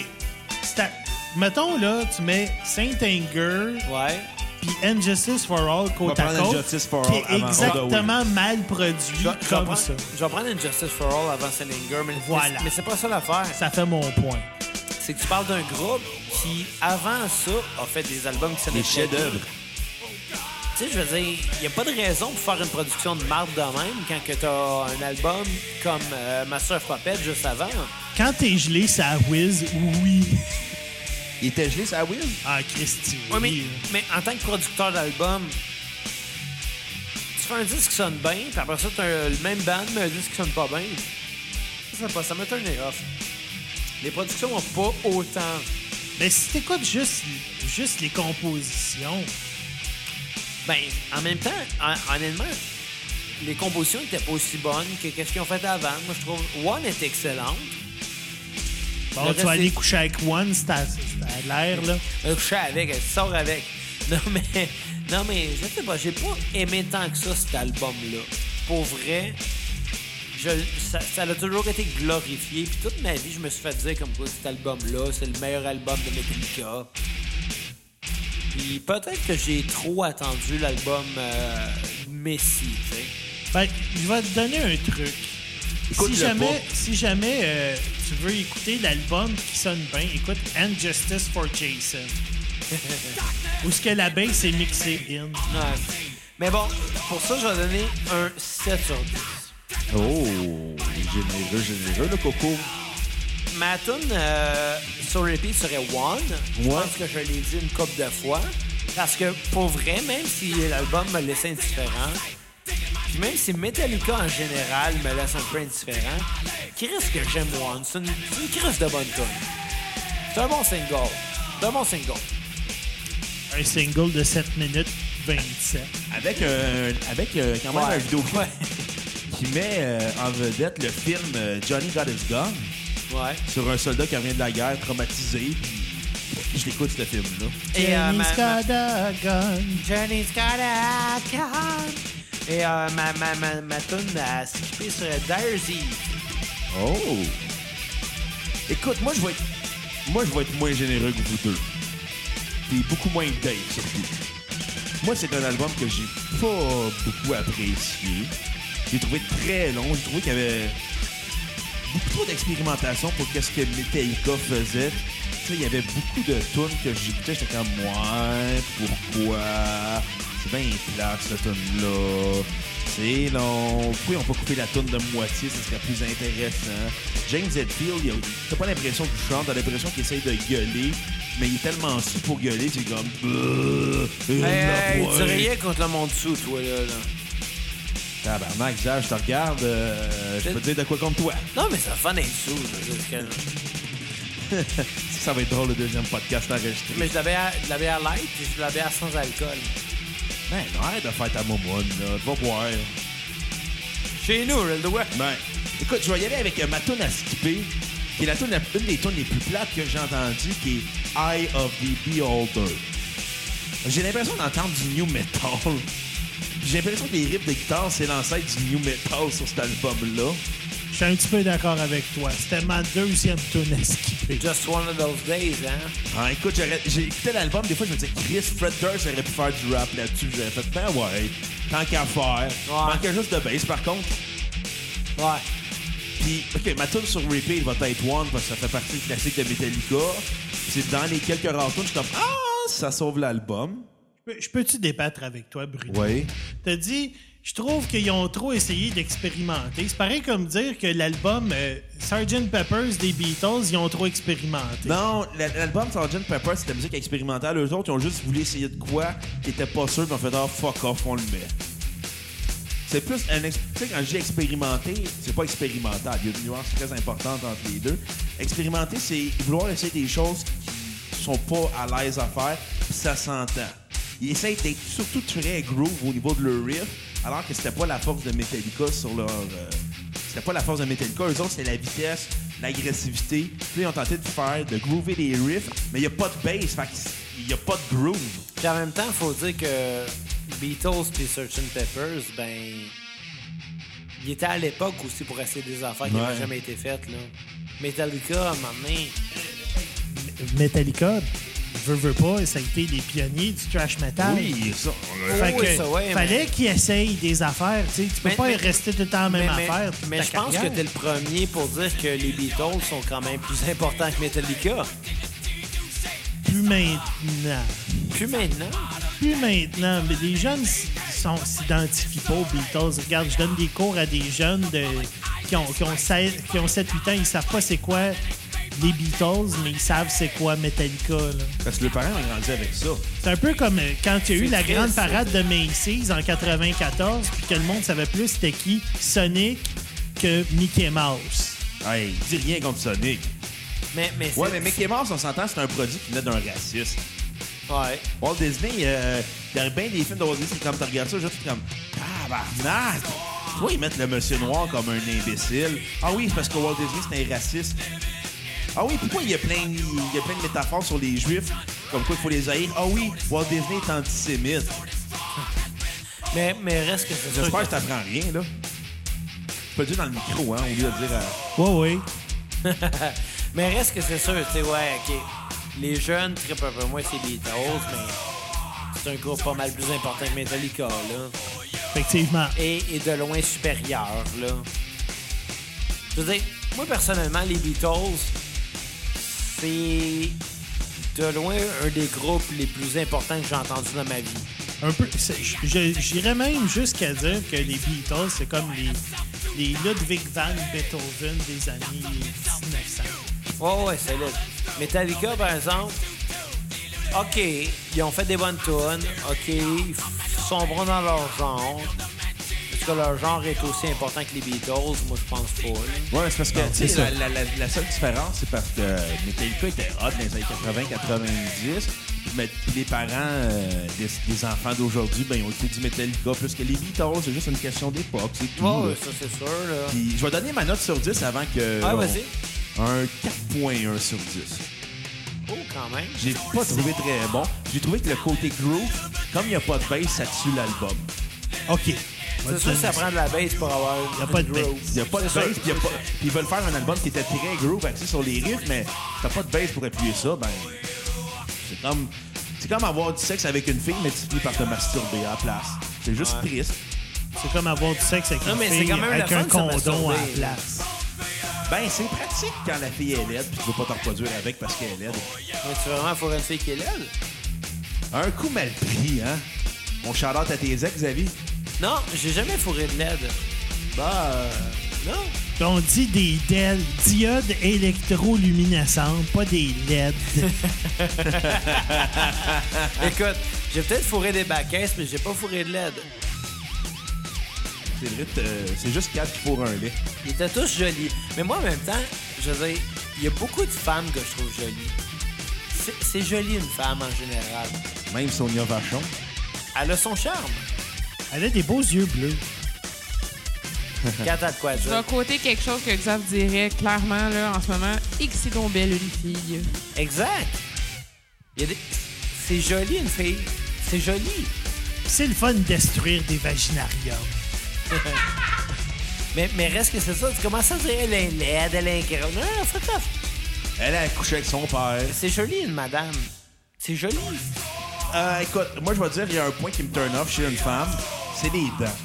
Speaker 3: C'est à- Mettons, là, tu mets Saint Anger
Speaker 1: Ouais.
Speaker 3: puis Injustice for All côte à
Speaker 2: prendre
Speaker 3: côte.
Speaker 2: Injustice for
Speaker 3: qui
Speaker 2: All
Speaker 3: est
Speaker 2: avant
Speaker 3: exactement mal produit
Speaker 1: Je vais- je vais
Speaker 3: comme
Speaker 1: prendre-
Speaker 3: ça.
Speaker 1: Je vais prendre Injustice for All avant Sellinger, mais,
Speaker 3: Voilà.
Speaker 1: mais c'est pas ça l'affaire.
Speaker 3: Ça fait mon point.
Speaker 1: C'est que tu parles d'un groupe qui, avant ça, a fait des albums qui sonnaient
Speaker 2: Des
Speaker 1: pas
Speaker 2: chefs-d'œuvre.
Speaker 1: Tu sais, je veux dire, il n'y a pas de raison pour faire une production de marde de même quand que t'as un album comme euh, Master of Puppets juste avant.
Speaker 3: Quand t'es gelé, ça whiz, oui.
Speaker 2: Il était gelé, ça, Will?
Speaker 3: Ah, Christy,
Speaker 1: Ouais,
Speaker 3: oui.
Speaker 1: mais, mais en tant que producteur d'album, tu fais un disque qui sonne bien, puis après ça, t'as le même band, mais un disque qui sonne pas bien. Ça, ça, ça me turn it off. Les productions n'ont pas autant.
Speaker 3: Mais si t'écoutes juste, juste les compositions,
Speaker 1: Ben, en même temps, hon- honnêtement, les compositions n'étaient pas aussi bonnes que qu'est-ce qu'ils ont fait avant. Moi, je trouve One est excellente.
Speaker 3: bon,
Speaker 1: Le
Speaker 3: tu
Speaker 1: reste,
Speaker 3: vas aller
Speaker 1: c'est-
Speaker 3: coucher avec One, c'est à, c'est à l'air, là.
Speaker 1: Euh, coucher avec, elle sort avec. Non, mais, non, mais je sais pas, j'ai pas aimé tant que ça cet album-là. Pour vrai, je, ça ça l'a toujours été glorifié. Puis toute ma vie, je me suis fait dire comme quoi cet album-là, c'est le meilleur album de Metallica. Puis peut-être que j'ai trop attendu l'album euh, Messi, tu sais.
Speaker 3: Ben, je vais te donner un truc.
Speaker 2: Écoute-le
Speaker 3: Si jamais,
Speaker 2: pas.
Speaker 3: si jamais euh, tu veux écouter l'album qui sonne bien, écoute And Justice for Jason. Où ce que la baisse est mixée in.
Speaker 1: Ouais. Mais bon, pour ça, je vais donner un 7 sur 10.
Speaker 2: Oh, généreux, généreux, le coco.
Speaker 1: Ma tune euh, sur repeat serait One. Je
Speaker 2: Ouais.
Speaker 1: pense que je l'ai dit une couple de fois. Parce que pour vrai, même si l'album me laissait indifférent, puis même si Metallica en général me laisse un peu indifférent, qui risque que j'aime One? C'est une, c'est une crise de bonne tune. C'est un bon single. C'est un bon single.
Speaker 3: Un single de 7 minutes 27.
Speaker 2: Avec, euh, avec euh, quand même un vidéoclip
Speaker 1: Ouais.
Speaker 2: qui met euh, en vedette le film euh, Johnny Got His Gun
Speaker 1: Ouais.
Speaker 2: sur un soldat qui revient de la guerre traumatisé. Puis je l'écoute, ce film-là.
Speaker 1: Et euh,
Speaker 3: Jenny's
Speaker 1: ma- ma-
Speaker 3: got a gun.
Speaker 1: Johnny's got a gun. Et euh, ma, ma, ma, ma toune à skipper serait Dire's Eve.
Speaker 2: Oh! Écoute, moi, je vais être... Moi, je vais être moins généreux que vous deux. Puis beaucoup moins date, surtout. Moi, c'est un album que j'ai pas beaucoup apprécié. J'ai trouvé très long. J'ai trouvé qu'il y avait beaucoup trop d'expérimentation pour qu'est-ce que Metallica faisait. Tu sais, il y avait beaucoup de tunes que j'écoutais. J'étais comme, ouais, pourquoi? C'est bien plat, cette tune-là. C'est long. Pourquoi ils n'ont pas coupé la tune de moitié? Ce serait plus intéressant. James Hetfield, il a- t'as pas l'impression qu'il chante, t'as l'impression qu'il essaye de gueuler, mais il est tellement sous pour gueuler, c'est comme... Bleh,
Speaker 1: Hey, hey,
Speaker 2: ouais.
Speaker 1: tu riais contre le monde sous, toi, là. là.
Speaker 2: Tabarnak, Zach, je te regarde, euh, je peux te dire de quoi contre toi.
Speaker 1: Non, mais ça fun d'être sous. je veux dire, que-
Speaker 2: Ça va être drôle le deuxième podcast enregistré.
Speaker 1: Mais je l'avais à, je l'avais à light puis je l'avais à sans alcool.
Speaker 2: Ben, non, arrête de faire ta moumoune, là. Va voir.
Speaker 1: Chez nous, le doigt.
Speaker 2: Ben, écoute, je vais y aller avec euh, ma toune à skipper, qui est la toune, la- une des tunes les plus plates que j'ai entendues, qui est Eye of the Beholder. J'ai l'impression d'entendre du new metal. J'ai l'impression que les riffs de guitare, c'est l'ancêtre du new metal sur cet album-là.
Speaker 3: Je suis un petit peu d'accord avec toi. C'était ma deuxième tune à skipper.
Speaker 1: Just one of those days, hein?
Speaker 2: Ah, écoute, j'aurais- j'ai écouté l'album, des fois je me disais, Chris Fred Durst aurait pu faire du rap là-dessus. J'aurais fait, ben ouais, tant qu'à faire. Manquait juste de bass par contre.
Speaker 1: Ouais.
Speaker 2: Puis, ok, ma tune sur repeat va être One parce que ça fait partie du classique de Metallica. Puis C'est dans les quelques rares tunes, je suis comme, ah, ça sauve l'album.
Speaker 3: Je peux- Je peux-tu débattre avec toi, Bruno?
Speaker 2: Oui.
Speaker 3: T'as dit, je trouve qu'ils ont trop essayé d'expérimenter. C'est pareil comme dire que l'album euh, Sgt. Pepper's des Beatles, ils ont trop expérimenté.
Speaker 2: Non, la- l'album Sgt Pepper, c'est de la musique expérimentale. Eux autres, ils ont juste voulu essayer de quoi qui était pas sûr, puis on fait ah, fuck off, on le met. C'est plus un. ex- Tu sais, quand j'ai expérimenté, c'est pas expérimental. Il y a une nuance très importante entre les deux. Expérimenter, c'est vouloir essayer des choses qui sont pas à l'aise à faire, puis ça s'entend. Ils essayent d'être surtout très groove au niveau de leur riff, alors que c'était pas la force de Metallica sur leur. euh, c'était pas la force de Metallica. Eux autres, c'est la vitesse, l'agressivité. Puis ils ont tenté de faire, de groover les riffs, mais il y a pas de bass, fait qu'il y a pas de groove.
Speaker 1: Puis en même temps, faut dire que Beatles puis Sgt Peppers, ben. Il était à l'époque aussi pour essayer des affaires qui
Speaker 2: Ouais.
Speaker 1: n'avaient jamais été faites, là. Metallica, à un moment donné.
Speaker 3: Metallica, veut, veut pas, et ça a été les pionniers du thrash
Speaker 2: Ah.
Speaker 3: metal.
Speaker 2: ça.
Speaker 3: Fait
Speaker 1: Oh,
Speaker 3: que,
Speaker 1: oui, ça, ouais,
Speaker 3: fallait qu'ils essayent des affaires. tu sais. Tu peux
Speaker 1: Mais-
Speaker 3: pas
Speaker 1: mais-
Speaker 3: rester tout le temps la même
Speaker 1: mais,
Speaker 3: affaire.
Speaker 1: mais- mais je pense que t'es le premier pour dire que les Beatles sont quand même plus importants que Metallica.
Speaker 3: plus maintenant.
Speaker 1: Plus maintenant.
Speaker 3: plus maintenant, mais les jeunes s- sont- s'identifient pas aux Beatles. Regarde, je donne des cours à des jeunes de, qui ont, qui ont, 16 qui ont 7-8 ans, ils savent pas c'est quoi les Beatles, mais ils savent c'est quoi Metallica. là.
Speaker 2: Parce que le parent a grandi avec ça.
Speaker 3: C'est un peu comme euh, quand il y a eu
Speaker 1: C'est
Speaker 3: la
Speaker 1: triste,
Speaker 3: grande
Speaker 1: ça.
Speaker 3: parade de Macy's en 94, puis que le monde savait plus c'était qui Sonic que Mickey Mouse.
Speaker 2: Hey, dis rien contre Sonic.
Speaker 1: Mais, mais
Speaker 2: Ouais,
Speaker 1: c'est-
Speaker 2: mais Mickey Mouse, on s'entend, c'est un produit qui venait d'un raciste.
Speaker 1: Ouais.
Speaker 2: Walt Disney, euh, il y a bien des films de Walt Disney, comme tu regardes ça, juste comme tabarnak! Tu vois, ils mettent le monsieur noir comme un imbécile. Ah oui, c'est parce que Walt Disney, c'est un raciste. Ah oui, pourquoi il y a plein, il y a plein de métaphores sur les juifs, comme quoi il faut les haïr? Ah oui, Walt Disney est antisémite.
Speaker 1: Mais, mais reste que c'est sûr
Speaker 2: J'espère
Speaker 1: que-
Speaker 2: que t'apprends rien, là. Tu peux le dire dans le micro, hein, au lieu de dire... euh,
Speaker 3: Ouais, oui.
Speaker 1: Mais reste que c'est sûr, tu sais, ouais, OK. Les jeunes trippent un peu moins ces Beatles, mais c'est un groupe pas mal plus important que Metallica, là.
Speaker 3: Effectivement.
Speaker 1: Et, et de loin supérieur, là. Je veux dire, moi, personnellement, les Beatles, c'est de loin un des groupes les plus importants que j'ai entendus dans ma vie.
Speaker 3: Un peu. c'est- je- J'irais même jusqu'à dire que les Beatles, c'est comme les, les Ludwig van Beethoven des années 1900.
Speaker 1: Ouais, ouais, c'est là. Metallica, par exemple, OK, ils ont fait des bonnes tunes, OK, ils sont bons dans leur genre. Est-ce que leur genre est aussi important que les Beatles? Moi, je pense pas. là.
Speaker 2: Ouais, c'est parce que tu
Speaker 3: c'est
Speaker 2: sais,
Speaker 3: ça.
Speaker 2: la, la- la- la seule différence, c'est parce que Metallica était hot dans les années 80-90. Mais les parents euh, des, des enfants d'aujourd'hui, ben, ils ont écouté du Metallica plus que les Beatles. C'est juste une question d'époque, c'est tout.
Speaker 1: Ouais,
Speaker 2: là.
Speaker 1: ouais, ça, c'est sûr, là.
Speaker 2: Puis, je vais donner ma note sur 10 avant que...
Speaker 1: Ah,
Speaker 2: on-
Speaker 1: vas-y.
Speaker 2: Un 4.1 sur 10.
Speaker 1: Oh, quand même.
Speaker 2: J'ai pas trouvé très bon. J'ai trouvé que le côté groove, comme il n'y a pas de bass, ça tue l'album.
Speaker 3: OK.
Speaker 1: C'est sûr que ça prend de la base pour avoir.
Speaker 3: Y a pas de
Speaker 1: une groove.
Speaker 3: bass.
Speaker 2: Il n'y a pas de
Speaker 1: C'est
Speaker 2: bass,
Speaker 1: sûr.
Speaker 2: puis y a pas- puis ils veulent faire un album qui était très groove, axé sur les riffs, mais si t'as pas de bass pour appuyer ça, ben. C'est comme. C'est comme avoir du sexe avec une fille, mais tu finis par te masturber à la place. C'est juste triste.
Speaker 3: C'est comme avoir du sexe avec,
Speaker 1: Non,
Speaker 3: une
Speaker 1: mais c'est
Speaker 3: fille,
Speaker 1: quand même
Speaker 3: avec
Speaker 1: le
Speaker 3: un
Speaker 1: fun de se
Speaker 3: condom à la
Speaker 1: masturber, là.
Speaker 3: place.
Speaker 2: Ben, c'est pratique quand la fille est laide, puis tu veux pas te reproduire avec parce qu'elle est laide.
Speaker 1: Mais tu veux vraiment faut une fille qui est laide?
Speaker 2: Un coup mal pris, hein? On shout out à tes ex, Xavier.
Speaker 1: Non, j'ai jamais fourré de laide.
Speaker 2: Bah. euh,
Speaker 1: Non?
Speaker 3: On dit des DEL, diodes électroluminescentes, pas des E LED.
Speaker 1: Écoute, j'ai peut-être fourré des baquettes, mais j'ai pas fourré de laide.
Speaker 2: c'est vrai, euh, c'est juste quatre qui pour un lait.
Speaker 1: Ils étaient tous jolis. Mais moi, en même temps, je veux dire, il y a beaucoup de femmes que je trouve jolies. C'est- C'est joli, une femme, en général.
Speaker 2: Même Sonia Vachon.
Speaker 1: Elle a son charme.
Speaker 3: Elle a des beaux yeux bleus.
Speaker 1: Quand t'as de quoi
Speaker 4: Je vais
Speaker 1: dire.
Speaker 4: côté quelque chose que Xav dirait clairement là, en ce moment. Et que c'est donc belle une fille.
Speaker 1: Exact. Il y a des- C'est joli, une fille. C'est joli.
Speaker 3: C'est le fun de détruire des vaginariums.
Speaker 1: Mais, mais reste que c'est ça. Tu commences à dire, elle est laide, elle est incroyable. Non, non, fuck off.
Speaker 2: Elle a couché avec son père.
Speaker 1: C'est joli, une madame. C'est joli.
Speaker 2: Euh, écoute, moi, je vais te dire, il y a un point qui me turn off chez une femme. C'est les dents.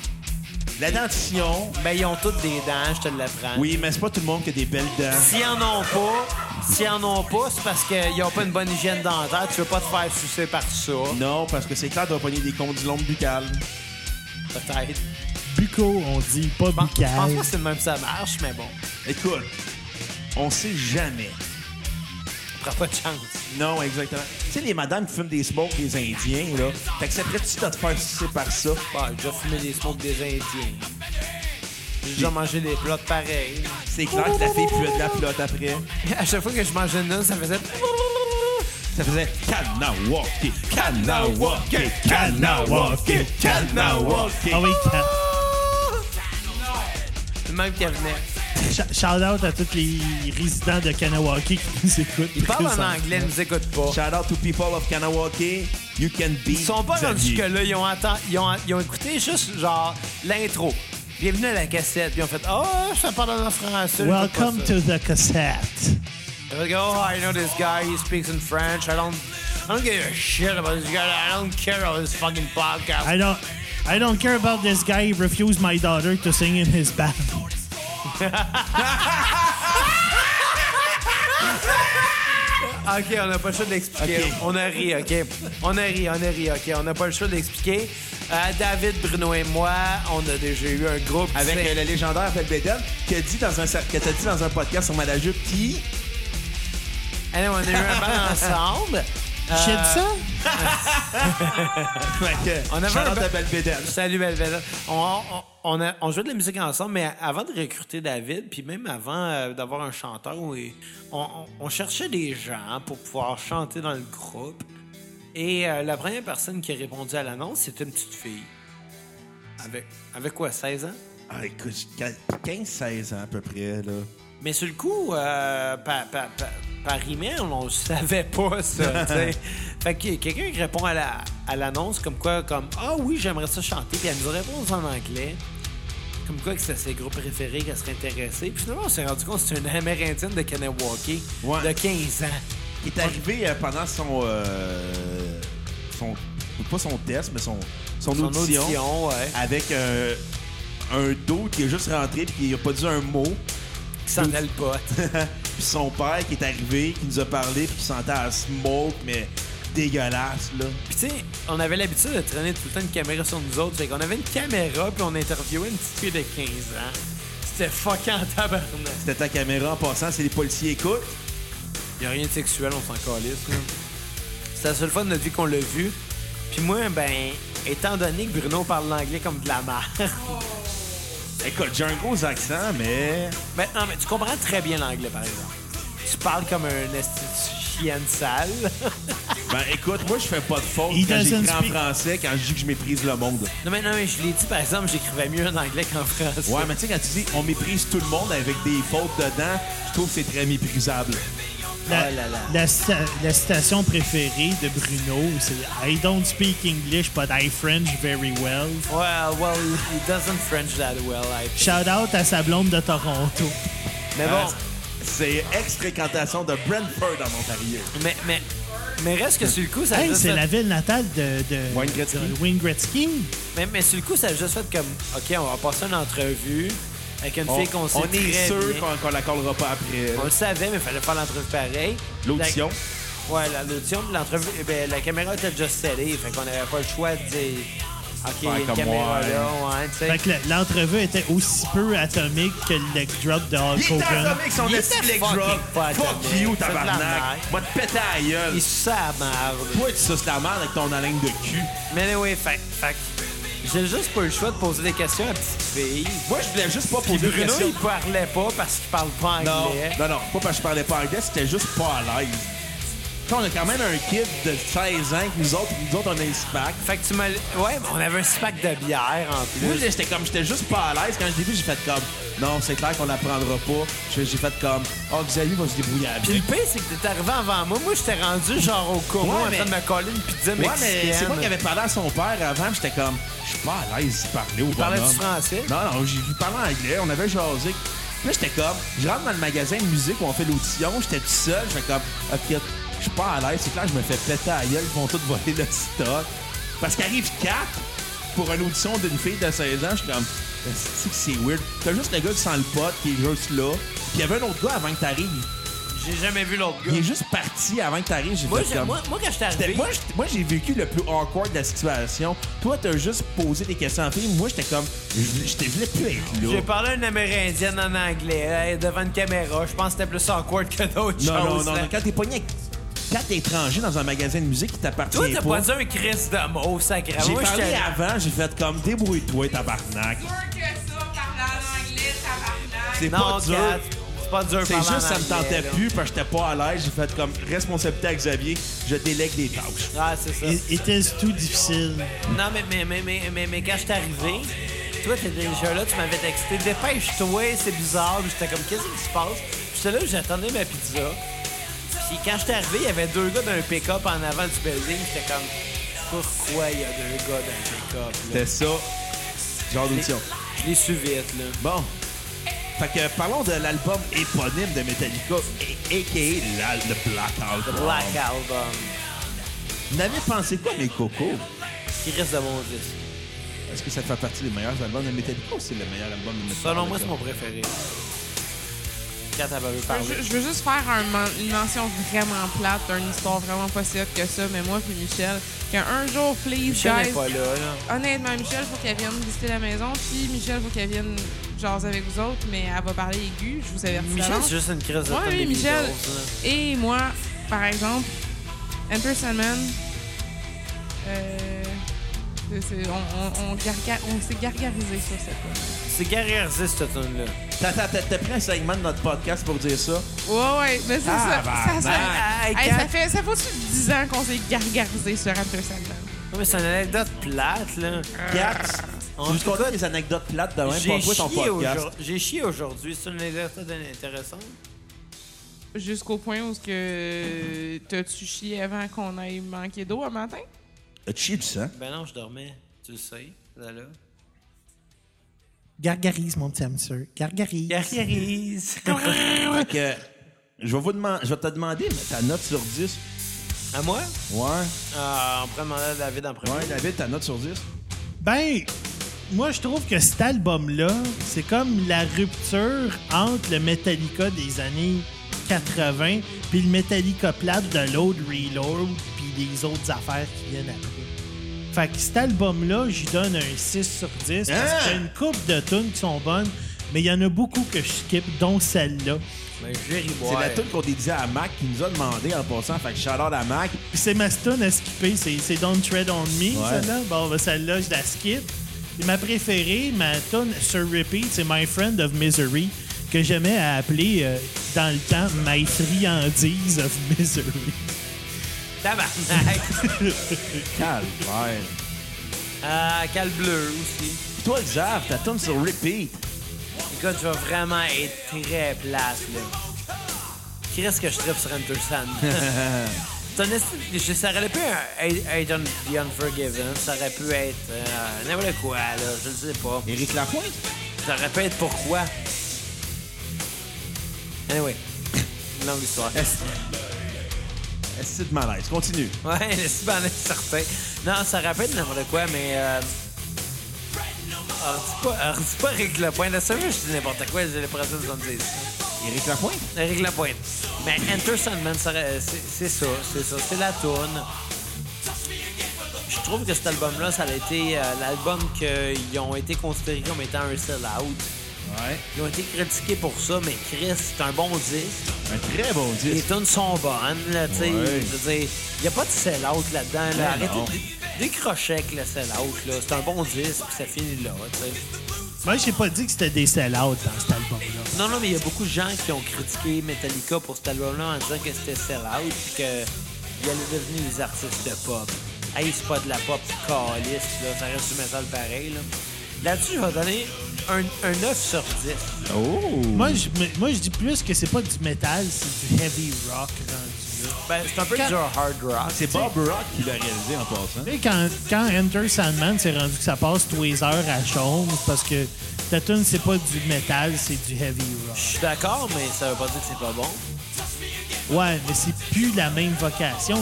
Speaker 2: La dentition.
Speaker 1: Ben, ils ont toutes des dents, je te l'apprends.
Speaker 2: Oui, mais c'est pas tout le monde qui a des belles dents.
Speaker 1: S'ils en ont pas, s'ils en ont pas, c'est parce qu'ils ont pas une bonne hygiène dentaire. Tu veux pas te faire sucer par ça.
Speaker 2: Non, parce que c'est clair de pogner des condylomes buccales.
Speaker 1: Peut-être.
Speaker 3: Bucco, on dit,
Speaker 1: Bon,
Speaker 3: pas
Speaker 1: Je pense
Speaker 3: buccal.
Speaker 1: pas que c'est le même que ça marche, mais bon.
Speaker 2: Écoute, on sait jamais.
Speaker 1: Prends pas de chance.
Speaker 2: Non, exactement. Tu sais, les madames qui fument des smokes, les Indiens, là, t'accepterais-tu de te faire sucer par ça?
Speaker 1: Bon, j'ai déjà fumé des smokes des Indiens. J'ai déjà mangé des plots pareils.
Speaker 2: C'est clair que la fille puait de la flotte après.
Speaker 1: À chaque fois que je mangeais une, ça faisait...
Speaker 2: Ça faisait Kanawaki, Kanawaki, Kanawaki, Kanawaki.
Speaker 3: Ah oui, ca-
Speaker 1: C'est le même qu'elle venait.
Speaker 3: cha- shout out à tous les résidents de Kanawaki qui nous écoutent.
Speaker 1: Ils parlent en
Speaker 3: présentement.
Speaker 1: anglais, ils nous écoutent pas.
Speaker 2: Shout out to people of Kanawaki. You can be.
Speaker 1: Ils sont pas rendus que là, ils ont, atten- ils ont, ils ont écouté juste genre l'intro. Bienvenue à la cassette. Puis ils ont fait Oh, ça parle en français.
Speaker 3: Welcome
Speaker 1: to.
Speaker 3: to the cassette.
Speaker 1: Oh, I know this guy. He speaks in French. I don't, I don't give a shit about this guy. I don't care about this fucking podcast.
Speaker 3: I don't, I don't care about this guy. He refused my daughter to sing in his band.
Speaker 1: Euh, Ah, OK, on n'a pas le choix de l'expliquer.
Speaker 2: OK.
Speaker 1: On a ri, OK. On a ri, on a ri, OK. On n'a pas le choix de l'expliquer. Euh, David, Bruno et moi, on a déjà eu un groupe.
Speaker 2: Avec
Speaker 1: qui s'est-
Speaker 2: euh, le légendaire Phil Bedden, qui a dit dans un, cer- que t'as dit dans un podcast sur Madame Jupe qui.
Speaker 1: Allez, on a eu un band ensemble.
Speaker 3: J'ai dit ça?
Speaker 1: On avait
Speaker 2: Shout
Speaker 1: un
Speaker 2: out
Speaker 1: ba-
Speaker 2: à Phil Bedden.
Speaker 1: Salut, belle belle. On, on, on a- on jouait de la musique ensemble, mais avant de recruter David, puis même avant euh, d'avoir un chanteur, oui, on, on- on cherchait des gens pour pouvoir chanter dans le groupe. Et euh, la première personne qui a répondu à l'annonce, c'était une petite fille. Avec, avec quoi, 16 ans?
Speaker 2: Ah, écoute, j'ai 15-16 ans à peu près, là.
Speaker 1: Mais sur le coup, euh, par, par, par, par email, on le savait pas, ça. tu sais. fait que quelqu'un qui répond à la- à l'annonce comme quoi, comme Ah oui, j'aimerais ça chanter, puis elle nous répond en anglais. Comme quoi que c'est ses groupes préférés qu'elle serait intéressée. Puis finalement, on s'est rendu compte que c'est une Amérindienne de Kanawake
Speaker 2: Ouais.
Speaker 1: de 15 ans.
Speaker 2: Il est arrivé euh, pendant son. euh, son. Pas son test, mais son, son,
Speaker 1: Son
Speaker 2: audition.
Speaker 1: audition, ouais.
Speaker 2: Avec euh, un dos qui est juste rentré puis qui a pas dit un mot.
Speaker 1: Qui sentait le pote.
Speaker 2: Puis son père qui est arrivé, qui nous a parlé, puis qui sentait à smoke, mais dégueulasse, là.
Speaker 1: Puis tu sais, on avait l'habitude de traîner tout le temps une caméra sur nous autres. Fait qu'on avait une caméra, puis on interviewait une petite fille de 15 ans. C'était fucking tabarnak.
Speaker 2: C'était ta caméra en passant, si les policiers écoutent.
Speaker 1: Il a rien de sexuel, on s'en calisse. là. C'est la seule fois de notre vie qu'on l'a vu. Puis moi, ben, étant donné que Bruno parle l'anglais comme de la merde,
Speaker 2: Écoute, j'ai un gros accent, mais.
Speaker 1: ben, non, mais tu comprends très bien l'anglais, par exemple. Tu parles comme un esti de chienne sale.
Speaker 2: Ben écoute, moi je fais pas de faute
Speaker 3: He
Speaker 2: quand
Speaker 3: doesn't
Speaker 2: j'écris en
Speaker 3: speak-
Speaker 2: français, quand je dis que je méprise le monde.
Speaker 1: non, mais non, mais je l'ai dit, par exemple, j'écrivais mieux en anglais qu'en français.
Speaker 2: Ouais, mais tu sais, quand tu dis on méprise tout le monde avec des fautes dedans, je trouve que c'est très méprisable.
Speaker 3: La,
Speaker 1: Oh là là.
Speaker 3: la sta- la citation préférée de Bruno, c'est I don't speak English, but I French very well.
Speaker 1: Well, well, he doesn't French that well, I think.
Speaker 3: Shout out à sa blonde de Toronto.
Speaker 1: Mais
Speaker 2: Euh,
Speaker 1: bon,
Speaker 2: C'est ex-fréquentation de Brentford en Ontario.
Speaker 1: mais, mais, mais reste que sur le coup, ça a
Speaker 3: Hey,
Speaker 1: juste
Speaker 3: c'est
Speaker 1: fait-
Speaker 3: la ville natale de, de,
Speaker 2: Wayne Gretzky.
Speaker 3: de Wayne Gretzky.
Speaker 1: mais, mais sur le coup, ça a juste fait comme, OK, on va passer une entrevue avec une
Speaker 2: On,
Speaker 1: fille qu'on sait
Speaker 2: on
Speaker 1: très
Speaker 2: est sûr
Speaker 1: bien.
Speaker 2: qu'on qu'on la collera pas après.
Speaker 1: On le savait, mais il fallait faire l'entrevue pareil.
Speaker 2: L'audition.
Speaker 1: La- Ouais, la- l'audition, puis l'entrevue, eh ben, la caméra était déjà scellée, fait qu'on n'avait pas le choix de dire. Ok, il y a une
Speaker 2: comme
Speaker 1: caméra
Speaker 2: moi, hein.
Speaker 1: là, ouais, tu sais.
Speaker 3: Fait que le- l'entrevue était aussi peu atomique que le leg drop de Hulk
Speaker 2: Il est
Speaker 3: Hogan.
Speaker 2: atomique, son
Speaker 1: Il
Speaker 2: esti
Speaker 1: était
Speaker 2: de leg
Speaker 1: fucking
Speaker 2: drop.
Speaker 1: pas
Speaker 2: Fuck
Speaker 1: atomique.
Speaker 2: you,
Speaker 1: C'est de la merde.
Speaker 2: tabarnak. Moi, te péter à la gueule.
Speaker 1: Il suçait à la merde.
Speaker 2: Toi, tu suces la merde avec ton haleine de cul.
Speaker 1: Mais oui, fait, fait que j'ai juste pas eu le choix de poser des questions à la petite fille.
Speaker 2: Moi, je voulais juste pas
Speaker 1: Puis
Speaker 2: poser de
Speaker 1: Bruno,
Speaker 2: questions.
Speaker 1: il parlait pas parce qu'il parle pas
Speaker 2: Non,
Speaker 1: anglais.
Speaker 2: non, non, pas parce que je parlais pas anglais, c'était juste pas à l'aise. Tu sais, on a quand même un kid de 16 ans, que nous autres, nous autres, on a un SPAC.
Speaker 1: Fait que tu m'as. Ouais, mais on avait un pack de bière en plus.
Speaker 2: Moi, j'étais comme, j'étais juste pas à l'aise. Quand j'ai vu, j'ai fait comme, non, c'est clair qu'on l'apprendra pas. J'ai j'ai fait comme, oh, Xavier va se débrouiller
Speaker 1: Puis le
Speaker 2: avec.
Speaker 1: pire, c'est que t'es arrivé avant moi. Moi, j'étais rendu genre au Como
Speaker 2: Ouais,
Speaker 1: en train
Speaker 2: mais-
Speaker 1: de me coller une pizza
Speaker 2: Ouais,
Speaker 1: mexicaine.
Speaker 2: mais c'est moi qui avait parlé à son père avant, puis j'étais comme, je suis pas à l'aise de parler au
Speaker 1: parlais-tu
Speaker 2: bonhomme.
Speaker 1: français?
Speaker 2: Non, non, j'ai vu parler en anglais, on avait jasé. Puis là, j'étais comme, je rentre dans le magasin de musique où on fait l'audition, j'étais tout seul, je fais comme, ok, je suis pas à l'aise, c'est clair, je me fais péter à la gueule, ils vont tous voler le stock. Parce qu'arrive 4 pour une audition d'une fille de 16 ans, je suis comme, c'est que c'est weird. T'as juste le gars qui sent le pot, qui est juste là. Puis il y avait un autre gars avant que t'arrives,
Speaker 1: J'ai jamais vu l'autre gars.
Speaker 2: il est juste parti avant que t'arrives, j'ai
Speaker 1: Moi,
Speaker 2: fait
Speaker 1: j'ai-
Speaker 2: comme...
Speaker 1: moi, moi, quand j'étais
Speaker 2: C'était-
Speaker 1: arrivé.
Speaker 2: Moi, j'étais- moi, j'ai vécu le plus awkward de la situation. Toi, t'as juste posé des questions en film. Moi, j'étais comme, je je te voulais plus être là.
Speaker 1: J'ai parlé à une Amérindienne en anglais euh, devant une caméra. Je pense que c'était plus awkward que d'autres
Speaker 2: Non, non,
Speaker 1: choses. hein.
Speaker 2: non,
Speaker 1: là.
Speaker 2: non, Quand t'es pogné avec quatre étrangers dans un magasin de musique qui
Speaker 1: Toi,
Speaker 2: t'appartient
Speaker 1: t'as
Speaker 2: pas.
Speaker 1: pas dit un Chris de mot sacré.
Speaker 2: J'ai
Speaker 1: Moi,
Speaker 2: parlé
Speaker 1: j'étais-
Speaker 2: avant, j'ai fait comme, débrouille-toi, tabarnak.
Speaker 4: Dur que ça, parler en anglais, tabarnak.
Speaker 2: C'est
Speaker 1: Non,
Speaker 2: pas dur.
Speaker 1: Kat, c'est pas dur
Speaker 2: C'est
Speaker 1: parler
Speaker 2: juste,
Speaker 1: en
Speaker 2: ça me
Speaker 1: anglais,
Speaker 2: tentait
Speaker 1: là.
Speaker 2: plus parce que j'étais pas à l'aise. J'ai fait comme, responsabilité à Xavier, je délègue des tâches.
Speaker 1: Ah, c'est ça.
Speaker 3: It, it is too difficile.
Speaker 1: Non, mais, mais, mais, mais, mais, mais quand je suis arrivé, toi, t'es déjà là, tu m'avais texté, dépêche-toi, c'est bizarre. Puis J'étais comme, qu'est-ce qui se passe? Puis J'étais là, j'attendais ma pizza. Puis quand j'étais arrivé, il y avait deux gars d'un pick-up en avant du building. J'étais comme, pourquoi il y a deux gars d'un pick-up? là?
Speaker 2: C'était ça, genre d'audition.
Speaker 1: Je l'ai su vite, là.
Speaker 2: Bon. Fait que parlons de l'album éponyme de Metallica, a- a.k.a. l'al- le Blackout.
Speaker 1: The Black Album.
Speaker 2: Vous avez pensé quoi, mes cocos?
Speaker 1: Qui reste de mon disque.
Speaker 2: Est-ce que ça fait partie des meilleurs albums de Metallica ou c'est le meilleur album de Metallica?
Speaker 1: Selon moi, c'est mon préféré. Quand elle m'avait parlé.
Speaker 4: Ben, Je, je veux juste faire un men- une mention vraiment plate d'une histoire vraiment pas si hot que ça, mais moi puis Michel, qu'un jour, please,
Speaker 1: Michel
Speaker 4: guys,
Speaker 1: n'est pas là, là.
Speaker 4: honnêtement, Michel, faut qu'elle vienne visiter la maison, puis Michel, faut qu'elle vienne jaser avec vous autres, mais elle va parler aiguë, je vous avertis
Speaker 1: Michel,
Speaker 4: d'avance.
Speaker 1: c'est juste une crise de
Speaker 4: Ouais,
Speaker 1: tonne
Speaker 4: oui,
Speaker 1: des
Speaker 4: Michel.
Speaker 1: Beatles, là.
Speaker 4: Et moi, par exemple, Enter Sandman, euh, c'est- c'est- on, on- on garga- on s'est gargarisé sur cette fois.
Speaker 1: C'est guerrier cette tune-là.
Speaker 2: T'as- t'as- T'as t'as pris un segment de notre podcast pour dire ça?
Speaker 4: Ouais, ouais, mais c'est
Speaker 2: Ah, bah,
Speaker 4: ça. Ça, ça,
Speaker 1: bah.
Speaker 4: Hey, ça fait, ça fait au-dessus de 10 ans qu'on s'est gargarisé sur Enter Sandman.
Speaker 1: Non, mais c'est une anecdote plate, là.
Speaker 2: Cat,
Speaker 1: on
Speaker 2: tu veux
Speaker 1: écoute-
Speaker 2: qu'on des anecdotes plates de même?
Speaker 1: J'ai
Speaker 2: Pourquoi ton
Speaker 1: chié,
Speaker 2: podcast?
Speaker 1: aujourd- j'ai chié aujourd'hui. C'est une anecdote intéressante.
Speaker 4: Jusqu'au point où ce que t'as-tu chié avant qu'on aille manquer d'eau un matin?
Speaker 2: T'as chié du sang?
Speaker 1: Ben non, je dormais. Tu le sais, là, là.
Speaker 3: Gargarise, mon petit hamster. Gargarise.
Speaker 1: Guerrierise.
Speaker 2: Fait que, je vais, vous demander, je vais te demander mais ta note sur 10.
Speaker 1: à moi?
Speaker 2: Ouais.
Speaker 1: Euh, on pourrait demander à David en premier.
Speaker 2: Ouais, David, ta note sur 10?
Speaker 3: Ben, moi, je trouve que cet album-là, c'est comme la rupture entre le Metallica des années 80 puis le Metallica plate de l'autre Reload puis des autres affaires qui viennent après. Fait que cet album-là, j'y donne un 6 sur 10 parce
Speaker 2: Hein?
Speaker 3: qu'il y a une coupe de tunes qui sont bonnes, mais il y en a beaucoup que je skip, dont celle-là.
Speaker 1: Mais Jerry
Speaker 2: C'est
Speaker 1: Boy.
Speaker 2: la tune qu'on dédiait à Mac qui nous a demandé en passant. Fait que shout-out à Mac.
Speaker 3: Puis c'est ma stone à skipper, c'est c'est Don't Tread on Me,
Speaker 2: Ouais.
Speaker 3: celle-là. Bon, ben, celle-là, je la skip. Puis ma préférée, ma tune sur repeat, c'est My Friend of Misery, que j'aimais à appeler euh, dans le temps My Friandise of Misery.
Speaker 1: Tabarnak.
Speaker 2: Calvaire.
Speaker 1: Ah, Cal Bleu aussi.
Speaker 2: Puis toi, Xav, ta tune sur repeat.
Speaker 1: Écoute, je vais vraiment être très plate, là. Qui reste que je tripe sur Enter Sandman? C'est un esti- je- ça aurait pu être être un- The Unforgiven, ça aurait pu être euh, n'importe quoi, là, je ne sais pas.
Speaker 2: Éric Lapointe?
Speaker 1: Ça aurait pu être pourquoi. Anyway, longue histoire.
Speaker 2: Est-ce que de malaise? Continue.
Speaker 1: Ouais, c'est pas certain. Non, ça rappelle n'importe quoi, mais. Euh... Alors, dis pas, alors, dis pas Eric Lapointe. La seule fois que je dis n'importe quoi, j'ai l'impression de me dire.
Speaker 2: Éric Lapointe?
Speaker 1: Eric Lapointe. Mais Enter Sandman, ça aurait- c'est c'est ça, c'est ça, c'est la tourne. Je trouve que cet album-là, ça a été euh, l'album qu'ils ont été considérés comme étant un sell-out.
Speaker 2: Ouais.
Speaker 1: Ils ont été critiqués pour ça, mais Chris, c'est un bon disque.
Speaker 2: Un très bon
Speaker 1: Les
Speaker 2: disque.
Speaker 1: tunes sont bonnes, là, tu sais.
Speaker 2: Ouais.
Speaker 1: Je veux dire, il n'y a pas de sell-out là-dedans.
Speaker 2: Ouais,
Speaker 1: Là. Arrêtez
Speaker 2: non.
Speaker 1: de dé- décrocher avec le sell-out, là. C'est un bon disque, puis ça finit là, tu sais.
Speaker 3: Moi, j'ai pas dit que c'était des sell-outs dans cet album-là.
Speaker 1: Non, non, mais il y a beaucoup de gens qui ont critiqué Metallica pour cet album-là en disant que c'était sell-out, puis que ils allaient devenir des artistes de pop. Hey, c'est pas de la pop caliste, là. Ça reste du métal pareil, là. Là-dessus, je vais donner un, un 9 sur 10.
Speaker 2: Oh!
Speaker 3: Moi, je, mais- moi, je dis plus que c'est pas du métal, c'est du heavy rock rendu là.
Speaker 1: Ben, c'est un peu
Speaker 3: Quand-
Speaker 1: du hard rock.
Speaker 2: c'est Bob Rock qui l'a réalisé en passant.
Speaker 3: Tu sais, quand, quand Enter Sandman s'est rendu que ça passe tous les heures à Chaume, c'est parce que ta tune, c'est pas du métal, c'est du heavy
Speaker 1: Je
Speaker 3: rock.
Speaker 1: suis d'accord, mais ça veut pas dire que c'est pas bon.
Speaker 3: Ouais, mais c'est plus la même vocation.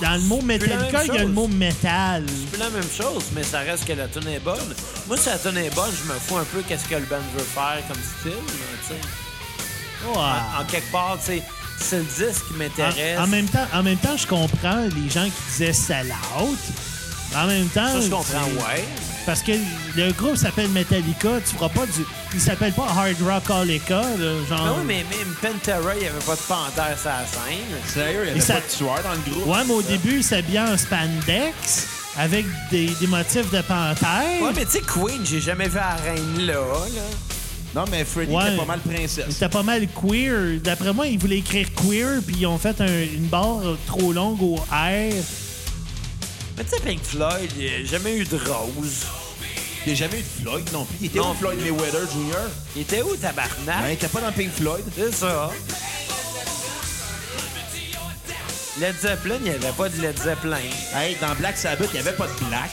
Speaker 3: Dans le mot
Speaker 1: la même
Speaker 3: Metallica, il y a le
Speaker 1: chose.
Speaker 3: mot métal.
Speaker 1: C'est la même chose, mais ça reste que la tune est bonne. Moi, si la tune est bonne, je me fous un peu qu'est-ce que le band veut faire comme style, là, tu sais.
Speaker 3: Ouais.
Speaker 1: En- En quelque part, tu sais, c'est le disque qui m'intéresse.
Speaker 3: Ah. En, en même temps, en même temps, je comprends les gens qui disaient sellout. En même temps,
Speaker 1: Ça, je comprends,
Speaker 3: c'est-
Speaker 1: ouais.
Speaker 3: Parce que le groupe s'appelle Metallica, tu feras pas du. Il s'appelle pas Hard Rock Allica, là, genre.
Speaker 1: Mais Ah oui, mais même Pantera, il n'y avait pas de panthère sur la scène.
Speaker 2: Sérieux, il y avait
Speaker 3: Et ça-
Speaker 2: pas de tueur dans le groupe.
Speaker 3: Ouais, mais au début, il s'habillait en spandex avec des, des motifs de panthère.
Speaker 1: Ouais, mais tu sais, Queen, j'ai jamais vu la reine là, là.
Speaker 2: Non, mais Freddy
Speaker 3: Ouais.
Speaker 2: était pas mal
Speaker 3: Il
Speaker 2: princesse.
Speaker 3: était pas mal queer. D'après moi, ils voulaient écrire queer, puis ils ont fait un- une barre trop longue au R.
Speaker 1: Mais tu sais, Pink Floyd, il n'y a jamais eu de rose.
Speaker 2: Il n'y a jamais eu de Floyd non plus. Il était
Speaker 1: Non.
Speaker 2: où Floyd Mayweather Jr.
Speaker 1: Il était où,
Speaker 2: Ben, il
Speaker 1: tabarnak?
Speaker 2: était pas dans Pink Floyd.
Speaker 1: C'est ça. Led Zeppelin, il n'y avait pas de Led Zeppelin.
Speaker 2: Hey, dans Black Sabbath, il n'y avait pas de Black.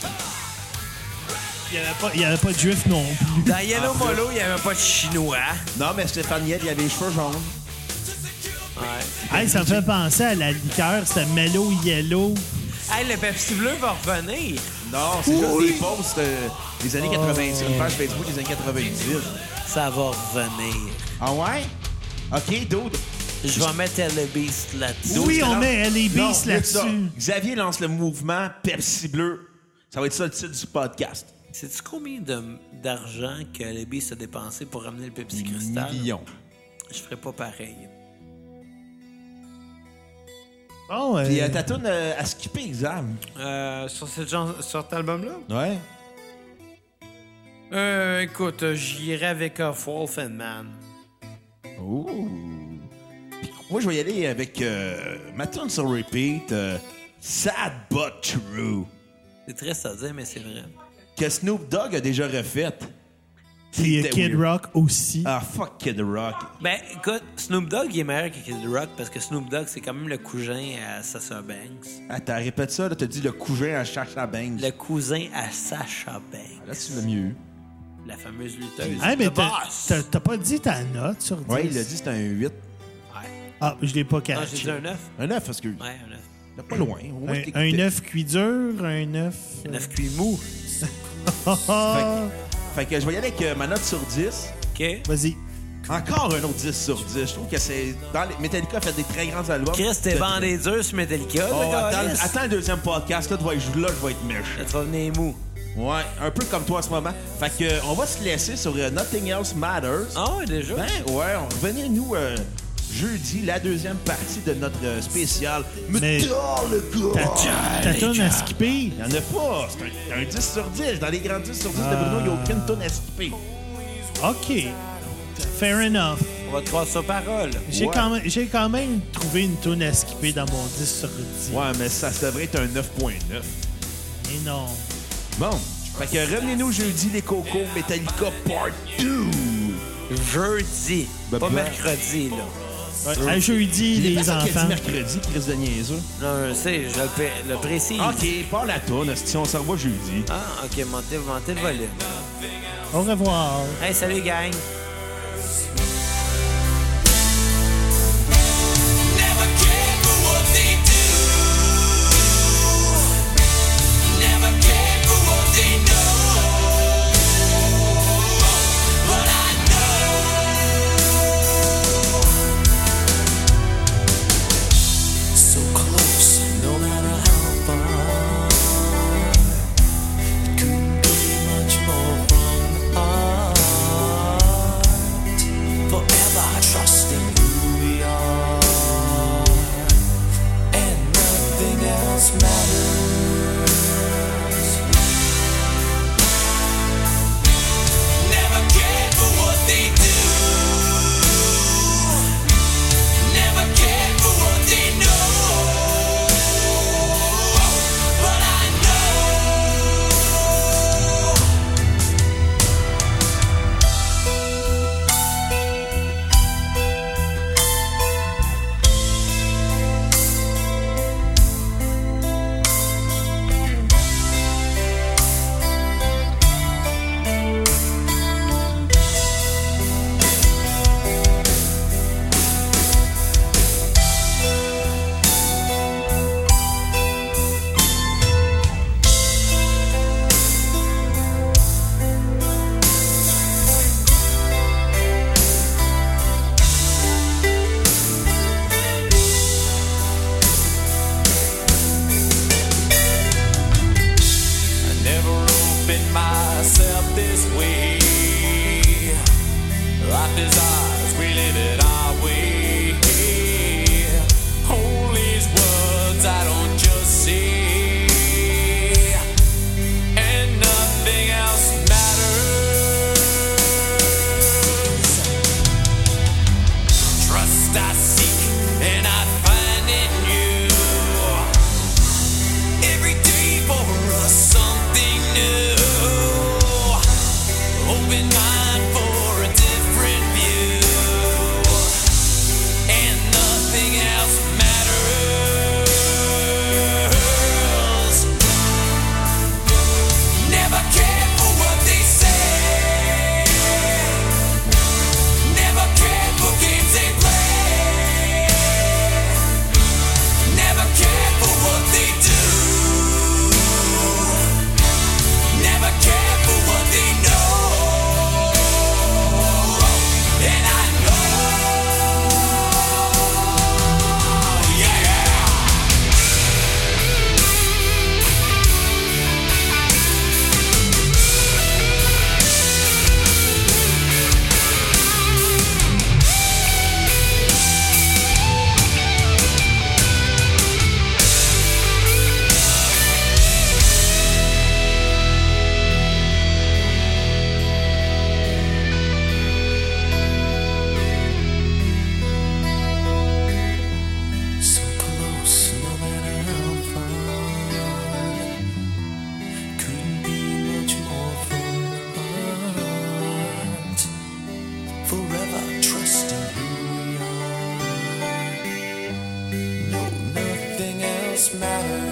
Speaker 3: Il y avait pas- Il y avait pas de juif non plus.
Speaker 1: Dans Yellow Molo, il n'y avait pas de Chinois.
Speaker 2: Non, mais Stéphane Yed, il avait les cheveux jaunes.
Speaker 1: Ouais.
Speaker 3: Hey, ça me fait penser à la liqueur, c'était Mellow Yellow.
Speaker 1: Hey, le Pepsi Bleu va revenir.
Speaker 2: Non, c'est juste des posts euh, des années 90. Une page Facebook des années 90.
Speaker 1: Ça va revenir.
Speaker 2: Ah ouais? OK, dude.
Speaker 1: Je vais mettre le Beast là-dessus.
Speaker 3: Oui,
Speaker 2: Dude,
Speaker 3: on
Speaker 2: non.
Speaker 3: met les
Speaker 2: Non,
Speaker 3: Beasts
Speaker 2: mais ça,
Speaker 3: là-dessus.
Speaker 2: Xavier lance le mouvement Pepsi Bleu. Ça va être ça le titre du podcast.
Speaker 1: Sais-tu combien de- d'argent que le Beast a dépensé pour ramener le Pepsi Cristal?
Speaker 2: Millions.
Speaker 1: Je ferais pas pareil.
Speaker 3: Bon, euh,
Speaker 2: Puis euh, ta toune euh, à skipper, Xam.
Speaker 1: Euh, sur, ce genre- sur cet album-là?
Speaker 2: Ouais.
Speaker 1: Euh, écoute, euh, j'irai avec euh, Wolf and Man.
Speaker 2: Ouh. Puis moi, je vais y aller avec euh, ma toune sur repeat. euh, Sad But True.
Speaker 1: C'est triste à dire, mais c'est vrai.
Speaker 2: Que Snoop Dogg a déjà refaite.
Speaker 3: puis euh,
Speaker 2: C'était
Speaker 3: Kid
Speaker 2: weird.
Speaker 3: Rock aussi.
Speaker 2: Ah, fuck Kid Rock.
Speaker 1: Ben, écoute, Snoop Dogg il est meilleur que Kid Rock parce que Snoop Dogg, c'est quand même le cousin à Sasha Banks.
Speaker 2: Attends, répète ça, là, t'as dit le cousin à Chacha Bangs.
Speaker 1: Le cousin à Sasha Banks.
Speaker 2: Là, tu l'as mieux eu.
Speaker 1: La fameuse lutteuse.
Speaker 3: Hey, mais
Speaker 1: The
Speaker 3: t'as-
Speaker 1: Boss.
Speaker 3: t'as t'as pas dit ta note sur 10?
Speaker 2: Ouais, il a dit c'était un 8.
Speaker 1: Ouais.
Speaker 3: Ah, je l'ai pas
Speaker 1: Non, j'ai dit
Speaker 3: catché.
Speaker 1: un 9.
Speaker 2: Un 9, parce que.
Speaker 1: Ouais, un 9.
Speaker 2: T'es pas loin. Au moins, je
Speaker 3: Un,
Speaker 2: t'écoutais.
Speaker 3: un œuf cuit dur, un œuf.
Speaker 1: Un 9 cuit mou.
Speaker 2: Fait que je vais y aller avec euh, ma note sur 10.
Speaker 1: OK?
Speaker 3: euh, Vas-y.
Speaker 2: Encore un autre 10 sur 10. Je trouve que c'est. Dans les... Metallica a fait des très grands albums.
Speaker 1: Chris, t'es
Speaker 2: De-
Speaker 1: bandé dur sur Metallica.
Speaker 2: Oh,
Speaker 1: le
Speaker 2: attends,
Speaker 1: câlisse.
Speaker 2: attends le deuxième podcast. Là, tu vas être- là, je vais être méchant.
Speaker 1: Ça te va venir mou.
Speaker 2: Ouais, un peu comme toi en ce moment. Fait que, euh, on va se laisser sur euh, Nothing Else Matters.
Speaker 1: Ah, ouais, déjà?
Speaker 2: Ben, ouais, on- revenez-nous euh, jeudi, la deuxième partie de notre euh, spécial.
Speaker 3: Mais-
Speaker 2: Metallica!
Speaker 3: Ta ta toune à skipper.
Speaker 2: Il n'y en a pas. C'est un, un 10 sur 10. Dans les grands 10 sur 10
Speaker 3: Ah.
Speaker 2: de Bruno, il n'y a aucune tonne à skipper.
Speaker 3: OK. Fair enough.
Speaker 1: On va te croire sur parole.
Speaker 3: J'ai
Speaker 2: Ouais.
Speaker 3: quand, même- j'ai quand même trouvé une toune à skipper dans mon 10 sur 10.
Speaker 2: Ouais, mais ça, ça devrait être un 9.9.
Speaker 3: Et non.
Speaker 2: Bon. Fait que revenez-nous jeudi, les cocos Metallica Part 2.
Speaker 1: Jeudi.
Speaker 3: Bah,
Speaker 2: Ben,
Speaker 1: pas
Speaker 2: ben.
Speaker 1: mercredi, là.
Speaker 3: À jeudi,
Speaker 2: Il est
Speaker 3: les
Speaker 2: pas ça qu'il a dit
Speaker 3: enfants.
Speaker 2: mercredi, Chris de niaiseux.
Speaker 1: Non, je sais, je le, pré- le précise.
Speaker 2: OK, pas la toune. Si on se revoit jeudi.
Speaker 1: Ah, ok, montez, montez le volume.
Speaker 3: Au revoir.
Speaker 1: Hey, salut, gang!
Speaker 5: Never care for what they do. Never care for what they know. But I know. So close, no matter how far. It couldn't be much more from the heart. For open mind for a different view, and nothing else matters. Never cared for what they say. Never cared for games they play. Never cared for what they do. Never cared for what they know. And I know. Yeah. So close, no matter how far. Couldn't be much more from the heart. Forever trusting who we are. No, nothing else matters.